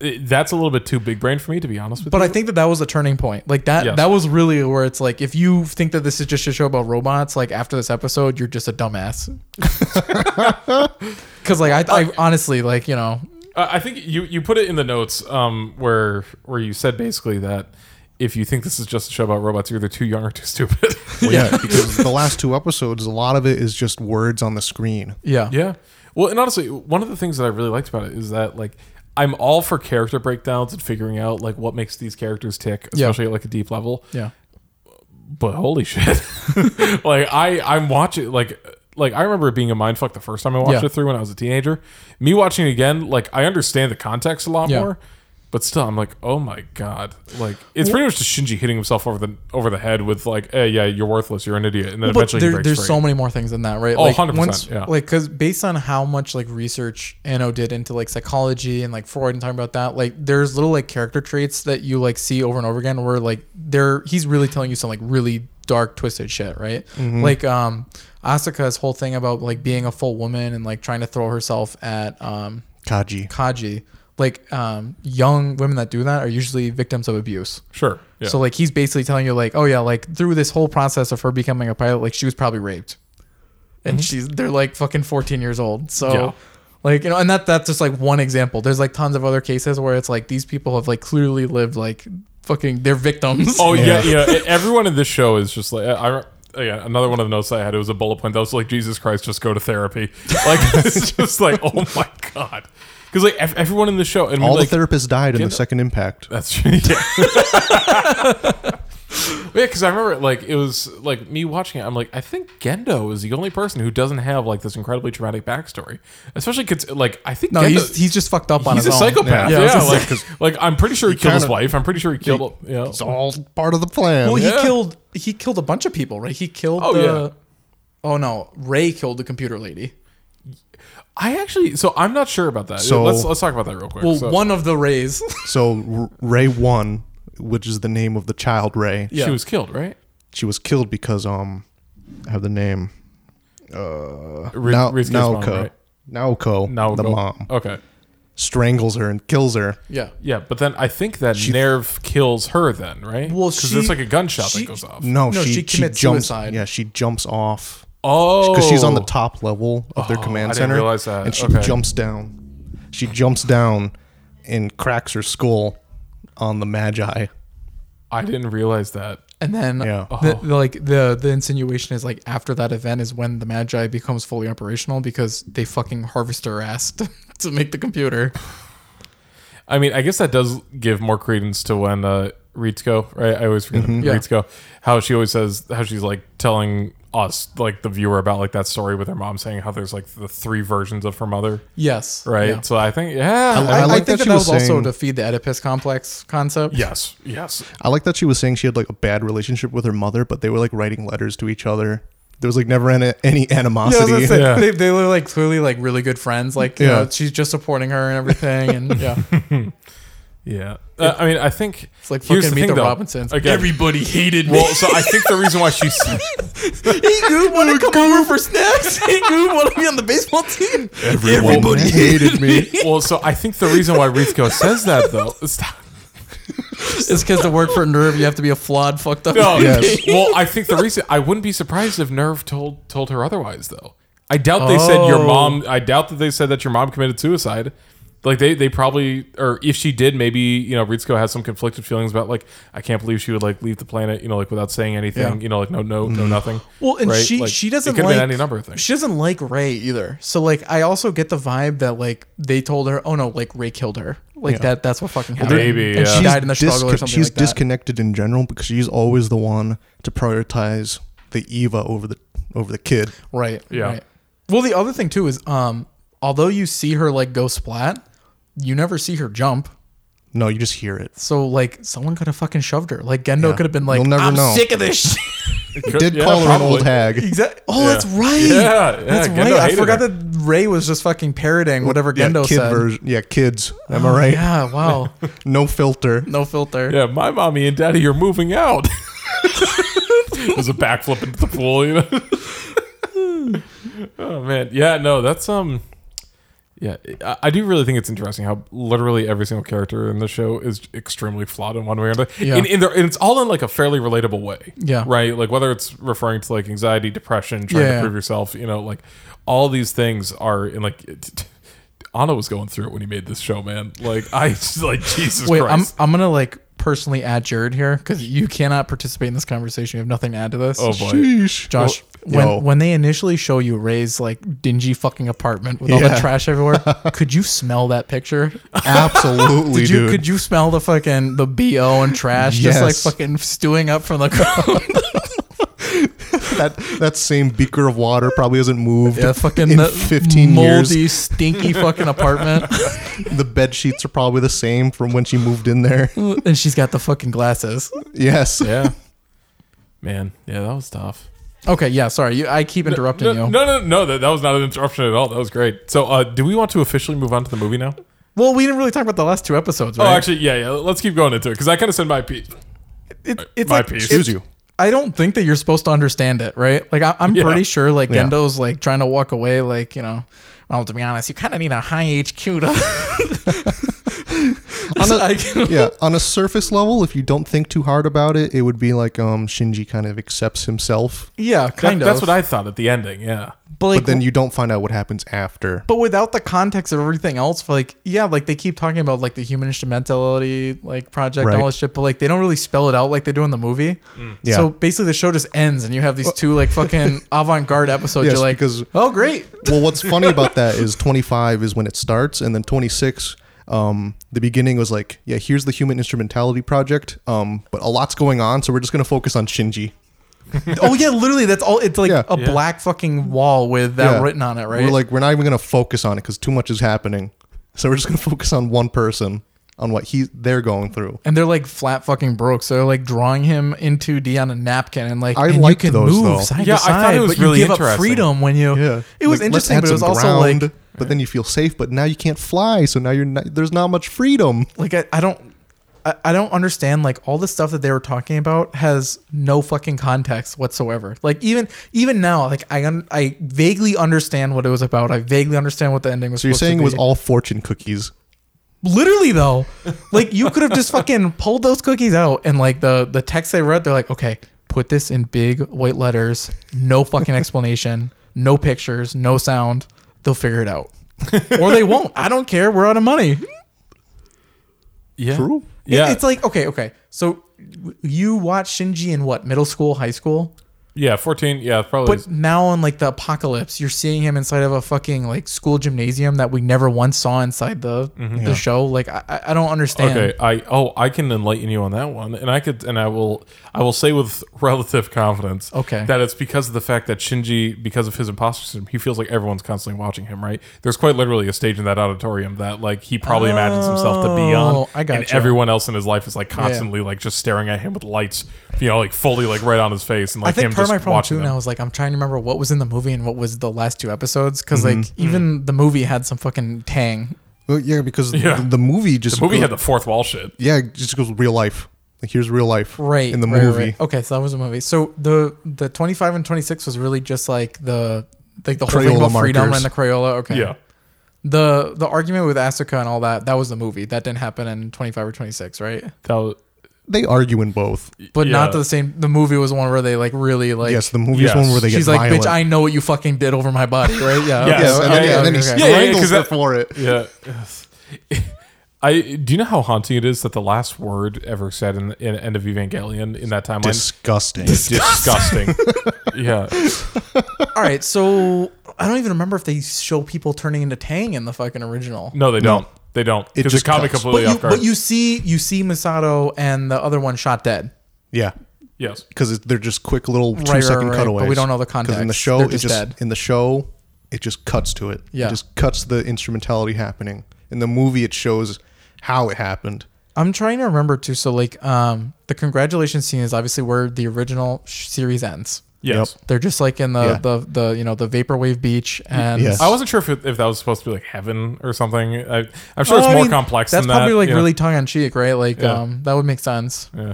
A: it- that's a little bit too big brain for me to be honest with
B: But
A: you.
B: I think that that was a turning point. Like that
A: Yes.
B: that was really where it's like if you think that this is just a show about robots, like after this episode, you're just a dumbass. Cuz like I, I honestly like, you know,
A: Uh, I think you you put it in the notes um, where where you said basically that if you think this is just a show about robots, you're either too young or too stupid.
C: Well, yeah. because the last two episodes, a lot of it is just words on the screen.
B: yeah.
A: yeah. Well, and honestly, one of the things that I really liked about it is that like I'm all for character breakdowns and figuring out like what makes these characters tick,
B: Yeah.
A: especially at like a deep level.
B: Yeah.
A: But holy shit! like I I'm watching like. Like I remember it being a mindfuck the first time I watched
B: Yeah.
A: it through when I was a teenager. Me watching it again, like I understand the context a lot
B: Yeah.
A: more, but still I'm like, oh my god! Like it's pretty much just Shinji hitting himself over the over the head with like, hey, yeah, you're worthless, you're an idiot, and then
B: But
A: eventually he
B: there,
A: breaks
B: there's
A: free.
B: so many more things than that, right?
A: Oh,
B: like
A: 100%,
B: once
A: yeah.
B: like cuz based on how much like research Anno did into like psychology and like Freud and talking about that, like there's little like character traits that you like see over and over again where like they're he's really telling you some like really dark twisted shit, right? Like um Asuka's whole thing about like being a full woman and like trying to throw herself at um
C: Kaji.
B: Kaji, like um, young women that do that are usually victims of abuse.
A: sure. Yeah.
B: So like he's basically telling you like, oh yeah, like through this whole process of her becoming a pilot, like she was probably raped, and she's they're like fucking fourteen years old. So
A: Mm-hmm. Yeah.
B: like you know, and that that's just like one example. There's like tons of other cases where it's like these people have like clearly lived like fucking they're victims.
A: Oh yeah, yeah. E- Everyone in this show is just like I. I yeah, another one of the notes I had it was a bullet point that was like Jesus Christ, just go to therapy. Like it's just like oh my god, because like ev- everyone in the show and we,
C: All
A: like,
C: the therapists died in
A: you
C: the
A: know-
C: second impact.
A: That's true. Yeah. yeah, because I remember like it was like me watching it. I'm like, I think Gendo is the only person who doesn't have like this incredibly traumatic backstory, especially because like I think
B: no,
A: Gendo,
B: he's he's just fucked up on
A: he's
B: his
A: a
B: own.
A: psychopath.
B: Yeah.
A: Yeah,
B: Yeah, I was gonna
A: like, 'cause- like I'm pretty sure he, killed his
C: kinda-
A: wife. I'm pretty sure he killed. you know.
C: It's all part of the plan.
B: Well,
A: Oh. Yeah.
B: he killed he killed a bunch of people, right? He killed
A: Oh,
B: the
A: yeah.
B: Oh no, Ray killed the computer lady.
A: I actually, so I'm not sure about that.
C: So-
A: let's let's talk about that real quick.
B: Well,
A: So,
B: one of the Rays.
C: So R- Ray One, which is the name of the child Ray,
A: she was killed, right?
C: she was killed because um, I have the name. Uh,
A: Ri-
C: Na-
A: Ritsuki's mom,
C: Naoko.
A: right?
C: Naoko,
A: No,
C: the
A: no.
C: mom,
A: Okay,
C: strangles her and kills her.
B: yeah.
A: yeah, but then I think that Nerve kills her, then right?
B: Well,
A: because
B: she-
A: it's like a gunshot
B: she-
A: that goes off.
C: No,
B: No,
C: she,
B: she
C: she,
B: commits
C: jumps.
B: suicide.
C: Yeah, she jumps off
A: Oh,
C: because she's on the top level of their command
A: I didn't
C: center,
A: realize that.
C: and she
A: Okay.
C: jumps down. She jumps down and cracks her skull on the Magi.
A: I didn't realize that.
B: And then
C: Yeah.
B: the, the- like the the insinuation is like after that event is when the Magi becomes fully operational because they fucking harvest her ass to, to make the computer.
A: I mean, I guess that does give more credence to when uh, Ritsuko, right? I always forget
C: Mm-hmm.
B: Yeah.
A: Ritsuko, how she always says how she's like telling us, like the viewer, about like that story with her mom saying how there's like the three versions of her mother,
B: Yes.
A: right?
B: Yeah.
A: So I think, yeah,
C: I-
B: I,
C: like
B: I think
C: that
B: that,
C: she
B: that
C: was
B: was also
C: saying-
B: to feed the Oedipus complex concept.
A: yes, yes.
C: I like that she was saying she had like a bad relationship with her mother, but they were like writing letters to each other. There was like never any, any
B: Yeah, I was
C: animosity.
B: gonna say,
A: Yeah.
B: They, they were like clearly like really good friends. Like, you
C: Yeah.
B: know, she's just supporting her and everything. And yeah,
A: Yeah, uh, I mean, I think
B: it's like
A: Here's
B: fucking
A: the
B: Meet
A: thing,
B: the
A: though.
B: Robinsons.
A: Again.
B: Everybody hated
A: well. So I think the reason why she's
B: Hey, dude, want to come over for snacks? Hey, dude, want to be on the baseball team?
C: Everybody hated me.
A: well, so I think the reason why Ritsuko says that though, stop.
B: It's because to work for Nerve, you have to be a flawed, fucked up.
A: No,
C: Yes.
A: well, I think the reason I wouldn't be surprised if Nerve told told her otherwise though. I doubt they said your
B: Oh.
A: mom. I doubt that they said that your mom committed suicide. Like they, they probably, or if she did, maybe you know Ritsuko has some conflicted feelings about like I can't believe she would like leave the planet, you know, like without saying anything,
B: Yeah.
A: you know, like no, no,
C: Mm-hmm.
A: no, nothing.
B: Well, and
A: right?
B: she
A: Like,
B: she doesn't
A: It could
B: like
A: have been any number of things.
B: She doesn't like Ray either. So like, I also get the vibe that like they told her, oh no, like Ray killed her. Like
C: Yeah.
B: that. That's what fucking happened.
A: maybe,
B: and
A: yeah.
B: she
A: She's
B: died in the struggle or
C: disco-
B: something
C: She's
B: like that.
C: disconnected in general because she's always the one to prioritize the Eva over the over the kid.
B: Right.
A: Yeah.
B: Right. Well, the other thing too is, um, although you see her like go splat, you never see her jump.
C: No, you just hear it.
B: So like, someone could have fucking shoved her. Like Gendo
C: Yeah.
B: could have been like,
C: You'll never
B: I'm
C: know.
B: sick of this shit.
A: It
C: He
A: could-
C: did
A: yeah,
C: call her an
A: probably.
C: old hag.
B: Exactly. Oh,
A: Yeah.
B: that's right.
A: Yeah, yeah,
B: that's
A: Gendo
B: right. I
A: hated
B: forgot
A: her.
B: that Ray was just fucking parroting whatever
C: Yeah,
B: Gendo
C: kid
B: said.
C: version. Yeah, kids. Am
B: Oh,
C: I right?
B: Yeah. Wow.
C: No filter.
B: No filter.
A: Yeah, my mommy and daddy are moving out. it was a backflip into the pool, you know. oh man, yeah, no, that's um, yeah, I, I do really think it's interesting how literally every single character in the show is extremely flawed in one way or another.
B: Yeah.
A: In, in their, and it's all in like a fairly relatable way.
B: Yeah.
A: right. Like whether it's referring to like anxiety, depression, trying
B: Yeah.
A: to prove yourself, you know, like all these things are in like. Anna was going through it when he made this show, man. Like I just like Jesus
B: Wait,
A: Christ.
B: I'm I'm gonna like personally add Jared here because you cannot participate in this conversation. You have nothing to add to this.
A: oh boy.
C: Sheesh.
B: Josh,
C: Well,
B: when
C: yo,
B: when they initially show you Ray's like dingy fucking apartment with all the
C: Yeah.
B: trash everywhere, could you smell that picture?
C: absolutely,
B: Did you
C: dude.
B: could you smell the fucking the bo and trash
C: Yes.
B: just like fucking stewing up from the ground?
C: that that same beaker of water probably hasn't moved
B: yeah, fucking
C: in
B: the
C: 15
B: moldy, stinky fucking apartment,
C: years. The bed sheets are probably the same from when she moved in there.
B: and she's got the fucking glasses.
C: Yes.
A: Yeah. Man, yeah, that was tough.
B: Okay, yeah, sorry, you, I keep interrupting
A: No,
B: you.
A: no, no, no, that, that was not an interruption at all. That was great. So, uh, do we want to officially move on to the movie now?
B: Well, we didn't really talk about the last two episodes,
A: Oh,
B: right?
A: actually, yeah, yeah. Let's keep going into it because I kind of said my piece.
B: It- it's
A: my
B: like,
A: piece.
B: it's-
C: Excuse you.
B: I don't think that you're supposed to understand it, right? Like I, I'm
A: Yeah.
B: pretty sure, like
C: Yeah.
B: Gendo's like trying to walk away, like you know. Well, to be honest, you kind of need a high HQ to.
C: On a-
B: I can-
C: yeah, on a surface level, if you don't think too hard about it, it would be like um, Shinji kind of accepts himself,
B: yeah,
A: That-
B: kind of.
A: That's what I thought at the ending. Yeah.
B: But, like,
C: but then you don't find out what happens after.
B: but without the context of everything else, like yeah, like they keep talking about like the human instrumentality like project and all
C: Right. Mm.
B: this shit, but like they don't really spell it out like they do in the movie.
C: Yeah.
B: So basically, the show just ends, and you have these two like fucking avant-garde episodes.
C: Yes,
B: you're like,
C: because-
B: oh great,
C: well, what's funny about that is 25 is when it starts, and then 26, um, the beginning was like, yeah, here's the human instrumentality project, um, but a lot's going on, so we're just going to focus on Shinji.
B: oh yeah, literally that's all. It's like
C: Yeah.
B: a
A: Yeah.
B: black fucking wall with that
C: Yeah.
B: written on it, right?
C: We're like, we're not even going to focus on it because too much is happening. So we're just going to focus on one person, on what he they're going through.
B: and they're like flat fucking broke, so they're like drawing him in 2D on a napkin, and like
C: I
B: and
C: liked
B: you can
C: those,
B: move
C: though.
B: side
A: Yeah, I
B: to side,
A: thought it was
B: but
A: really
B: you give up
A: interesting.
B: freedom when you. it was
C: Like, let's
B: interesting,
C: add
B: but it was
C: some
B: also like
C: ground, but then you feel safe, but now you can't fly, so now you're not, there's not much freedom.
B: like I, I don't. I I don't understand. Like all the stuff that they were talking about has no fucking context whatsoever. Like even even now, like I un- I vaguely understand what it was about. I vaguely understand what the ending was.
C: So you're
B: supposed to
C: saying it was
B: be.
C: all fortune cookies.
B: literally though like you could have just fucking pulled those cookies out and like the the text they read they're like okay put this in big white letters no fucking explanation no pictures no sound they'll figure it out or they won't i don't care we're out of money
A: Yeah.
C: True.
A: Yeah.
B: It- it's like okay okay so w- you watch shinji in what middle school high school
A: yeah. 14. Yeah. Probably.
B: but now in like the apocalypse you're seeing him inside of a fucking like school gymnasium that we never once saw inside the the show like i I- i don't understand
A: Mm-hmm. Okay, I oh I can enlighten you on that one, and I could and I will I will say with relative confidence,
B: Okay.
A: that it's because of the fact that Shinji, because of his imposter syndrome, he feels like everyone's constantly watching him. Right? There's quite literally a stage in that auditorium that like he probably imagines himself to be on,
B: Oh, I
A: and
B: gotcha.
A: everyone else in his life is like constantly like just staring at him with lights, you know, like fully like right on his face, and
B: I
A: like him
B: think part of
A: just
B: my problem
A: watching
B: too
A: them.
B: now is like I'm trying to remember what was in the movie and what was the last two episodes because
C: Mm-hmm.
B: like even the movie had some fucking tang.
C: Well, yeah, because the-
A: Yeah.
C: The, movie just
A: The movie had the fourth wall shit.
C: yeah it just goes real life. Like here's real life,
B: Right
C: In the
B: right,
C: movie,
B: right. Okay, so that was a movie. So the the 25 and 26 was really just like the like the whole thing
C: Crayola
B: about freedom
C: markers.
B: and the Crayola. Okay.
A: Yeah.
B: The the argument with Asuka and all that that was the movie that didn't happen in 25 or 26, right?
A: That was,
C: they argue in both.
B: But
A: Yeah.
B: not the same. The movie was the one where they like really like.
C: yes, the movie's
A: Yes.
C: one where they get
B: She's like,
C: violent.
B: bitch, I know what you fucking did over my body, right? Yeah.
A: Yes,
C: yeah,
B: okay,
C: and, then-
A: yeah,
B: okay,
C: and then he
B: okay, okay.
A: Yeah, yeah,
C: strangles
A: 'cause
C: her
A: that-
C: for it.
A: yeah. Yes. I do you know how haunting it is that the last word ever said in, in end of Evangelion in that timeline
C: Disgusting.
A: disgusting. yeah,
B: All right, so I don't even remember if they show people turning into Tang in the fucking original.
A: no, they don't. They don't
C: It
A: because it
C: just
A: caught me
C: cuts.
A: completely
B: but you,
A: off guard.
B: but you see, you see Masato and the other one shot dead.
C: yeah.
A: yes,
C: Because they're just quick little
B: right, right,
C: two-second
B: but
C: cutaways.
B: we don't know the
C: Because in the
B: context.
C: show,
B: They're
C: it
B: just
C: just
B: dead.
C: in the show, it just cuts to it.
B: Yeah.
C: It just cuts the instrumentality happening. In the movie, it shows how it happened.
B: I'm trying to remember too. So like, um, the congratulations scene is obviously where the original sh- series ends.
A: yes.
B: They're just like in the
C: Yeah.
B: the, the you know the vaporwave beach and
C: yes.
A: I wasn't sure if, it, if that was supposed to be like heaven or something. I, I'm sure it's
B: Oh, I
A: more
B: mean,
A: complex
B: That's
A: than that.
B: probably like
A: you know.
B: really tongue in cheek, right? Like
A: Yeah.
B: um, that would make sense.
A: Yeah.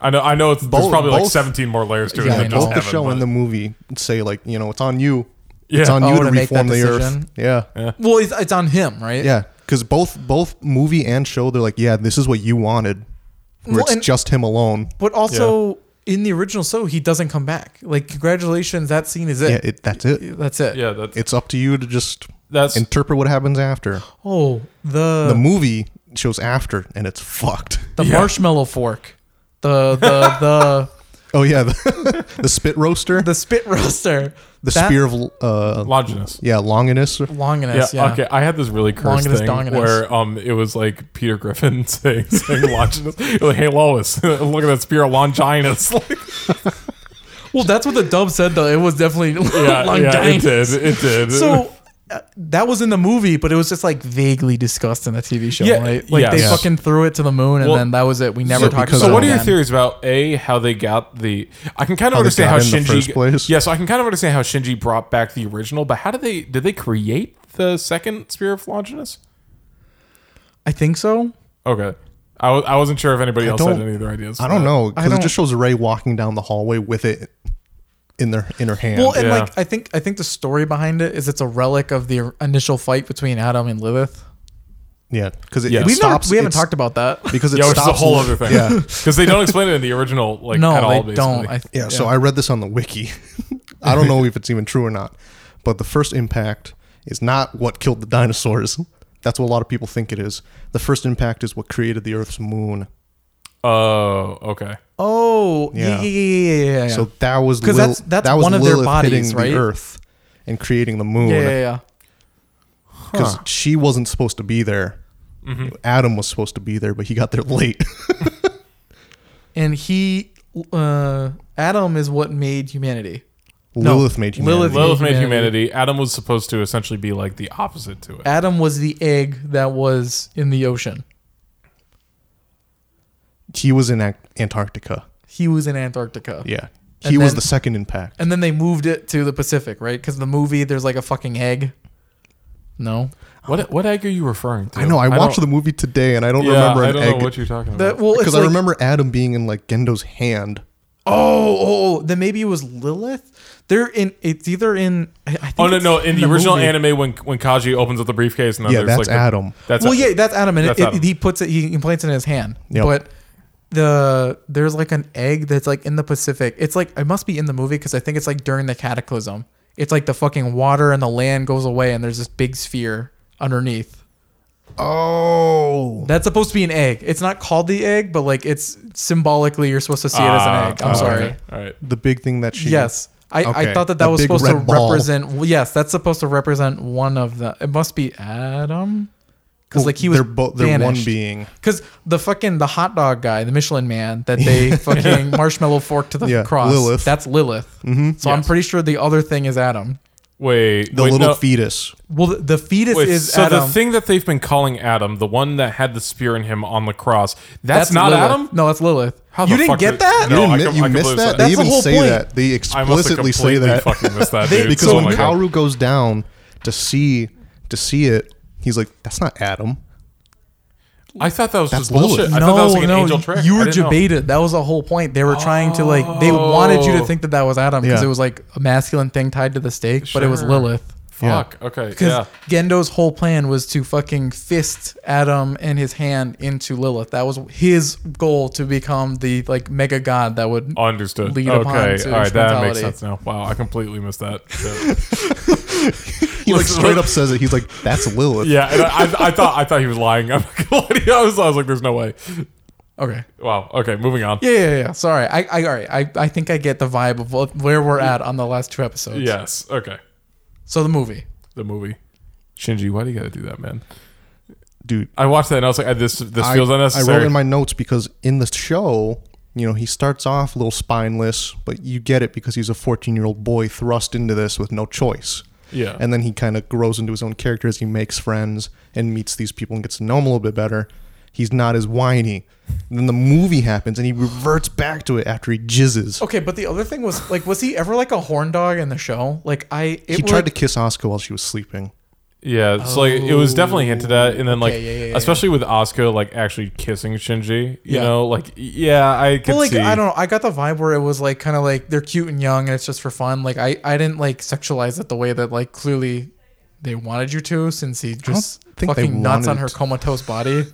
A: I know. I know. It's there's
C: Both-
A: probably like
C: both-
A: 17 more layers to it
B: Yeah, I
A: than
B: know.
A: just
C: Both the
A: heaven.
C: show
A: but-
C: and the movie say like, you know, it's on you.
A: yeah.
C: It's on
B: Oh,
C: you to,
B: to make that
C: reform the
B: decision?
C: earth. Yeah.
B: Well, it's, it's on him, right?
C: Yeah, because both both movie and show, they're like, yeah, this is what you wanted. Where
B: Well,
C: it's
B: and-
C: just him alone.
B: But also in the original, so he doesn't come back. Like congratulations, that scene is it.
C: Yeah, it, that's it.
B: That's it.
A: yeah. That's
C: It's up to you to just
A: that's
C: interpret what happens after.
B: Oh, the
C: The movie shows after, and it's fucked.
B: the
A: Yeah.
B: marshmallow fork, the the the
C: Oh yeah, the, the spit roaster, the,
B: the spit roaster, that-
C: spear of uh,
A: Longinus.
C: yeah, Longinus.
A: Yeah,
B: Longinus. Yeah.
A: Okay. I had this really cursed
B: Longinus
A: thing
B: Donginus.
A: where um it was like Peter Griffin saying saying Longinus. It was like, hey Lois, look at that spear of Longinus. Like,
B: Well, that's what the dub said though. It was definitely
A: yeah, yeah, it
B: Longinus.
A: did. It did.
B: So uh, that was in the movie, but it was just like vaguely discussed in the TV show,
A: Yeah,
B: right? Like they
A: yes.
B: fucking threw it to the moon, and
A: Well,
B: then that was it. We never
C: so
B: talked
C: because-
B: about
A: So
B: it
A: what are your
B: again.
A: theories about a how they got the? I can kind of
C: How they
A: understand
C: got
A: how
C: in the
A: Shinji.
C: first place?
A: Yeah, so I can kind of understand how Shinji brought back the original, but how did they? Did they create the second spear of Longinus?
B: I think so.
A: Okay, I w- I wasn't sure if anybody else had
C: don't-
A: any other ideas.
C: I don't know
B: I
C: because
B: don't-
C: it just shows Ray walking down the hallway with it in their in her hand.
B: Well, and
A: Yeah.
B: like I think I think the story behind it is it's a relic of the initial fight between Adam and Lilith.
C: yeah, because it,
A: Yeah.
C: it
B: We've never,
C: stops.
B: we haven't
C: it's-
B: talked about that.
C: because it
A: Yeah, which
C: stops.
A: is a whole other thing.
C: Yeah,
A: because they don't explain it in the original like
B: no,
A: at all.
B: they
A: basically.
B: don't. I,
C: Yeah, so I read this on the wiki. I don't know if it's even true or not, but the first impact is not what killed the dinosaurs. That's what a lot of people think it is. The first impact is what created the Earth's moon.
A: Oh, okay.
B: oh yeah yeah
C: Yeah.
B: yeah yeah yeah. yeah.
C: So that was
B: 'Cause
C: Lil-
B: that's- that's
C: that was
B: one of their
C: Lilith
B: bodies,
C: hitting
B: right?
C: the Earth and creating the moon
B: yeah, yeah, yeah.
C: because she wasn't supposed to be there.
B: Mm-hmm.
C: Adam was supposed to be there, but he got there late.
B: And he, uh, Adam is what made humanity.
C: Lilith made humanity.
B: Lilith-
A: Lilith made
B: Humanity.
A: humanity. Adam was supposed to essentially be like the opposite to it.
B: Adam was the egg that was in the ocean.
C: He was in Ac- Antarctica.
B: He was in Antarctica.
C: Yeah, he
B: And
C: was
B: then-
C: the second impact.
B: And then they moved it to the Pacific, right? Because the movie, there's like a fucking egg. No.
A: What what egg are you referring to?
C: I know. I, watched
A: don't-
C: the movie today, and I don't
A: Yeah,
C: remember an
A: I don't
C: egg
A: know what you're talking about.
B: That, well, it's
C: because
B: like,
C: I remember Adam being in like Gendo's hand.
B: Oh, oh, oh, then maybe it was Lilith. They're in. It's either in. I, I think
A: Oh no,
B: it's
A: no! In the, original
B: movie.
A: anime, when when Kaji opens up the briefcase, and then
C: Yeah,
A: there's
C: that's
A: like the-
C: Adam.
A: that's
B: well, yeah, that's Adam, and
A: That's
B: it,
A: Adam.
B: he puts it. He implants it in his hand.
C: Yep.
B: But the there's like an egg that's like in the Pacific. It's like it must be in the movie because I think it's like during the cataclysm. It's like the fucking water and the land goes away, and there's this big sphere underneath.
C: Oh,
B: That's supposed to be an egg. It's not called the egg, but like it's symbolically you're supposed to see it as
A: Ah,
B: an egg. I'm
A: okay.
B: sorry.
A: All right.
C: the big thing that she.
B: Yes. I, I
C: Okay.
B: thought that that
C: A
B: was
C: big
B: supposed to
C: red ball.
B: represent. well, Yes, that's supposed to represent one of the. It must be Adam, because
C: Well,
B: like he was
C: they're both they're one
B: banished.
C: being.
B: Because the fucking the hot dog guy, the Michelin Man, that they fucking marshmallow fork to the
C: Yeah,
B: cross.
C: Lilith.
B: That's Lilith. Mm-hmm. So I'm
A: Yes.
B: pretty sure the other thing is Adam.
A: Wait,
C: The
A: wait,
C: little
A: no,
C: fetus.
B: Well, the, the fetus
A: wait,
B: is
A: so
B: Adam.
A: the thing that they've been calling Adam, the one that had the spear in him on the cross, that's, not
B: Lilith.
A: Adam.
B: No, that's Lilith.
A: How the
B: you didn't
A: fuck
B: get
A: did-
B: that?
A: No,
C: you
A: I
C: admit,
A: com-
C: you
A: I
C: missed
A: completely
C: that.
A: said-
C: They
B: That's the
C: even
B: whole
C: say
B: point.
C: that. They
A: I must have
C: explicitly say
A: completely
C: that
A: fucking missed that,
B: They-
A: dude.
C: because
A: oh
C: when
A: my God.
C: Kaoru goes down to see to see it, he's like, "That's not Adam."
A: I thought that was
C: That's
A: just bullshit.
C: Lilith.
A: I thought that was like an angel trick.
B: You
A: I
B: were
A: didn't know.
B: debated. That was the whole point. They were trying to like they wanted you to
A: Oh.
B: think that that was Adam because
C: Yeah.
B: it was like a masculine thing tied to the stake, but it was
A: Sure.
B: Lilith.
A: Fuck. Okay. Yeah.
B: Because Gendo's whole plan was to fucking fist Adam and his hand into Lilith. That was his goal to become the like mega god that would.
A: Understood.
B: lead
A: okay.
B: upon to
A: All right. That makes
B: instrumentality.
A: sense now. Wow. I completely missed that.
C: He like
A: Listen,
C: straight up says it. He's like, "That's Lilith."
A: Yeah, and I, I, I thought I thought he was lying. I'm not gonna lie to you. I was, I was like, there's no way.
B: Okay.
A: Wow. Okay, moving on.
B: Yeah, yeah, yeah. Sorry. I, I, all right. I, I think I get the vibe of what, where we're at on the last two episodes.
A: Yes. Okay.
B: So the movie.
A: The movie. Shinji, why do you got to do that, man?
C: dude.
A: I watched that and I was like, I, this this
C: I,
A: feels
C: I
A: unnecessary.
C: wrote in my notes because in the show, you know, he starts off a little spineless, but you get it because he's a 14 year old boy thrust into this with no choice.
A: yeah.
C: And then he kind of grows into his own character as he makes friends and meets these people and gets to know them a little bit better. He's not as whiny. And then the movie happens and he reverts back to it after he jizzes.
B: Okay, but the other thing was like, was he ever like a horn dog in the show? Like I, it
C: he tried to kiss Oscar while she was sleeping.
A: yeah. It's like it was definitely hinted at, and then like
B: Okay, yeah, yeah, yeah.
A: especially with Asuka like actually kissing Shinji. You
B: Yeah.
A: know, like yeah, I could
B: Well, like
A: see.
B: I don't know. I got the vibe where it was like kind of like they're cute and young, and it's just for fun. Like I, I didn't like sexualize it the way that like clearly they wanted you to, since he just
C: think they
B: fucking nuts on
C: wanted
B: her
C: to.
B: comatose body.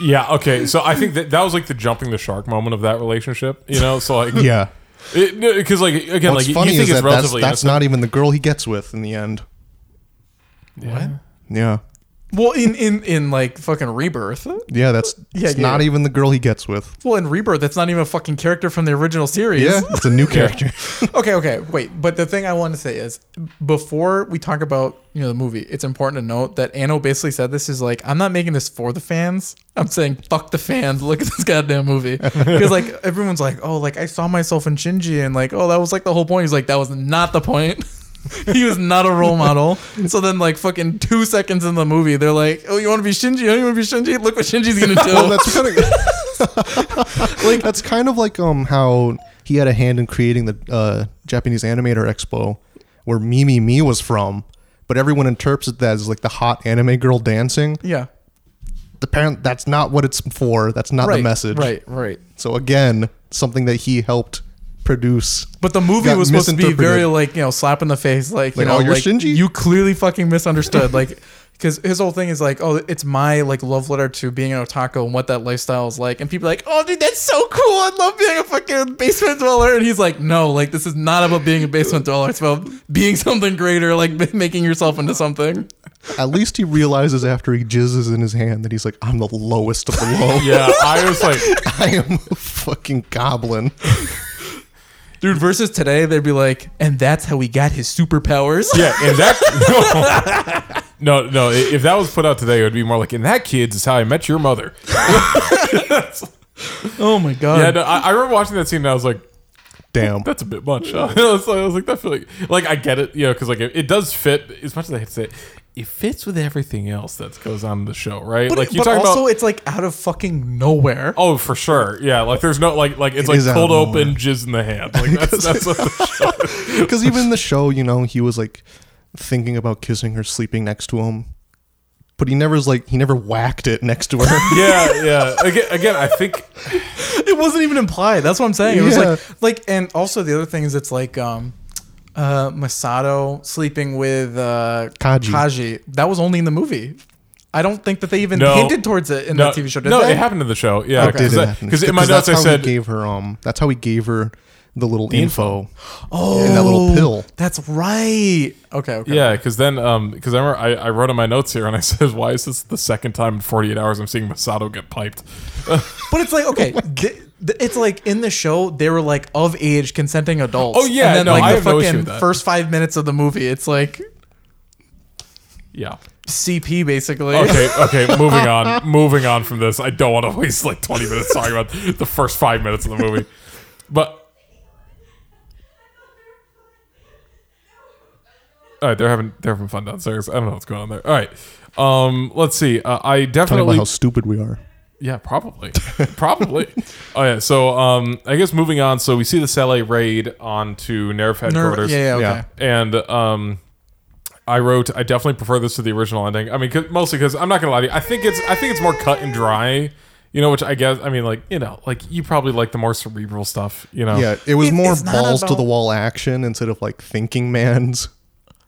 A: Yeah. Okay. So I think that that was like the jumping the shark moment of that relationship. You know. So like
C: Yeah.
A: because like again,
C: What's
A: like
C: funny
A: you think
C: is
A: it's
C: that that's,
A: relatively
C: that's
A: innocent.
C: not even the girl he gets with in the end.
B: What?
C: Yeah.
B: Well, in in in like fucking rebirth.
C: Yeah, that's
B: Yeah,
C: it's
B: yeah.
C: not even the girl he gets with.
B: Well, in rebirth, that's not even a fucking character from the original series.
C: Yeah, it's a new character.
B: okay, okay, wait. But the thing I want to say is, before we talk about you know the movie, it's important to note that Anno basically said this is like, I'm not making this for the fans. I'm saying fuck the fans. Look at this goddamn movie because like everyone's like, oh, like I saw myself in Shinji and like, oh, that was like the whole point. He's like, that was not the point. he was not a role model. So then, like fucking two seconds in the movie, they're like, "Oh, you want to be Shinji? Oh, you want to be Shinji? Look what Shinji's gonna do."
C: well, that's kind of like that's kind of like um how he had a hand in creating the uh, Japanese Animator Expo, where Mimi Me was from, but everyone interprets that as like the hot anime girl dancing.
B: yeah,
C: The parent that's not what it's for. That's not
B: right.
C: the message.
B: Right, right.
C: So again, something that he helped produce.
B: But the movie
C: got
B: was supposed to be
C: misinterpreted.
B: very like you know slap in the face like you
C: Like,
B: know
C: oh, you're
B: like,
C: Shinji?
B: you clearly fucking misunderstood like because his whole thing is like oh it's my like love letter to being an otaku and what that lifestyle is like and people are like oh dude that's so cool I love being a fucking basement dweller and he's like no like this is not about being a basement dweller it's about being something greater like making yourself into something
C: At least he realizes after he jizzes in his hand that he's like, I'm the lowest of the low.
A: Yeah, I was like,
C: I am a fucking goblin.
B: dude versus today they'd be like and that's how he got his superpowers
A: yeah, and that no, no, no. i- If that was put out today, it would be more like, "In that kids is how I met your mother."
B: oh my god
A: Yeah, no, uh, I, I remember watching that scene and I was like,
C: Damn.
A: "That's a bit much." I, was, like- I was like, "That feel like like I get it, you know, because like it, it does fit as much as I hate to say." It, it fits with everything else that goes on in the show, right?
B: but,
A: like you
B: but
A: talk
B: also
A: about
B: it's like out of fucking nowhere
A: Oh, for sure. Yeah, like there's no like like it's
C: It is
A: like
C: out
A: cold
C: of
A: open, jizz in the hand. Like that's that's what the show.
C: Because even in the show, you know, he was like thinking about kissing her, sleeping next to him, but he never's like he never whacked it next to her.
A: Yeah, yeah. Again, again, I think
B: it wasn't even implied. That's what I'm saying. It was
C: Yeah.
B: like like and also the other thing is it's like um uh Masato sleeping with uh
C: Kaji.
B: That was only in the movie. I don't think that they even
A: No.
B: hinted towards it in
A: no,
B: the TV show. Did
A: no,
B: they?
A: it happened in the show. Yeah,
B: Okay.
A: because
C: Did it
A: I-
C: happen?
A: 'cause in my notes
C: that's
A: I
C: how he
A: said
C: gave her um that's how he gave her the little info.
B: Oh,
C: and that little pill.
B: That's right. Okay. Okay.
A: yeah, because then um because I remember I, I wrote in my notes here and I said why is this the second time in 48 hours I'm seeing Masato get piped?
B: But it's like okay.
C: Oh
B: th- th- it's like in the show they were like of age consenting adults.
A: Oh, yeah,
B: and then
A: no,
B: like
A: I
B: the
A: have no issue
B: fucking
A: with that.
B: first five minutes of the movie, it's like
A: Yeah.
B: CP basically.
A: Okay. Okay. Moving on. Moving on from this. I don't want to waste like 20 minutes talking about the first five minutes of the movie, but. All right, they're having they're having fun downstairs. I don't know what's going on there. All right, um, let's see. Uh, I
C: Talking about
A: definitely
C: how stupid we are.
A: yeah, probably. probably. Oh yeah. So um I guess moving on, so we see the Saleh raid onto Nerf
B: Nerve,
A: headquarters.
B: yeah, yeah, okay.
C: Yeah.
A: And um I wrote I definitely prefer this to the original ending. I mean 'cause- mostly cuz I'm not going to lie to you. I think it's I think it's more cut and dry. You know, which I guess I mean like, you know, like you probably like the more cerebral stuff, you know.
C: Yeah, it was
B: It-
C: more
B: it's not
C: balls to
B: about-
C: the wall action instead of like thinking man's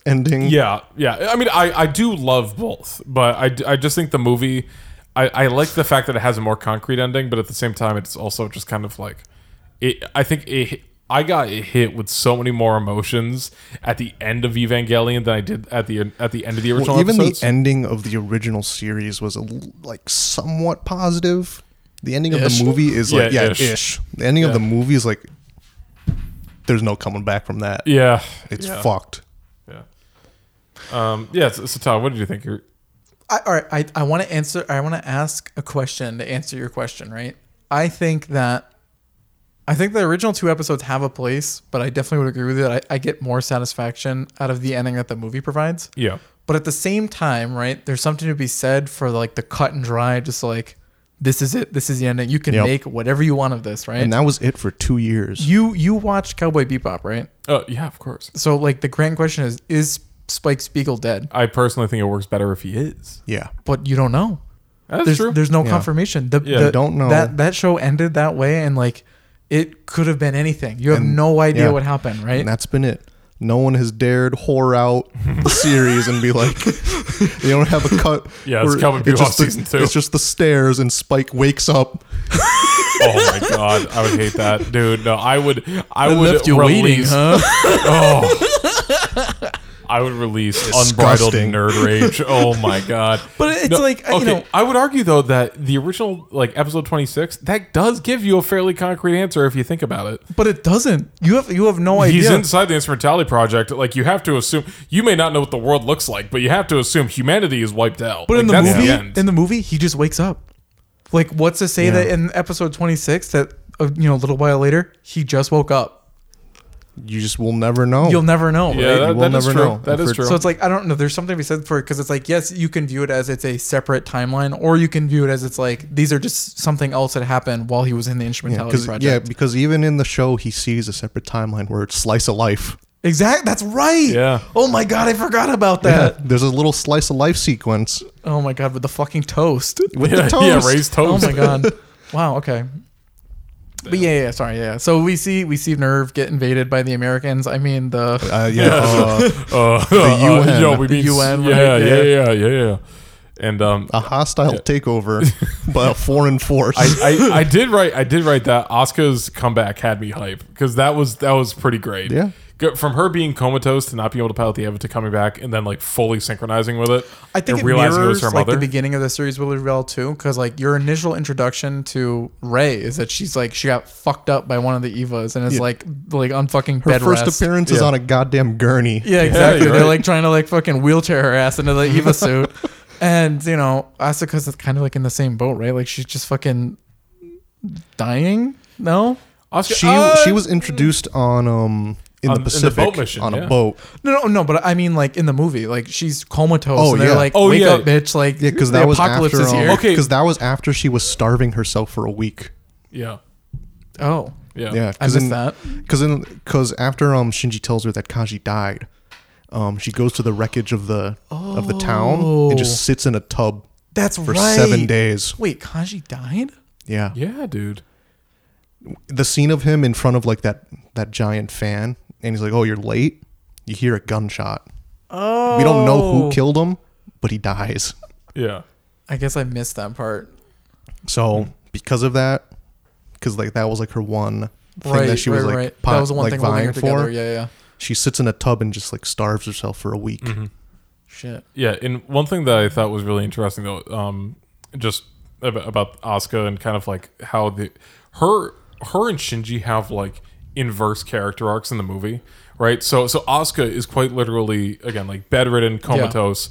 C: ending.
A: Yeah, yeah. I mean, I, I do love both, but I, d- I just think the movie, I, I like the fact that it has a more concrete ending, but at the same time, it's also just kind of like, it. I think it I got hit with so many more emotions at the end of Evangelion than I did at the at the end of the original
C: Well, even
A: episodes.
C: the ending of the original series was a l- like somewhat positive. The ending of
B: Ish?
C: the movie is like
A: Yeah,
C: yeah,
A: ish.
C: ish. The ending of
A: Yeah.
C: the movie is like there's no coming back from that.
A: yeah,
C: It's
A: yeah.
C: fucked.
A: Yeah. Um, yeah. So, so Todd, what did you think? You're,
B: I, all right, I, I want to answer. I want to ask a question to answer your question, right? I think that, I think the original two episodes have a place, but I definitely would agree with you that I, I get more satisfaction out of the ending that the movie provides.
A: yeah.
B: But at the same time, right, there's something to be said for like the cut and dry, just like this is it, this is the ending. You can
C: Yep.
B: make whatever you want of this, right?
C: And that was it for two years.
B: you you watched Cowboy Bebop, right?
A: Uh, yeah. Of course.
B: So like the grand question is, is Spike Spiegel dead?
A: I personally think it works better if he is.
C: Yeah.
B: But you don't know.
A: That's
B: there's
A: true.
B: there's no
C: Yeah.
B: confirmation. The,
A: Yeah.
B: the-
A: You
C: don't know.
B: that that show ended that way, and like it could have been anything. You have
C: And-
B: no idea
C: yeah.
B: what happened, right?
C: And that's been it. No one has dared whore out the series and be like, you don't have a cut.
A: Yeah, it's
C: where
A: Cowboy Bebop
C: just the-
A: season two.
C: It's just the stairs and Spike wakes up.
A: oh my god, I would hate that, dude. No, I would. I
B: It
A: would release.
B: huh?
A: Oh. I would release unbridled
C: Disgusting.
A: nerd rage. Oh my god!
B: But it's like, you know-
A: I would argue though that the original, like episode twenty six, that does give you a fairly concrete answer if you think about it.
B: but it doesn't. You have you have no idea.
A: He's inside the Instrumentality Project. Like you have to assume you may not know what the world looks like, but you have to assume humanity is wiped out.
B: But
A: Like,
B: in the
A: that's
B: movie,
A: end.
B: in the movie, he just wakes up. Like, what's to say
C: Yeah.
B: that in episode twenty six that uh, you know a little while later he just woke up?
C: You just will never know.
B: You'll never know.
A: yeah,
B: right?
A: that,
C: will
A: that is
C: never
A: true.
C: know.
A: That is
C: For-
A: true.
B: So it's like I don't know. There's something to be said for it because it's like yes, you can view it as it's a separate timeline, or you can view it as it's like these are just something else that happened while he was in the
C: yeah,
B: instrumentality
C: 'cause-
B: project.
C: yeah, because even in the show, he sees a separate timeline where it's slice of life.
B: exactly. That's right.
A: Yeah.
B: Oh my god, I forgot about that.
C: There's a little slice of life sequence
B: Oh my god, with the fucking toast.
C: with
A: yeah,
C: the
A: yeah,
C: toast.
A: raised
B: Oh
A: toast.
B: my god. wow. Okay. But yeah, yeah, sorry, yeah. So we see we see Nerve get invaded by the Americans. I mean the
C: Uh, yeah, uh,
A: Uh, uh,
C: UN.
A: yo, we
B: The
A: mean-
B: UN, right?
A: Yeah, yeah,
B: Yeah.
A: yeah, yeah, yeah. And um,
C: a hostile takeover by a foreign force.
A: I, I, I did write I did write that Oscar's comeback had me hype because that was that was pretty great.
C: Yeah.
A: Go- From her being comatose to not being able to pilot the Eva to coming back and then like fully synchronizing with it.
B: I think
A: and
B: it mirrors like the beginning of the series really well too, because like your initial introduction to Ray is that she's like she got fucked up by one of the Evas and is
C: Yeah.
B: like like on fucking
C: Her
B: bed
C: first
B: rest.
C: appearance is
A: Yeah.
C: on a goddamn gurney.
B: Yeah, exactly.
A: you're
B: They're
A: right.
B: like trying to like fucking wheelchair her ass into the Eva suit, and you know Asuka's kind of like in the same boat, right? Like she's just fucking dying. No,
A: Oscar,
C: She
B: uh,
C: she was introduced on um in
A: Uh, On- in
C: the
A: the
C: Pacific
A: boat mission,
C: on a
A: yeah.
C: boat.
B: no, no, no. But I mean, like in the movie, like she's comatose.
C: Oh,
B: and they're
C: yeah.
B: like,
A: Oh,
B: wake
A: yeah.
B: up, bitch! Like,
C: Yeah, because
B: the
C: that was
B: apocalypse
C: after um,
B: is here.
A: Okay.
C: because that was after she was starving herself for a week.
A: yeah
B: Oh,
A: yeah
C: Yeah,
B: I missed that.
C: Because because after um Shinji tells her that Kaji died, um she goes to the wreckage of the of the town and
B: Oh.
C: just sits in a tub
B: That's
C: for
B: right.
C: seven days.
B: Wait, Kaji died?
C: Yeah.
A: yeah dude
C: the scene of him in front of like that that giant fan, and he's like, "Oh, you're late." You hear a gunshot.
B: Oh.
C: We don't know who killed him, but he dies.
A: yeah
B: I guess I missed that part. Hmm.
C: So because of that, because like that was like her one thing
B: Right,
C: that she was
B: right,
C: like,
B: right.
C: pot-
B: that was the one
C: like
B: thing holding
C: vying
B: her
C: for.
B: together. Yeah, yeah.
C: She sits in a tub and just like starves herself for a week.
B: Shit.
A: yeah. And one thing that I thought was really interesting though, um, just ab- about Asuka and kind of like how the her her and Shinji have like inverse character arcs in the movie, right? So so Asuka is quite literally again like bedridden, comatose,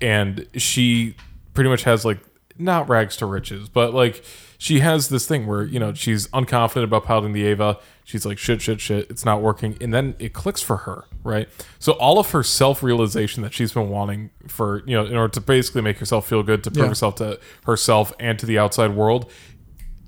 A: and she pretty much has like not rags to riches, but like she has this thing where you know she's unconfident about piloting the Ava. She's like shit, shit, shit. It's not working, and then it clicks for her, right? So all of her self realization that she's been wanting for you know in order to basically make herself feel good, to prove
B: Yeah.
A: herself to herself and to the outside world,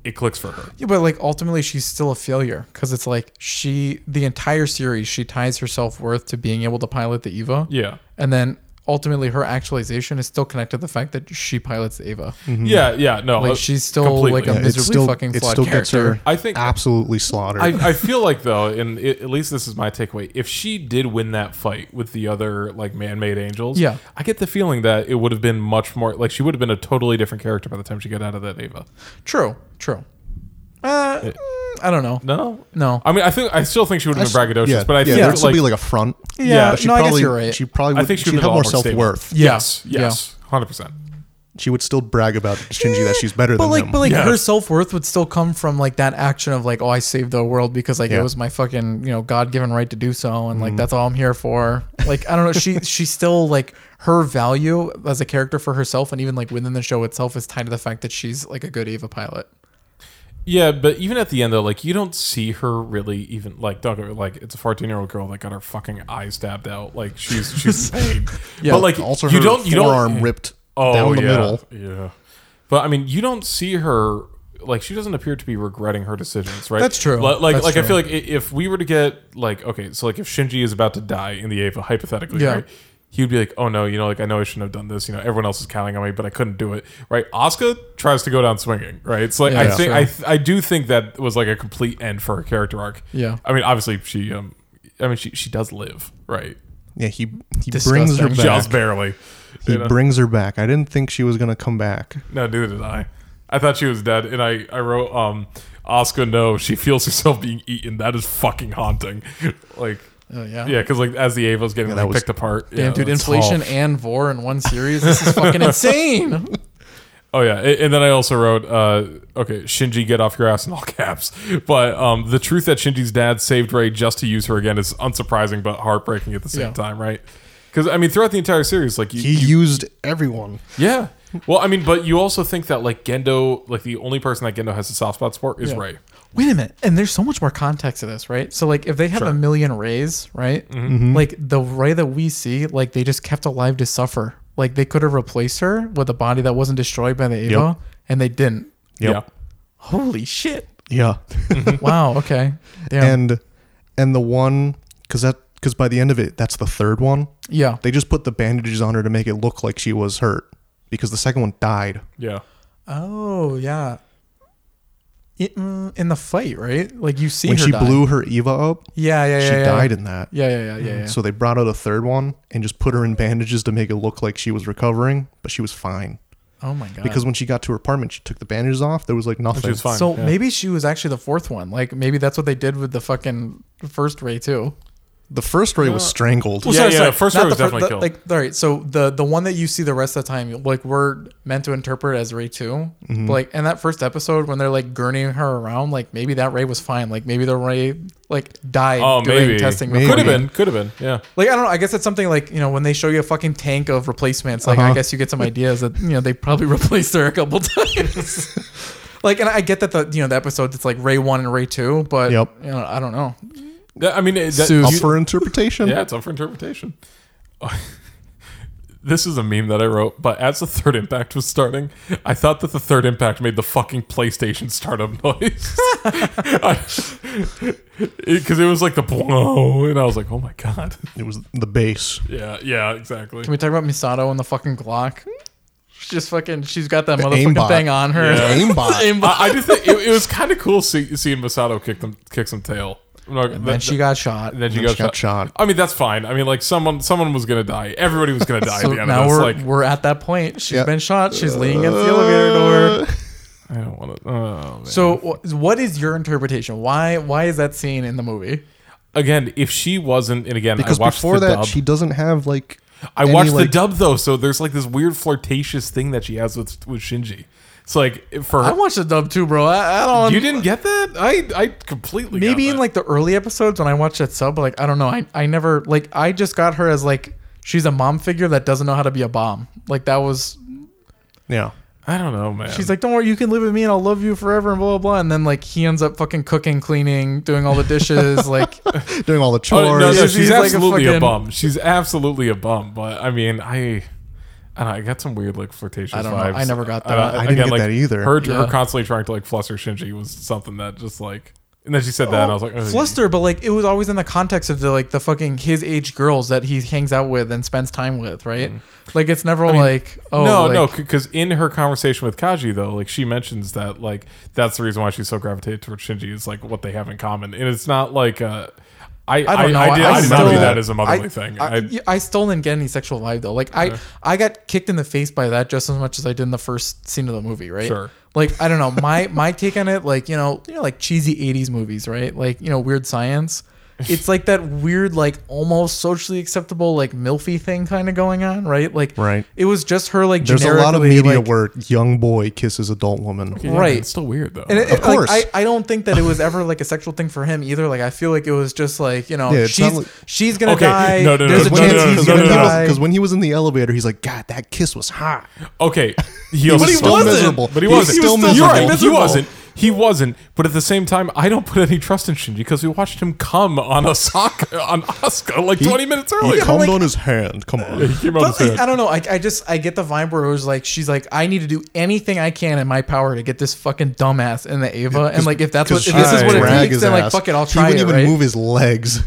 A: it clicks for her.
B: Yeah, but like ultimately, she's still a failure because it's like she, the entire series, she ties her self worth to being able to pilot the Eva.
A: Yeah.
B: And then ultimately, her actualization is still connected to the fact that she pilots the Eva.
A: Yeah, yeah, no,
B: Mm-hmm. Like
A: uh,
B: she's still
A: completely.
B: like a
C: Yeah, it
B: miserably
C: still
B: fucking
C: it
B: flawed
C: still gets
B: character.
C: her.
A: I think-
C: absolutely slaughtered.
A: I, I feel like though, and it, at least this is my takeaway. If she did win that fight with the other like man-made angels,
B: Yeah.
A: I get the feeling that it would have been much more like she would have been a totally different character by the time she got out of that Ava.
B: True, true. Uh, mm, I don't know.
A: No,
B: No.
A: I mean, I think I still think she would
C: I
A: have
C: s-
A: been braggadocious,
C: yeah,
A: but I think
C: yeah,
A: there's,
C: this would
A: like,
C: be like a front.
B: Yeah.
A: Yeah,
C: But she
B: no,
C: probably,
B: I guess you're right.
C: She probably would,
A: I think she
C: she'd
A: would have
C: have
A: a
C: more
A: lot more
C: self
A: stable.
C: worth.
A: yes, yes, hundred percent.
C: She would still brag about Shinji that she's better
B: but
C: than
B: like,
C: him.
B: but like,
A: Yeah.
B: her self worth would still come from like that action of like, oh, I saved the world because like
C: Yeah. Mm.
B: it was my fucking you know God given right to do so, and like that's all I'm here for. Like I don't know, she she still like her value as a character for herself, and even like within the show itself is tied to the fact that she's like a good Ava pilot.
A: Yeah, but even at the end though, like you don't see her really even like don't get me- like it's a fourteen year old girl that got her fucking eyes stabbed out. Like she's she's in pain.
B: Yeah,
A: but like
C: also
A: you
C: her
A: don't you
C: forearm
A: don't
C: ripped
A: oh,
C: down the
A: yeah,
C: middle.
A: Yeah, but I mean you don't see her like she doesn't appear to be regretting her decisions, right?
B: That's true.
A: Like like,
B: That's
A: like I
B: true.
A: feel like i- if we were to get like okay, so like if Shinji is about to die in the Ava hypothetically,
B: Yeah.
A: right? He would be like, "Oh no, you know, like I know I shouldn't have done this. You know, everyone else is counting on me, but I couldn't do it." Right? Oscar tries to go down swinging, right? It's like
B: Yeah,
A: I
B: yeah.
A: think
B: Sure.
A: I th- I do think that was like a complete end for her character arc.
B: Yeah.
A: I mean, obviously she um I mean she she does live, right?
C: Yeah, he he brings her
B: Disgusting.
C: back.
A: Just barely.
C: he
A: You know?
C: brings her back. I didn't think she was gonna come back.
A: no, neither did I. I thought she was dead and I I wrote um Oscar no, she feels herself being eaten. That is fucking haunting. like
B: Oh yeah.
A: yeah, because like as the Ava's getting
C: Yeah, that
A: like,
C: was-
A: picked apart,
B: Damn,
A: yeah,
B: dude,
A: that's
B: inflation
A: tough.
B: and vor in one series. This is fucking insane.
A: Oh yeah, A- and then I also wrote, uh, okay, Shinji, get off your ass in all caps. But um, the truth that Shinji's dad saved Ray just to use her again is unsurprising but heartbreaking at the same
B: Yeah.
A: time, right? Because I mean, throughout the entire series, like you,
C: He used everyone.
A: yeah. Well, I mean, but you also think that like Gendo, like the only person that Gendo has a soft spot for is
B: Yeah.
A: Ray.
B: Wait a minute. And there's so much more context to this, right? So like if they have a million rays, right?
C: Mm-hmm.
B: Like the ray that we see, like they just kept alive to suffer. Like they could have replaced her with a body that wasn't destroyed by the Ava,
C: Yep.
B: and they didn't.
C: Yep.
B: Holy shit.
C: Yeah.
B: wow, okay. Damn.
C: and and the one because that because by the end of it, that's the third one.
B: yeah.
C: They just put the bandages on her to make it look like she was hurt because the second one died.
A: Yeah.
B: Oh, yeah. It- mm, in the fight, right? Like you see
C: when
B: her
C: she
B: die.
C: blew her Eva up,
B: Yeah, yeah, yeah.
C: she
B: yeah.
C: died Mm. in that.
B: Yeah, yeah, yeah, yeah. yeah.
C: So they brought out a third one and just put her in bandages to make it look like she was recovering, but she was fine.
B: oh my god.
C: Because when she got to her apartment, she took the bandages off. There was like nothing.
A: she was fine.
B: So
A: yeah.
B: maybe she was actually the fourth one. Like maybe that's what they did with the fucking first Ray too.
C: The first ray was strangled.
A: Yeah, yeah, the first
B: Not
A: Ray was
B: the fir-
A: definitely
B: the-
A: killed.
B: Like all right, so the the one that you see the rest of the time, like we're meant to interpret as Ray 2
A: Mm-hmm.
B: But like in that first episode when they're like gurneying her around, like maybe that Ray was fine. Like maybe the Ray like died
A: Oh,
B: doing
A: maybe.
B: testing.
C: Maybe.
A: Could
B: before-
A: have been. Could have been. Yeah.
B: Like I don't know. I guess it's something like you know when they show you a fucking tank of replacements. Like I
C: Uh-huh.
B: guess you get some ideas that you know they probably replaced her a couple times. like and I get that the you know the episode it's like Ray one and Ray two, but
C: Yep.
B: you know I don't know.
A: That- I mean, it- that,
B: Sue-
C: Up
B: You-
C: for interpretation.
A: Yeah, it's up for interpretation. this is a meme that I wrote, but as the third impact was starting, I thought that the third impact made the fucking PlayStation startup noise. Because it, was like the blow, and I was like, oh my god.
C: It was the base.
A: Yeah, yeah, exactly.
B: Can we talk about Misato and the fucking Glock? She just fucking she's got that
C: The
B: motherfucking
C: aimbot.
B: thing on her.
A: Yeah.
C: Aimbot.
B: Aimbot.
A: I, I just think it, it was kind of cool see, seeing Masato kick them kick some tail. I'm not-
B: And
A: that-
B: then she got shot.
A: then she
C: then
A: got,
C: she got
A: shot.
C: shot.
A: I mean, that's fine. I mean, like someone someone was gonna die. Everybody was gonna die
B: So
A: at the end
B: now
A: of this.
B: we're,
A: Like,
B: we're at that point. She's
C: Yeah.
B: been shot. She's leaning against the elevator door.
A: I don't want to. Oh, man.
B: So wh- what is your interpretation? Why why is that scene in the movie?
A: again, if she wasn't, and again,
C: Because
A: I watched
C: before
A: the
C: that,
A: dub.
C: she doesn't have like.
A: I
C: any,
A: watched the
C: like-
A: dub though, so there's like this weird flirtatious thing that she has with with Shinji. It's like for
B: I
A: her,
B: watched the dub too, bro. I, I don't.
A: you didn't get that. I I completely got
B: maybe in
A: that.
B: like the early episodes when I watched that sub, like I don't know. I I never like I just got her as like she's a mom figure that doesn't know how to be a bomb. Like that was
C: Yeah.
A: I don't know, man.
B: She's like, "Don't worry, you can live with me, and I'll love you forever," and blah blah blah. And then like he ends up fucking cooking, cleaning, doing all the dishes. like,
C: Doing all the
A: oh,
C: chores.
A: no, no,
B: She's-
A: she's
B: she's like a
A: absolutely a,
B: fucking-
A: bum. She's absolutely a bum. But I mean, I. I don't know, I got some weird like flirtatious
B: I don't know.
A: vibes.
B: I never got
A: don't-
B: that.
C: I didn't get
A: like,
C: that either.
A: Her,
B: Yeah.
A: her constantly trying to like fluster Shinji was something that just like, and then she said that, and I was like, oh,
B: fluster. But like it was always in the context of the like the fucking his age girls that he hangs out with and spends time with, right? Like it's never like oh
A: Mm-hmm. no,
B: like,
A: no, because in her conversation with Kaji, though, like she mentions that, like that's the reason why she's so gravitated towards Shinji is like what they have in common, and it's not like uh, I I,
B: don't know.
A: I, did,
B: I
A: I did
B: still-
A: not do that as a motherly thing. I,
B: I, yeah, I still didn't get any sexual vibe though. Like I, I got kicked in the face by that just as much as I did in the first scene of the movie, right?
A: Sure.
B: Like I don't know my my take on it. Like you know, you know, like cheesy '80s movies, right? Like you know, Weird Science. It's like that weird, like almost socially acceptable, like milfy thing kind of going on, right? Like,
C: Right.
B: It was just her like.
C: There's a lot of
B: generically,
C: media
B: like,
C: where young boy kisses adult woman.
A: yeah,
B: right.
A: It's still weird though.
B: And it,
C: Of
B: it- like,
C: course.
B: I, I don't think that it was ever like a sexual thing for him either. Like I feel like it was just like you know
C: Yeah, it's
B: she's
C: not like-
B: she's gonna
A: Okay,
B: die.
A: no, no, no,
B: There's a
A: no,
C: When-
B: chance
A: no, no,
B: he's
A: no,
B: gonna
A: no, no.
B: die.
C: Because when he was in the elevator, he's like, God, that kiss was hot.
A: Okay, he also still
C: was still
A: wasn't.
C: miserable.
A: But he
C: He was
A: wasn't.
C: still
A: You're right,
C: miserable.
A: He wasn't. He wasn't. But at the same time, I don't put any trust in Shinji because we watched him come on a sock on Asuka like 20 minutes earlier.
C: He cummed
B: like-
C: on his hand. Come on.
A: He came on
B: But
A: the
B: like, I
A: sand.
B: don't know. I, I just I get the vibe where it was like she's like I need to do anything I can in my power to get this fucking dumbass in the Ava, and like if that's what if this is what it
C: Drag
B: takes,
C: his
B: then like
C: ass.
B: fuck it, I'll
C: He
B: try
C: wouldn't
B: it.
C: even
B: Right?
C: move his legs.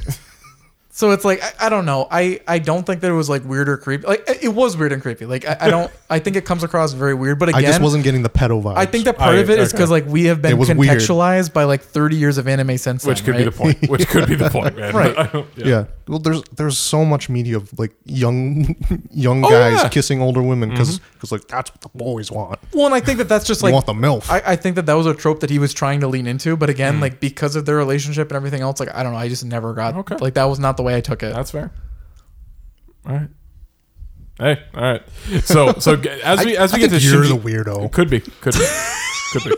B: So it's like I, I don't know. I I don't think that it was like weird or creepy. Like it- it was weird and creepy. Like I, I don't. I think it comes across very weird. But again,
C: I just wasn't getting the pedo vibe.
B: I think that part
A: I-
B: of it is because
A: okay.
B: like we have been
C: It was weird.
B: contextualized by like 30 years of anime since
A: Which
B: then,
A: could be
B: right?
A: the point. Which could be the point, man.
B: Right.
A: I don't-
C: Yeah. Well, there's there's so much media of like young young
A: Oh,
C: guys
A: yeah.
C: kissing older women because like that's what the boys want.
B: Well, and I think that that's just
C: They
B: Mm-hmm. like
C: want the milf.
B: I, I think that that was a trope that he was trying to lean into, but
A: Mm.
B: again, like because of their relationship and everything else, like I don't know, I just never got
A: Okay.
B: like that was not the way I took it.
A: That's fair. All right. Hey, all right. So, so g- as we as we
C: I
A: get to
C: think you're
A: Shinji,
C: the weirdo.
A: could be, could be, could be.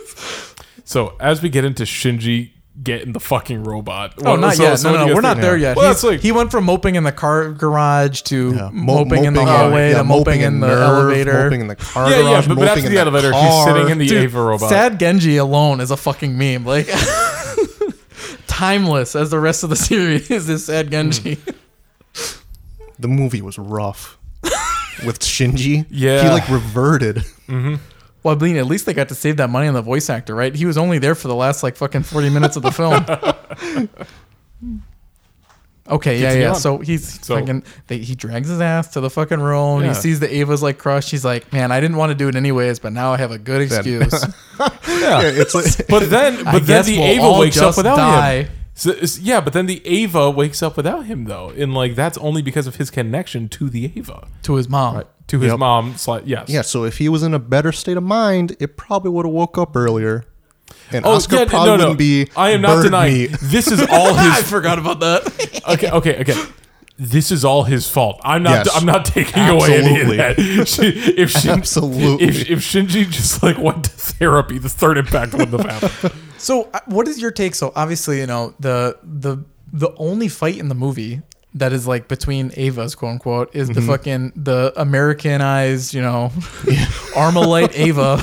A: So, as we get into Shinji getting the fucking robot.
B: oh, not
A: so,
B: yet.
A: so what do you
B: no, no, no,
A: guys
B: we're not
A: think?
B: there yet.
A: Well,
B: He's-
A: that's like-
B: he went from moping in the car garage to
C: Yeah. Mo-
B: moping, in the hallway
C: yeah,
B: to moping, in the
C: nerve,
B: elevator.
C: moping in the car
A: Yeah, yeah,
C: garage,
A: but, but
C: moping
A: after
C: in
A: the elevator, he's
C: car.
A: sitting in the
B: Dude,
A: Ava robot.
B: Sad Genji alone is a fucking meme. Like timeless as the rest of the series is Sad
A: Hmm.
B: Genji.
C: The movie was rough with Shinji.
A: Yeah.
C: he like reverted.
B: Well, I mean, at least they got to save that money on the voice actor, right? He was only there for the last like fucking forty minutes of the film. Okay, yeah, yeah.
A: on.
B: So he's
A: So-
B: fucking. They, he drags his ass to the fucking room.
A: Yeah.
B: He sees the Ava's like crushed. He's like, "Man, I didn't want to do it anyways, but now I have a good excuse."
A: Yeah.
C: Yeah, it's like
A: But then,
B: I
A: but then
B: guess
A: the
B: we'll
A: Ava
B: all
A: wakes up
B: just
A: without
B: die.
A: him. So, it's- yeah, but then the Ava wakes up without him though, and like that's only because of his connection to the Ava,
B: to his mom.
A: to his
C: Yep.
A: mom. Sli- yes.
C: yeah. So if he was in a better state of mind, it probably would have woke up earlier. And Oscar
A: Oh, yeah, no,
C: probably
A: no.
C: wouldn't be.
A: I am not
C: bird
A: denying
C: meat.
A: this is all
B: I
A: his.
B: forgot about that.
A: okay, okay, okay. This is all his fault. I'm not.
C: Yes.
A: I'm not taking away any
C: Absolutely.
A: of that. She- if Shin,
C: Absolutely.
A: If, if Shinji just like went to therapy, the third impact wouldn't have happened.
B: So, uh, what is your take? So, obviously, you know the the the only fight in the movie that is like between Avas, quote unquote, is the fucking the Americanized, you know, Armalite Ava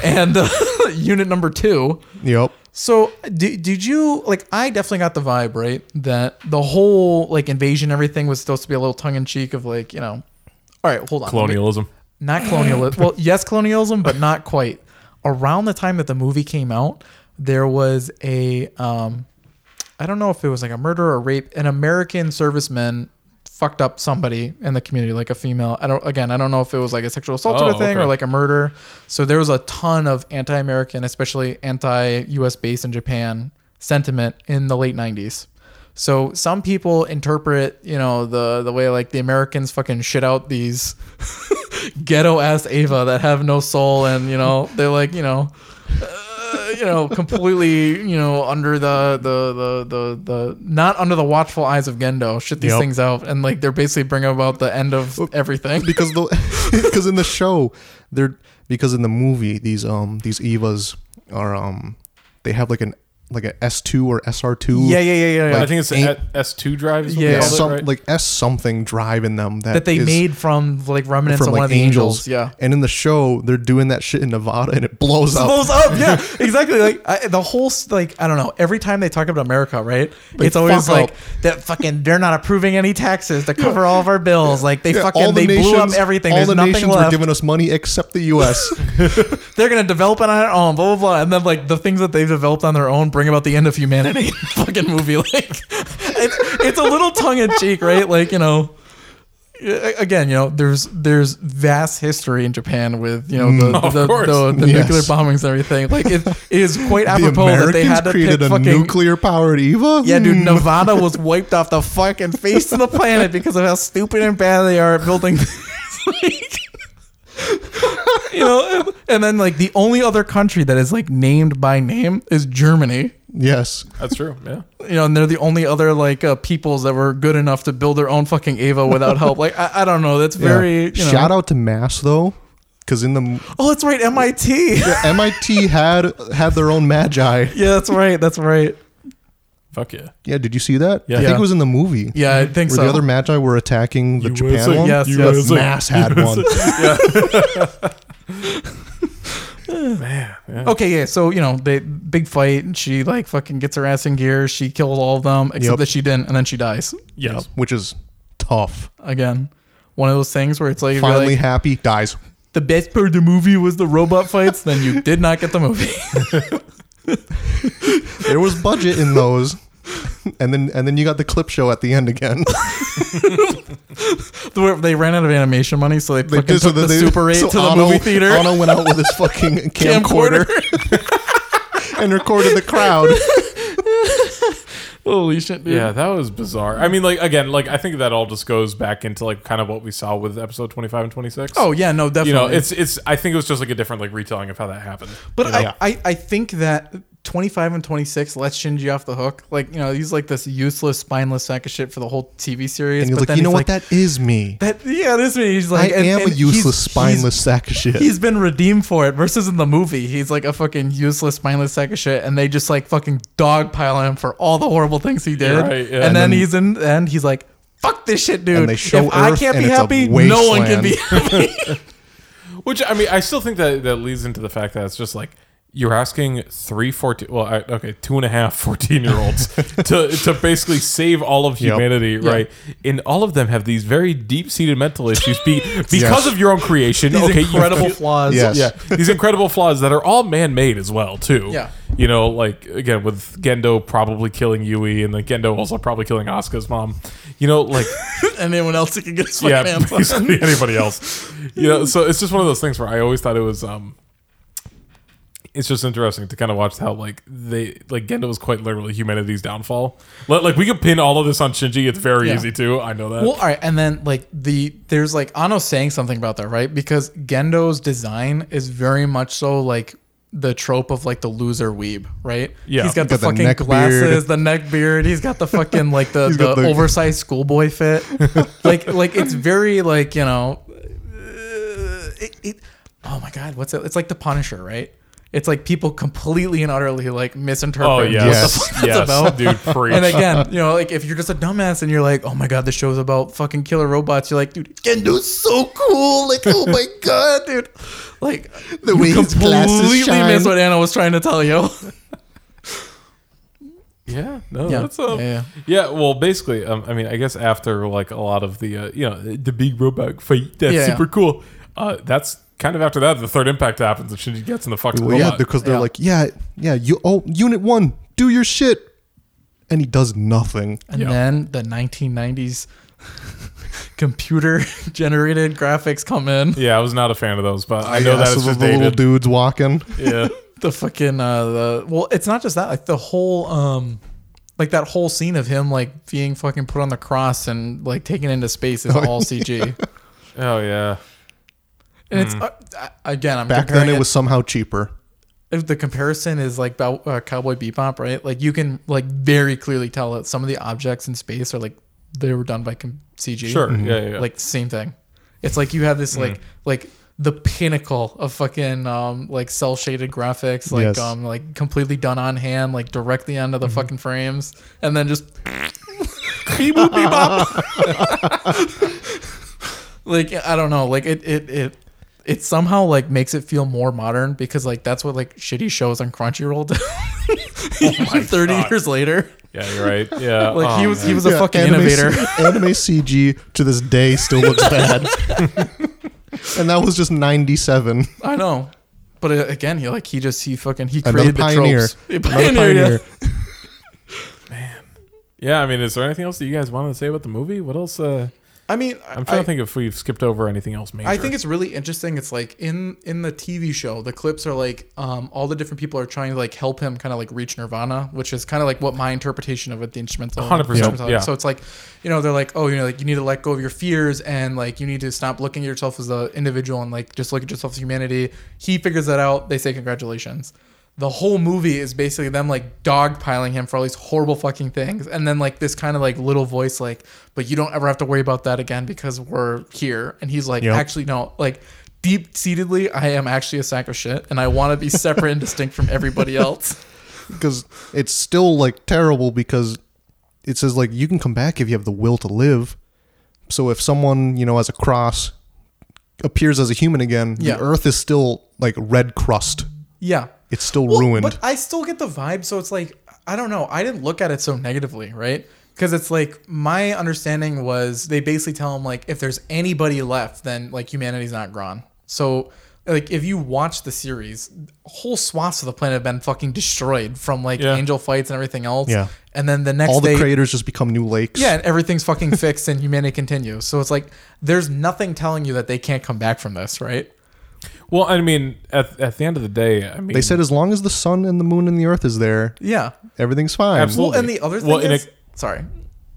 B: and uh, Unit Number Two.
C: Yep.
B: So, did, did you like? I definitely got the vibe, right? That the whole like invasion, everything was supposed to be a little tongue in cheek of like, you know, all right, hold on, let me-
A: Colonialism.
B: not colonialism. well, yes, colonialism, but not quite. Around the time that the movie came out, there was a um, I don't know if it was like a murder or rape. An American serviceman fucked up somebody in the community, like a female. I don't again, I don't know if it was like a sexual assault sort
A: Oh,
B: of thing or
A: okay.
B: like a murder. So there was a ton of anti-American, especially anti-U.S. based in Japan sentiment in the late '90s. So some people interpret, you know, the the way like the Americans fucking shit out these ghetto ass Ava that have no soul and you know they're like you know uh, you know completely you know under the the the the, the not under the watchful eyes of Gendo shit these
C: Yep.
B: things out and like they're basically bringing about the end of everything.
C: because the because in the show they're because in the movie these um these Evas are um they have like an like an S two or SR two
B: Yeah, yeah, yeah, yeah. yeah.
A: I think it's
C: ain't-
A: S two drives.
B: Yeah.
A: Yeah,
C: some,
A: right?
C: like S something drive in them that,
B: that they
C: is
B: made from like remnants
C: from
B: of
C: like
B: one of the angels. Yeah.
C: and in the show they're doing that shit in Nevada and it blows up.
B: blows up. Yeah, exactly. Like I, the whole s- like I don't know. Every time they talk about America, right? it's always
C: fuck
B: like
C: up.
B: that fucking. They're not approving any taxes to cover all of our bills. Like they
C: Yeah,
B: fucking they blew up everything.
C: All
B: There's
C: the
B: nothing
C: nations
B: left.
C: were giving us money except the U.S.
B: they're gonna develop it on their own. Blah blah blah. And then like the things that they've developed on their own bring about the end of humanity. fucking movie. Like it, it's a little tongue in cheek, right? Like you know. a- again, you know, there's there's vast history in Japan with you know the
A: of
B: the,
A: course.
B: the, the
C: Mm, Yes.
B: nuclear bombings and everything. Like it, it is quite
C: the
B: apropos
C: Americans
B: that they had to pick
C: created a
B: fucking
C: nuclear powered Eva.
B: yeah, dude.
C: Hmm.
B: Nevada was wiped off the fucking face of the planet because of how stupid and bad they are at building. things. Like, you know, and, and then like the only other country that is like named by name is Germany
C: Yes.
A: That's true. Yeah.
B: you know, and they're the only other like uh, peoples that were good enough to build their own fucking Ava without help. Like I, I don't know. That's very
C: yeah.
B: you know.
C: Shout out to Mass though, because in the
B: Oh, that's right, MIT.
C: yeah, MIT had had their own magi.
B: yeah, that's right. That's right.
A: Fuck yeah.
C: Yeah, did you see that?
A: Yeah.
C: I think
B: Yeah.
C: it was in the movie.
B: Yeah, I think
C: Where
B: so.
C: the other magi were attacking the
A: USA,
C: Japan one.
B: Yes,
A: USA.
B: yes.
C: Mass had one.
A: Man. Yeah.
B: okay, yeah. So you know, they big fight. and She like fucking gets her ass in gear. She kills all of them except
C: Yep.
B: that she didn't, and then she dies
A: Yes.
C: Which is tough.
B: again. One of those things where it's like, if you're
C: Finally
B: like,
C: happy, dies.
B: the best part of the movie was the robot fights. then you did not get the movie.
C: There was budget in those. And then and then you got the clip show at the end again.
B: they ran out of animation money, so they,
C: They
B: fucking
C: did-
B: took
C: so
B: the
C: they-
B: Super Eight
C: so
B: to the
C: Anno-
B: movie theater.
C: Anno went out with his fucking camcorder, and recorded the crowd.
B: Holy shit, dude.
A: Yeah, that was bizarre. I mean, like again, like I think that all just goes back into like kind of what we saw with episode twenty five and twenty six.
B: Oh yeah, no, definitely.
A: you know, it's it's. I think it was just like a different like retelling of how that happened.
B: but
A: you
B: I,
A: know?
B: I, I think that 25 and 26 lets Shinji off the hook. Like, you know, he's like this useless, spineless sack of shit for the whole TV series.
C: And he
B: but
C: was
B: then
C: like, you know
B: he's
C: what? that is me.
B: That yeah, this is he's like
C: I
B: and-
C: am
B: and
C: a
B: he's-
C: useless,
B: he's-
C: spineless sack of shit.
B: He's been redeemed for it. Versus in the movie, he's like a fucking useless, spineless sack of shit, and they just like fucking dogpile him for all the horrible things he did.
A: Right, yeah. And
B: And, then,
C: then-
B: he's in, and he's like, "Fuck this shit, dude.
C: they show
B: if I
C: Earth
B: can't
C: and
B: be
C: it's a
B: happy, no one can
C: wasteland."
B: be happy."
A: Which I mean, I still think that that leads into the fact that it's just like you're asking three 14 well I, okay two and a half 14 year olds to to basically save all of
C: Yep.
A: humanity right and all of them have these very deep-seated mental issues be, because
C: Yes.
A: of your own creation
B: These
A: okay you-
B: incredible flaws.
C: Yes.
A: yeah these incredible flaws that are all man-made as well too
B: Yeah.
A: you know like again with gendo probably killing yui and then gendo also probably killing asuka's mom you know like
B: anyone else that can get his
A: yeah,
B: fucking hands on.
A: basically anybody else. You know, so it's just one of those things where I always thought it was. um It's just interesting to kind of watch how like they like Gendo was quite literally humanity's downfall. Like, like we could pin all of this on Shinji. It's very
B: Yeah.
A: easy to. I know that.
B: Well, all right, and then like the there's like Ano saying something about that, right? Because Gendo's design is very much so like the trope of like the loser weeb, right?
A: Yeah.
B: he's got, the,
C: Got the
B: fucking
C: neck
B: glasses,
C: beard.
B: the neck beard. He's got the fucking like the,
C: He's
B: the,
C: got the-
B: oversized schoolboy fit. like like it's very like you know, uh, it, it, oh my god, what's it? It's like the Punisher, right? It's like people completely and utterly like misinterpret.
A: oh
B: what the
A: yes,
B: fuck that's
A: yes,
B: about.
A: dude, preach.
B: And again, you know, like if you're just a dumbass and you're like, oh my god, the show's about fucking killer robots, you're like, dude, Gendo's so cool. Like, oh my god, dude. Like
C: The way his glasses
B: completely
C: shine.
B: missed what Anna was trying to tell you.
A: yeah, no,
B: Yeah.
A: that's um,
B: Yeah, yeah.
A: yeah, Well, basically, um, I mean, I guess after like a lot of the uh, you know the big robot fight, that's
B: Yeah.
A: super cool. Uh, that's kind of after that the third impact happens and Shinji gets in the fucking
C: Well, yeah,
A: robot.
C: because they're
B: Yeah.
C: like, yeah, yeah, you oh, unit one, do your shit, and he does nothing.
B: And
A: Yeah.
B: then the 1990s computer generated graphics come in.
A: Yeah, I was not a fan of those, but I know
C: Yeah,
A: that
C: so
A: it's
C: the
A: just
C: little
A: dated.
C: dudes walking.
A: Yeah,
B: the fucking uh the well it's not just that like the whole um like that whole scene of him like being fucking put on the cross and like taken into space is all CG.
A: oh yeah,
B: And it's uh, uh, again I'm
C: Mm. Back
B: comparing
C: then, it was somehow cheaper.
B: if the comparison is like about uh, Cowboy Bebop, right? Like you can like very clearly tell that some of the objects in space are like they were done by com- CG.
A: sure, yeah, yeah, Mm-hmm. yeah.
B: Mm-hmm. like the same thing. It's like you have this like like the pinnacle of fucking um like cell shaded graphics, like
C: Yes.
B: um
C: Mm-hmm.
B: like completely done on hand, like directly onto the fucking frames, and then just beep boop, beep bop. like I don't know, like it it it it somehow like makes it feel more modern because like that's what like shitty shows on Crunchyroll do. Thirty
A: Oh God.
B: years later,
A: yeah, you're right. Yeah,
B: like he
A: oh,
B: was he
A: man.
B: was a
C: Yeah,
B: fucking
C: anime,
B: innovator.
C: anime CG to this day still looks bad. and that was just 97.
B: I know. But uh, again, he like he just he fucking he
C: Another
B: created the
C: pioneer.
B: tropes. A
C: Another pioneer.
A: yeah. I mean, is there anything else that you guys wanted to say about the movie? What else? Uh,
B: I mean,
A: I'm trying to think if we've skipped over anything else major.
B: I think it's really interesting. It's like in in the TV show, the clips are like um, all the different people are trying to like help him kind of like reach Nirvana, which is kind of like what my interpretation of what the instrumental.
A: 100%,
B: instrumental-
A: yeah.
B: So it's like, you know, they're like, oh, you know, like you need to let go of your fears and like you need to stop looking at yourself as an individual and like just look at yourself as humanity. He figures that out. They say congratulations. The whole movie is basically them like dogpiling him for all these horrible fucking things, and then like this kind of like little voice like, but you don't ever have to worry about that again because we're here. And he's like,
C: Yep.
B: actually no, like deep seatedly, I am actually a sack of shit, and I want to be separate and distinct from everybody else.
C: because it's still like terrible because it says like you can come back if you have the will to live. So if someone you know as a cross appears as a human again,
B: Yeah.
C: the Earth is still like red crust.
B: Yeah,
C: It's still
B: Well,
C: ruined.
B: But I still get the vibe, so it's like I don't know. I didn't look at it so negatively, right? Because it's like my understanding was they basically tell him like if there's anybody left, then like humanity's not gone. So like if you watch the series, whole swaths of the planet have been fucking destroyed from like
A: Yeah.
B: angel fights and everything else.
C: Yeah.
B: And then the next
C: All the
B: day,
C: craters just become new lakes.
B: yeah, and everything's fucking fixed and humanity continues. So it's like there's nothing telling you that they can't come back from this, right?
A: well, I mean, at, at the end of the day, I mean,
C: They said as long as the sun and the moon and the Earth is there,
B: Yeah.
C: everything's fine.
A: Absolutely.
B: Well, and the other thing
A: Well, and
B: is,
A: it-
B: sorry,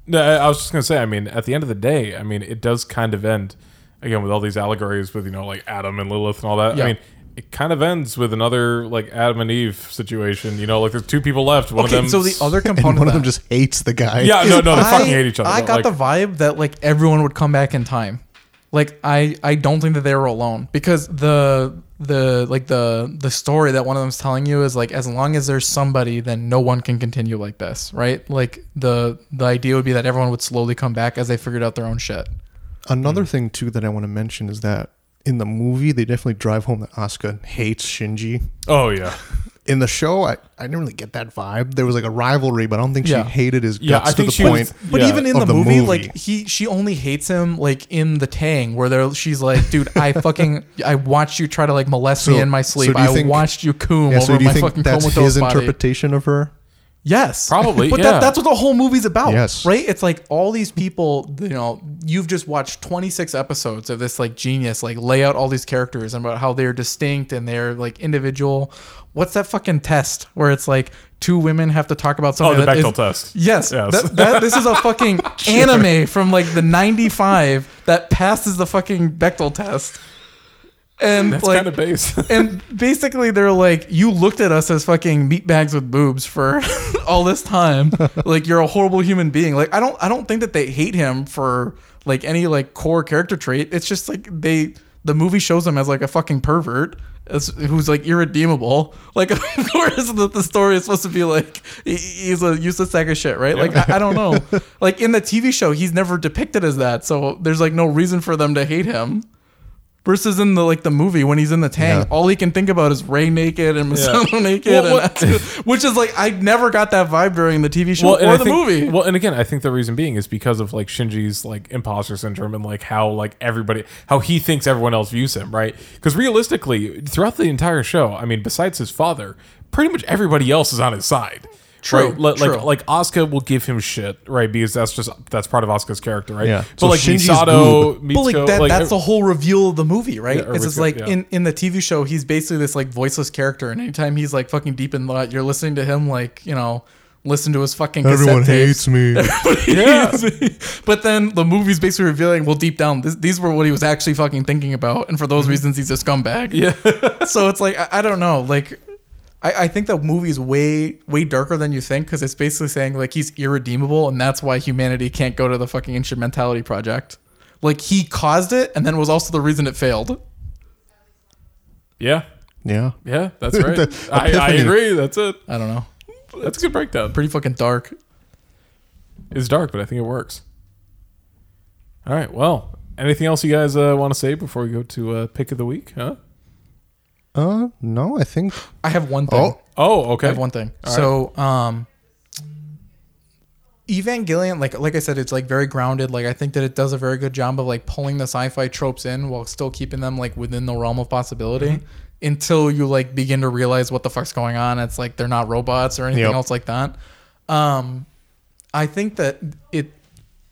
A: No, I I was just gonna say. I mean, at the end of the day, I mean, it does kind of end again with all these allegories with you know like Adam and Lilith and all that.
B: Yeah.
A: I mean, it kind of ends with another like Adam and Eve situation. You know, like there's two people left. One of
B: Okay,
A: them.
B: so the other
C: And
B: component
C: one of
B: that-
C: them just hates the guy.
A: Yeah, no, no, they
B: I-
A: fucking hate each other.
B: I
A: but,
B: got
A: like,
B: the vibe that like everyone would come back in time. Like I, I don't think that they were alone because the the like the the story that one of them's telling you is like as long as there's somebody, then no one can continue like this, right? Like the the idea would be that everyone would slowly come back as they figured out their own shit. Hmm.
C: Another thing too that I want to mention is that in the movie they definitely drive home that Asuka hates Shinji.
A: Oh yeah,
C: In the show, I, I didn't really get that vibe. There was like a rivalry, but I don't think
B: Yeah.
C: she hated his guts
A: Yeah, I
C: to
A: think
C: the
A: she
C: point.
A: was-
B: But
A: Yeah,
B: even in
C: of
B: the,
C: the
B: movie,
C: movie.
B: like he, she only hates him like in the Tang, where they're, she's like, "Dude, I fucking, I watched you try to like molest me
C: So-
B: in my
C: so
B: sleep.
C: do you
B: I
C: think-
B: watched you coom
C: yeah,
B: over
C: so do you
B: my fucking
C: think that's
B: comatose
C: his
B: body."
C: interpretation of her?
B: Yes,
A: Probably,
B: But
A: yeah.
B: that, that's what the whole movie's about.
C: Yes.
B: right. It's like all these people. You know, you've just watched 26 episodes of this like genius like lay out all these characters and about how they're distinct and they're like individual. What's that fucking test where it's like two women have to talk about
A: oh
B: something?
A: the
B: that is-
A: Bechdel test.
B: Yes,
A: Yes.
B: That, that, this is a fucking anime from like the 95 that passes the fucking Bechdel test. And
A: That's
B: like
A: kind of base.
B: and basically they're like you looked at us as fucking meatbags with boobs for all this time like you're a horrible human being like i don't i don't think that they hate him for like any like core character trait it's just like they the movie shows him as like a fucking pervert as, who's like irredeemable like of course the, the story is supposed to be like he- he's a useless sack of shit right like I, I don't know like in the tv show he's never depicted as that so there's like no reason for them to hate him Versus in the like the movie when he's in the tank,
C: Yeah.
B: all he can think about is Ray naked and Masato naked,
A: Well,
B: and
A: what-
B: Atsu, which is like I never got that vibe during the TV show
A: and
B: or
A: I
B: the
A: think-
B: movie.
A: Well, and again, I think the reason being is because of like Shinji's like imposter syndrome and like how like everybody how he thinks everyone else views him, right? Because realistically, throughout the entire show, I mean, besides his father, pretty much everybody else is on his side.
B: True,
A: Right? Like,
B: true.
A: like Asuka will give him shit, right? Because that's just that's part of Asuka's character, right?
C: Yeah.
A: But
C: So
A: like
C: Shinji's
A: Misato, Mitsuko,
B: but like, that, that's the
A: ev-
B: whole reveal of the movie, right?
A: Yeah, or
B: it's just
A: reveal-
B: like
A: yeah.
B: in, in the TV show, he's basically this like voiceless character, and anytime he's like fucking deep in thought, you're listening to him like you know listen to his fucking cassette
C: Everyone
B: tapes.
C: hates me.
A: Yeah.
B: but then the movie's basically revealing, well, deep down, this, these were what he was actually fucking thinking about, and for those
A: Mm-hmm.
B: reasons, he's a scumbag. Yeah. so it's like I, I don't know, like. I, I think the movie's way way darker than you think because it's basically saying like he's irredeemable and that's why humanity can't go to the fucking instrumentality project. Like he caused it and then was also the reason it failed.
A: yeah,
C: yeah.
A: yeah, that's right.
C: The
A: I, I
C: epiphany.
A: agree. That's it.
B: I don't know.
A: That's a good breakdown.
B: Pretty fucking dark.
A: It's dark, but I think it works. All right. Well, anything else you guys uh, want to say before we go to uh, pick of the week? Huh?
C: Uh, no, I think.
B: I have one thing.
C: Oh,
A: Oh,
B: I
A: okay.
B: have one thing.
A: All
B: so, um, Evangelion, like like I said, it's like very grounded. Like I think that it does a very good job of like pulling the sci-fi tropes in while still keeping them like within the realm of possibility.
A: Mm-hmm.
B: Until you like begin to realize what the fuck's going on. It's like they're not robots or anything
C: Yep.
B: else like that. Um, I think that it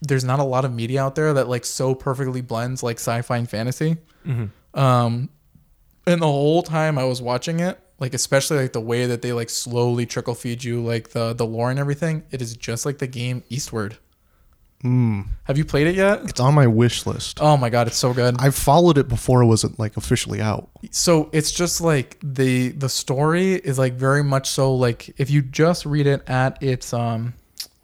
B: there's not a lot of media out there that like so perfectly blends like sci-fi and fantasy.
A: Mm-hmm.
B: Um, and the whole time I was watching it, like especially like the way that they like slowly trickle feed you like the the lore and everything, it is just like the game Eastward. Have you played it yet?
C: It's on my wish list.
B: Oh my god, it's so good.
C: I followed it before it wasn't like officially out.
B: so it's just like the the story is like very much so like if you just read it at its um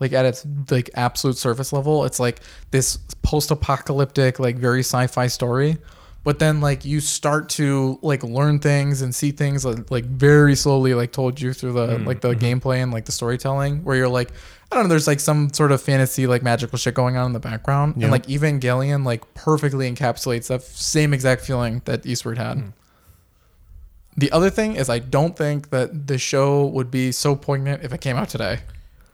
B: like at its like absolute surface level it's like this post-apocalyptic like very sci-fi story but then like you start to like learn things and see things like, like very slowly like told you through the like the gameplay and like the storytelling where you're like i don't know there's like some sort of fantasy like magical shit going on in the background and like evangelion like perfectly encapsulates that same exact feeling that eastward had the other thing is, I don't think that the show would be so poignant if it came out today.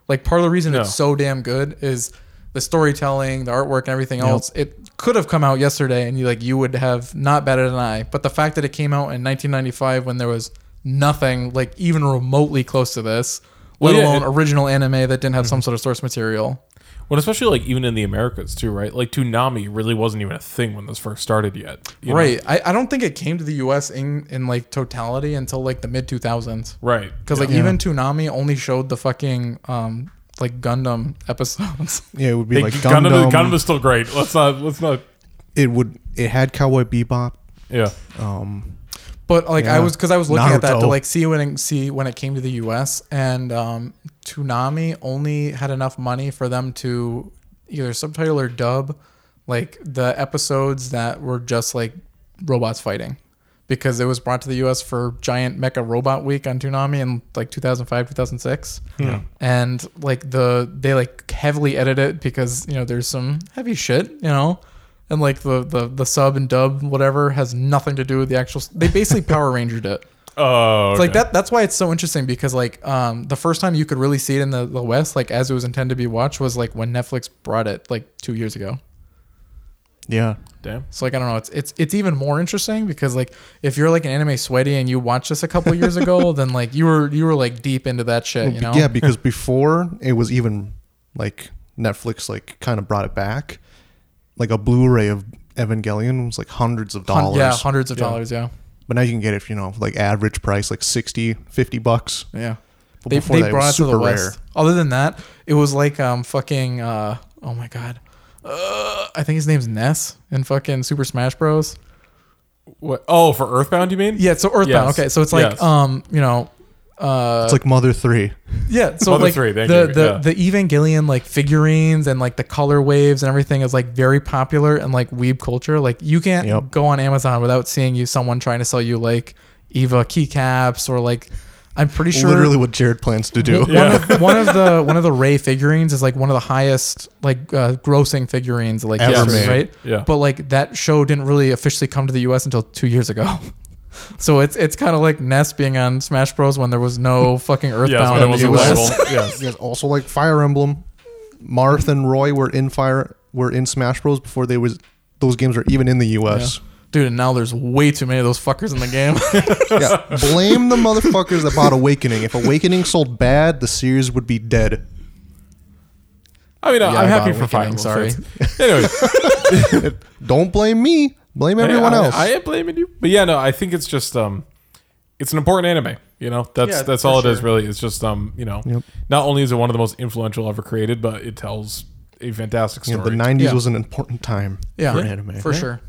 B: Like part of the reason
A: No.
B: it's so damn good is the storytelling, the artwork, and everything else. It could have come out yesterday, and you like you would have not batted an eye. But the fact that it came out in 1995 when there was nothing like even remotely close to this,
A: Well,
B: let
A: yeah,
B: alone
A: it- Mm-hmm.
B: original anime that didn't have some sort of source material.
A: Well, especially like even in the Americas too, right? Like Toonami really wasn't even a thing when this first started yet. you know?
B: Right. I, I don't think it came to the U.S. in in like totality until like the mid 2000s.
A: Right.
B: Because like
C: Yeah.
B: even Toonami only showed the fucking um like Gundam episodes.
C: Yeah, it would be
A: Hey,
C: like
A: Gundam,
C: Gundam.
A: Gundam is still great. Let's not. Let's not.
C: It would. It had Cowboy Bebop.
A: Yeah.
C: Um,
B: But like I
C: Yeah.
B: was because I was looking at that to
C: Naruto.
B: like see when it, see when it came to the U.S. and um, Toonami only had enough money for them to either subtitle or dub like the episodes that were just like robots fighting because it was brought to the U.S. for Giant Mecha Robot Week on Toonami in like 2005 2006.
A: Yeah.
B: and like the they like heavily edit it because you know there's some heavy shit you know and like the the, the sub and dub whatever has nothing to do with the actual s- they basically power rangered it
A: Oh.
B: It's like
A: okay.
B: that that's why it's so interesting because like um the first time you could really see it in the, the west like as it was intended to be watched was like when netflix brought it like two years ago
C: yeah.
A: Damn.
B: so like I don't know, it's it's it's even more interesting because like if you're like an anime sweaty and you watched this a couple years ago, then like you were you were like deep into that shit, you know?
C: Yeah, because before it was even like Netflix like kind of brought it back. Like a Blu-ray of Evangelion was like hundreds of
B: Hun-
C: dollars.
B: yeah, hundreds of
A: Yeah.
B: dollars, yeah,
C: But now you can get it, for, you know, like average price, like 60, 50 bucks.
B: yeah.
C: But
B: they,
C: before
B: they
C: that, it
B: brought
C: was
B: it to the
C: super rare.
B: west. Other than that, it was like um fucking uh oh my god, uh, I think his name's Ness in fucking Super Smash Bros.
A: What? Oh, for Earthbound, you mean?
B: Yeah, so Earthbound.
A: Yes.
B: Okay, so it's like
A: Yes.
B: um you know. Uh,
C: It's like Mother Three.
B: yeah, so
A: Mother
B: like
A: three, thank
B: the
A: you,
B: the
A: yeah.
B: the Evangelion like figurines and like the color waves and everything is like very popular in like weeb culture. Like you can't
C: Yep.
B: go on Amazon without seeing you someone trying to sell you like Eva keycaps or like I'm pretty sure
C: Literally what Jared plans to do.
B: one, of, one of the one of the Ray figurines is like one of the highest like uh, grossing figurines like
C: Ever
B: history,
C: made.
B: right?
A: Yeah.
B: But like that show didn't really officially come to the U.S. until two years ago. So it's it's kind of like Ness being on Smash Bros when there was no fucking
A: Yes,
B: Earthbound
A: when it
B: in the
A: wasn't
C: was-
B: U.S.
A: available. yes.
C: Yes, also like Fire Emblem. Marth and Roy were in Fire were in Smash Bros before they was those games were even in the US.
B: Dude, and now there's way too many of those fuckers in the game.
C: Yeah. Blame the motherfuckers that bought Awakening. If Awakening sold bad, the series would be dead.
A: I mean,
B: Yeah,
A: I'm happy
B: about
A: for Fire
B: Awakening,
A: Emblem
B: sorry.
A: Six. Anyways,
C: Don't blame me. Blame everyone
A: I, I-
C: else.
A: I, am blaming you, but yeah, no, I think it's just um, it's an important anime. You know, that's
B: Yeah,
A: that's
B: for
A: all it is
B: sure.
A: really. It's just um, you know,
C: Yep.
A: not only is it one of the most influential ever created, but it tells a fantastic
C: You
A: story.
C: know, the 90s
B: Yeah.
C: was an important time
B: yeah,
C: for
A: eh?
C: anime.
B: for
C: right?
B: sure.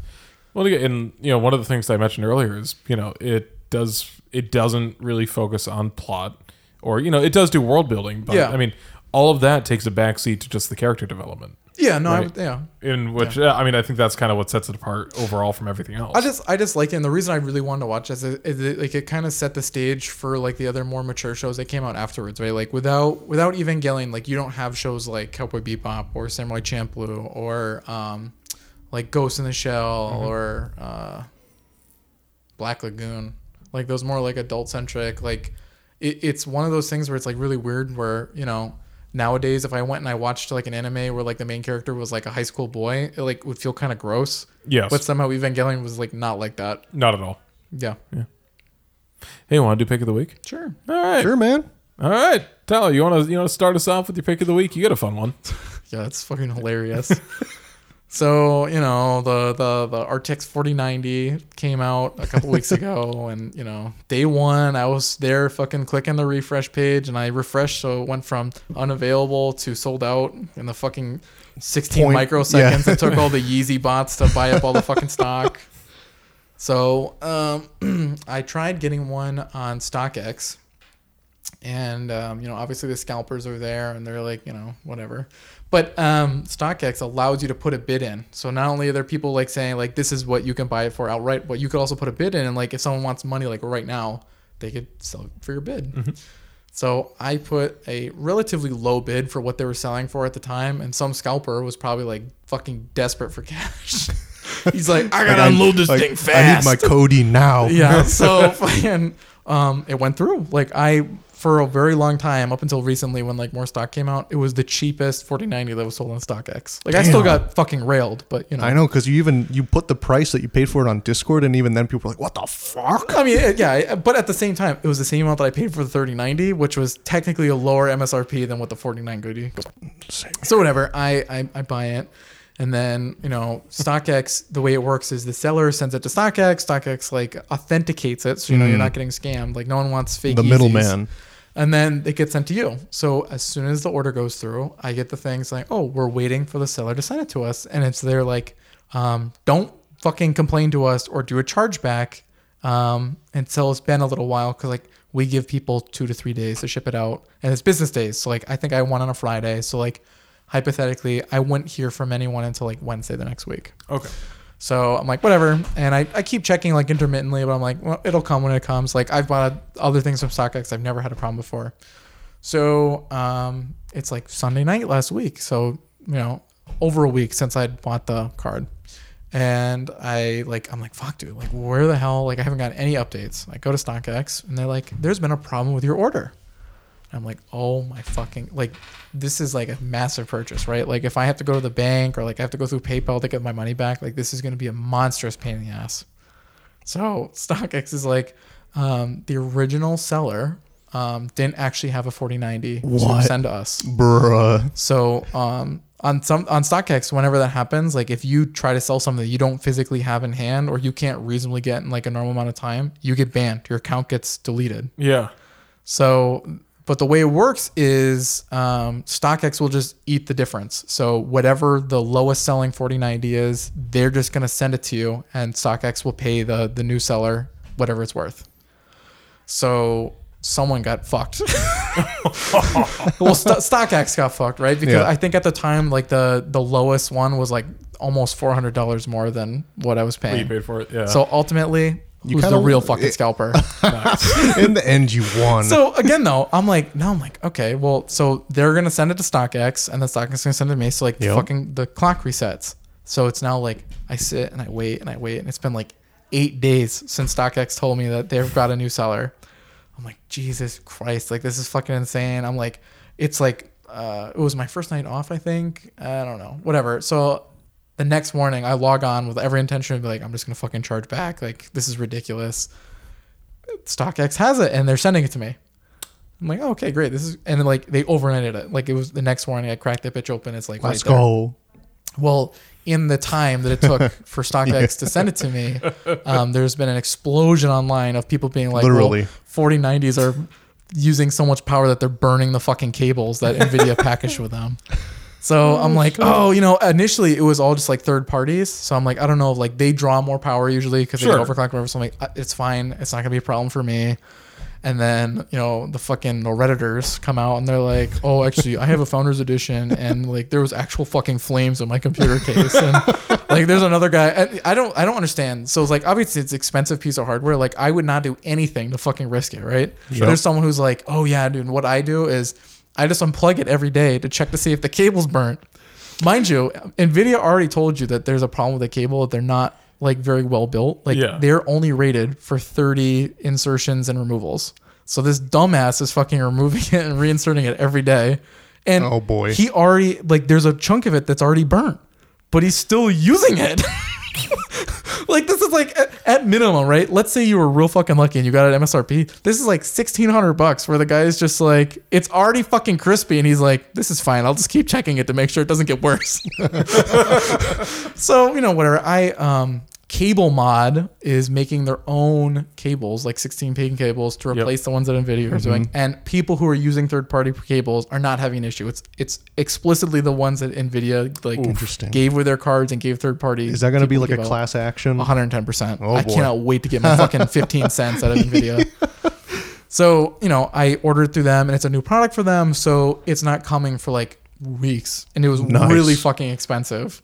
A: Well, again, and you know, one of the things that I mentioned earlier is you know it does it doesn't really focus on plot, or you know, it does do world building, but
B: Yeah.
A: I mean, all of that takes a backseat to just the character development.
B: Yeah, no, I
A: Right.
B: would yeah.
A: In which, uh, I mean, I think that's kind of what sets it apart overall from everything else.
B: I just I just like it. And the reason I really wanted to watch this is, is it, like it kind of set the stage for like the other more mature shows that came out afterwards, right? Like without without Evangelion, like you don't have shows like Cowboy Bebop or Samurai Champloo or um like Ghost in the Shell or uh Black Lagoon. Like those more like adult centric. Like it, it's one of those things where it's like really weird where, you know, nowadays if I went and I watched like an anime where like the main character was like a high school boy, it like would feel kind of gross.
A: yes,
B: But somehow Evangelion was like not like that.
A: not at all.
B: Yeah.
A: Hey, want to do pick of the week?
B: Sure.
A: All right.
C: Sure, man.
A: All right, Tyler, you want to you want to start us off with your pick of the week? You got a fun one.
B: Yeah, that's fucking hilarious. so, you know, the, the, the RTX 4090 came out a couple weeks ago, and, you know, day one, I was there fucking clicking the refresh page, and I refreshed, so it went from unavailable to sold out in the fucking 16
C: Point-
B: microseconds.
C: yeah.
B: it took all the Yeezy bots to buy up all the fucking stock. So, um, I tried getting one on StockX and um, you know obviously the scalpers are there and they're like you know whatever but um, stockx allows you to put a bid in so not only are there people like saying like this is what you can buy it for outright but you could also put a bid in and like if someone wants money like right now they could sell it for your bid so i put a relatively low bid for what they were selling for at the time and some scalper was probably like fucking desperate for cash he's like i gotta
C: I-
B: unload this
C: like,
B: thing fast
C: I need my Cody now.
B: yeah. So fucking, um, it went through. Like I, for a very long time, up until recently, when like more stock came out, it was the cheapest 4090 that was sold on StockX. Like I still
C: Damn.
B: got fucking railed, but you know.
C: I know because you even you put the price that you paid for it on Discord, and even then people were like, "What the fuck?"
B: I mean, it- yeah, it- but at the same time, it was the same amount that I paid for the 3090, which was technically a lower MSRP than what the 4090 goes
C: Same.
B: So whatever, I, I I buy it, and then you know StockX. The way it works is the seller sends it to StockX. StockX like authenticates it, so you know you're not getting scammed. Like no one wants fake.
C: Mm. The
B: Yeezys.
C: middleman.
B: Mm-hmm. And then it gets sent to you. So as soon as the order goes through, I get the thing saying, "Oh, we're waiting for the seller to send it to us," and it's there like, um, "Don't fucking complain to us or do a chargeback." Um, until it's been a little while, because like we give people two to three days to ship it out, and it's business days. So like I think I won on a Friday. So like hypothetically, I wouldn't hear from anyone until like Wednesday the next week.
A: Okay.
B: So I'm like, whatever. And I, I keep checking like intermittently, but I'm like, well, it'll come when it comes. Like I've bought other things from StockX. I've never had a problem before. So um, it's like Sunday night last week. So, you know, over a week since I'd bought the card. And I like, I'm like, fuck, dude, like, where the hell? Like, I haven't got any updates. I go to StockX and they're like, there's been a problem with your order. I'm like, oh my fucking like this is like a massive purchase, right? Like if I have to go to the bank or like I have to go through PayPal to get my money back, like this is gonna be a monstrous pain in the ass. So StockX is like, um, the original seller um, didn't actually have a 4090
C: What?
B: to send to us.
C: Bruh.
B: So um, on some on StockX, whenever that happens, like if you try to sell something that you don't physically have in hand or you can't reasonably get in like a normal amount of time, you get banned. Your account gets deleted.
A: Yeah.
B: So, but the way it works is um, StockX will just eat the difference. So, whatever the lowest selling 4090 is, they're just going to send it to you, and StockX will pay the, the new seller whatever it's worth. So, someone got fucked. well, Sto- StockX got fucked, right? Because
C: Yeah.
B: I think at the time, like the the lowest one was like almost four hundred dollars more than what I was
A: Well, you
B: paying.
A: paid for it. Yeah.
B: So ultimately,
C: You
B: who's the
C: kinda-
B: real fucking
C: it-
B: scalper?
C: In the end, you won.
B: So again, though, I'm like, now I'm like, okay, well, so they're gonna send it to StockX, and then StockX is gonna send it to me. So like, the
C: Yep.
B: fucking the clock resets. So it's now like I sit and I wait and I wait, and it's been like eight days since StockX told me that they've got a new seller. I'm like, Jesus Christ, like this is fucking insane. I'm like, it's like, uh, it was my first night off, I think. I don't know, whatever. So the next morning, I log on with every intention of be like, I'm just gonna fucking charge back. Like this is ridiculous. StockX has it, and they're sending it to me. I'm like, oh, okay, great. This is, and then like they overnighted it. Like it was the next morning. I cracked that bitch open. It's like,
C: Let's
B: right there.
C: go.
B: Well, in the time that it took for StockX to send it to me, um, there's been an explosion online of people being like,
C: Literally.
B: well, 4090s are using so much power that they're burning the fucking cables that NVIDIA packaged with them. So I'm like, oh, you know, initially it was all just like third parties. So I'm like, I don't know, like they draw more power usually because they
A: Sure.
B: get overclocked, whatever. So I'm like, uh, it's fine. It's not gonna be a problem for me. And then you know the fucking redditors come out and they're like, oh, actually, I have a founders edition, and like there was actual fucking flames in my computer case, and like there's another guy. I, I don't I don't understand. So it's like obviously it's an expensive piece of hardware. Like I would not do anything to fucking risk it, right?
C: Sure.
B: There's someone who's like, oh yeah, dude. What I do is I just unplug it every day to check to see if the cable's burnt. Mind you, Nvidia already told you that there's a problem with the cable. They're not like very well built. Like
A: Yeah.
B: they're only rated for 30 insertions and removals. So this dumbass is fucking removing it and reinserting it every day. And
C: Oh, boy.
B: he already like there's a chunk of it that's already burnt, but he's still using it. Like this is like at, at minimum, right? Let's say you were real fucking lucky and you got it at MSRP. This is like sixteen hundred bucks where the guy is just like, it's already fucking crispy, and he's like, this is fine. I'll just keep checking it to make sure it doesn't get worse. so you know whatever. I um cable mod is making their own cables, like sixteen pin cables, to replace the ones that Nvidia
C: Mm-hmm.
B: are doing. And people who are using third party cables are not having an issue. It's it's explicitly the ones that Nvidia like
C: Interesting.
B: gave with their cards and gave third party.
C: Is that going to be
B: people
C: like a
B: give Uh, out.
C: class action?
B: 110%.
C: Oh,
B: I
C: boy.
B: cannot wait to get my fucking 15 cents out of NVIDIA. So, you know, I ordered through them and it's a new product for them. So it's not coming for like weeks. And it was
C: Nice.
B: really fucking expensive.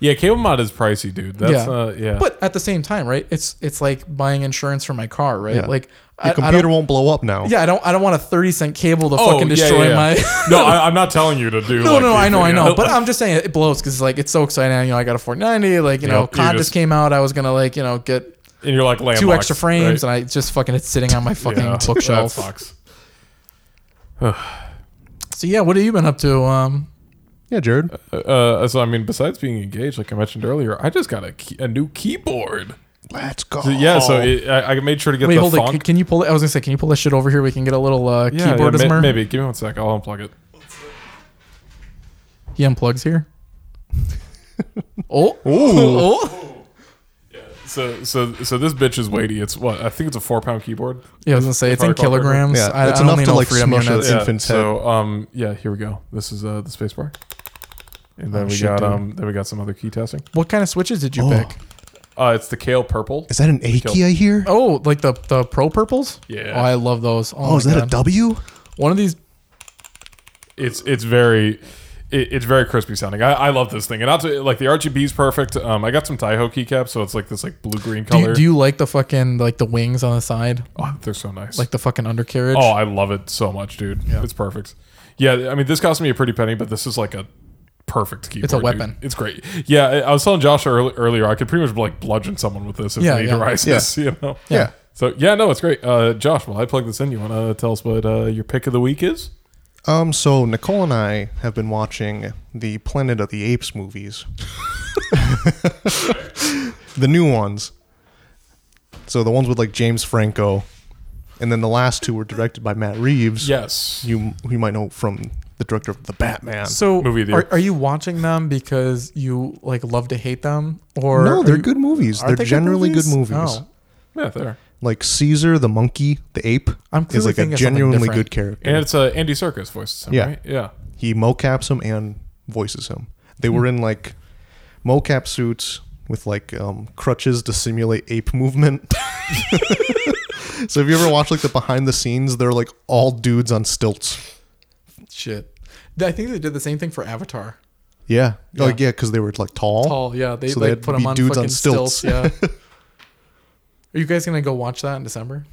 A: Yeah, cable mod is pricey, dude. That's
B: Yeah.
A: uh, yeah.
B: But at the same time, right? It's it's like buying insurance for my car, right?
C: Yeah.
B: Like, I,
C: Your
B: I don't-
C: computer won't blow up now.
B: yeah, I don't I don't want a 30 cent cable to
A: Oh,
B: fucking
A: yeah,
B: destroy
A: yeah, yeah.
B: my.
A: no, I, I'm not telling you to do.
B: No,
A: like
B: no,
A: the-
B: I know, I
A: you
B: know, but I'm just saying it blows because like it's so exciting. You know, I got a 490. Like, you know,
A: Yep, you
B: COD
A: just-
B: just came out. I was gonna like, you know, get
A: and you're like
B: two
A: landlocked,
B: extra frames,
A: right?
B: and I just fucking it's sitting on my fucking
A: Yeah,
B: bookshelf.
A: That sucks.
B: So yeah, what have you been up to? Um,
C: Yeah, Jared.
A: Uh, so I mean, besides being engaged, like I mentioned earlier, I just got a, key, a new keyboard.
C: Let's
B: uh,
C: go.
A: So, yeah, so it, I, I made sure to get
B: Oh. wait,
A: the
B: hold it.
A: funk.
B: Can, can you pull it? I was gonna say, can you pull this shit over here? We can get a little uh,
A: yeah,
B: keyboard
A: yeah,
B: yeah,
A: ma- maybe. Give me one sec. I'll unplug it.
B: He unplugs here. oh, oh,
A: So so so this bitch is weighty. It's what I think it's a four pound keyboard.
B: yeah. I was gonna say it's in
A: Probably called
B: kilograms.
C: Yeah,
B: I,
C: that's
B: I don't
C: enough
B: need
C: to,
B: no
C: like,
B: freedom
C: smush
B: units.
C: it. infant's
A: so um yeah, here we go. This is uh the spacebar. And then
B: Oh,
A: we
B: shit,
A: got
B: dude.
A: um then we got some other key testing.
B: What kind of switches did you
C: Oh.
B: pick?
A: Uh it's the kale purple.
C: Is that an A key I hear? Oh,
B: Oh, like the the pro purples.
A: Yeah.
B: Oh, I love those. Oh,
C: is that a
B: double?
C: W?
B: One of these.
A: it's it's very it, it's very crispy sounding. I, I love this thing, and I'll tell you, like the RGB is perfect. Um, I got some Taiho keycaps, so it's like this like blue green
B: Do
A: color.
B: you, do you like the fucking like the wings on the side,
A: oh, they're so nice.
B: like the fucking undercarriage?
A: oh, I love it so much, dude.
B: Yeah.
A: It's perfect. Yeah, I mean this cost me a pretty penny, but this is like a perfect keyboard.
B: a
A: dude.
B: weapon.
A: It's great. Yeah, I, I was telling Josh earl- earlier, I could pretty much like bludgeon someone with this if
B: Yeah,
A: need
B: yeah.
A: arises. You know.
C: Yeah.
A: So yeah, no, it's great. Uh, Josh, while I plug this in, you want to tell us what uh, your pick of the week is?
C: Um. So Nicole and I have been watching the Planet of the Apes movies, the new ones. So the ones with like James Franco, and then the last two were directed by Matt Reeves.
A: Yes.
C: You you might know from the director of the Batman.
B: So
A: Movie of the
B: are,
A: year.
B: are you watching them because you like love to hate them or
C: no,
B: are
C: they're
B: you-
C: good movies.
B: are
C: They're
B: they good
C: generally good movies.
B: Oh.
A: Yeah, there.
C: Like Caesar the monkey, the ape,
B: I'm
C: is
B: clearly
C: like
B: thinking
C: a
B: of something
C: genuinely
B: different.
C: good character.
A: And it's uh, Andy Serkis voices him,
C: Yeah.
A: right? Yeah.
C: he mocaps him and voices him. They
B: Hmm.
C: were in like mocap suits with like um, crutches to simulate ape movement. so have you ever watched like the behind the scenes? They're like all dudes on stilts.
B: Shit. I think they did the same thing for Avatar.
C: Yeah, like Oh, yeah, because they were like tall.
B: Oh yeah, they
C: So they
B: like
C: had to
B: put them
C: be
B: on
C: dudes
B: fucking
C: on
B: stilts.
C: stilts.
B: Yeah. are you guys gonna go watch that in December?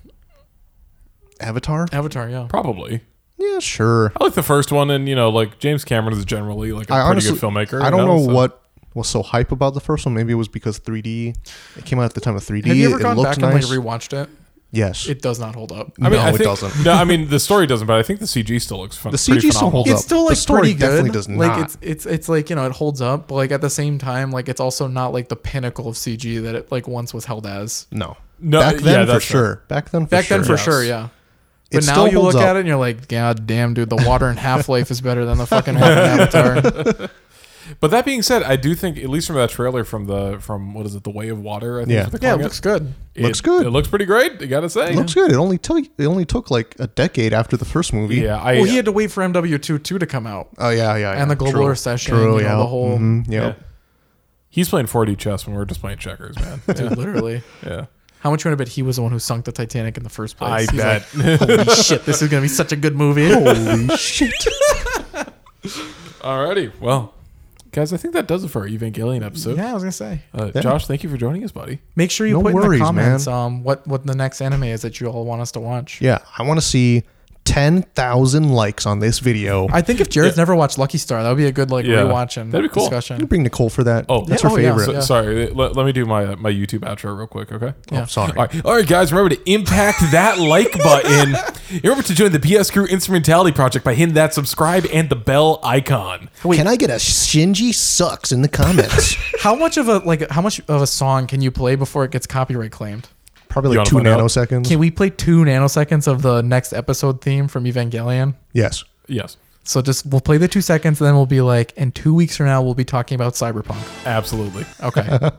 C: Avatar.
B: Avatar, yeah.
A: Probably.
C: Yeah, sure.
A: I like the first one, and you know, like James Cameron is generally like a
C: I
A: pretty
C: honestly,
A: good filmmaker.
C: I
A: you
C: don't know,
A: so-
C: what was so hype about the first one. Maybe it was because 3D. It came out at the time of 3D.
B: Have you ever
C: it
B: gone
C: looked
B: back
C: nice.
B: and like rewatched it?
C: yes.
B: It does not hold up.
A: I mean,
C: no,
A: I
C: it
A: think-
C: doesn't.
A: No, I mean the story doesn't, but I think the CG still looks fun.
C: The
A: pretty
C: CG still
A: phenomenal.
C: holds
A: It's-
B: It's
C: up.
B: still like
C: The story
B: pretty good.
C: definitely does
B: Like
C: not.
B: it's it's it's like you know it holds up, but like at the same time, like it's also not like the pinnacle of CG that it like once was held as.
C: No.
A: No,
C: back
A: yeah,
C: then for
A: that's
C: sure. Back then for
B: Back
C: sure.
B: then, for
A: Yes.
B: sure, yeah.
C: It
B: But now
C: still
B: you
C: holds
B: look at
C: up.
B: it and you're like, God damn, dude, the water in Half Life is better than the fucking one in Avatar.
A: But that being said, I do think, at least from that trailer from the from what is it, the Way of Water? I think
C: Yeah.
A: is what they're
B: Yeah, it
A: calling
B: looks good.
A: it.
C: Looks
A: It-
C: good.
A: It looks pretty great. You gotta say.
C: It looks good. It only took it only took like a decade after the first movie.
A: yeah, I.
B: well, he had to wait for MW2 2 to come out
C: Oh yeah, yeah. yeah.
B: and the global
C: True.
B: recession.
C: True.
B: you know,
C: yeah.
B: the whole
C: Mhm, yeah.
A: yeah. He's playing 4D chess when we're just playing checkers, man. Yeah.
B: dude, literally.
A: yeah.
B: How much you want to bet he was the one who sunk the Titanic in the first place?
A: I
B: He's
A: bet.
B: like, Holy shit, this is gonna be such a good movie.
C: Holy shit!
A: Alrighty. Well, guys, I think that does it for our Evangelion episode.
B: yeah, I was gonna say.
A: Uh,
C: Yeah.
A: Josh, thank you for joining us, buddy.
B: Make sure you
C: No
B: put
C: worries,
B: in the comments
C: man.
B: um what what the next anime is that you all want us to watch.
C: Yeah, I want to see ten thousand likes on this video.
B: I think if Jared's never watched Lucky Star, that would be a good like
A: Yeah.
B: rewatch and
A: That'd be cool.
C: I'm gonna
B: discussion.
C: bring Nicole for that.
A: Oh,
C: that's
B: yeah.
C: her
B: Oh, yeah.
C: favorite.
A: So-
B: Yeah.
A: sorry, let, let me do my uh, my YouTube outro real quick, okay?
B: Yeah.
C: Oh, sorry.
A: All right, all right, guys, remember to impact that like button And remember to join the BS Crew Instrumentality Project by hitting that subscribe and the bell icon.
D: Can I get a Shinji sucks in the comments?
B: How much of a like how much of a song can you play before it gets copyright claimed?
C: Probably
A: You
C: like
A: wanna
C: two
A: find out?
C: nanoseconds.
B: Can we play two nanoseconds of the next episode theme from Evangelion?
C: yes.
A: Yes,
B: So just we'll play the two seconds and then we'll be like, and two weeks from now we'll be talking about cyberpunk.
A: absolutely.
B: Okay.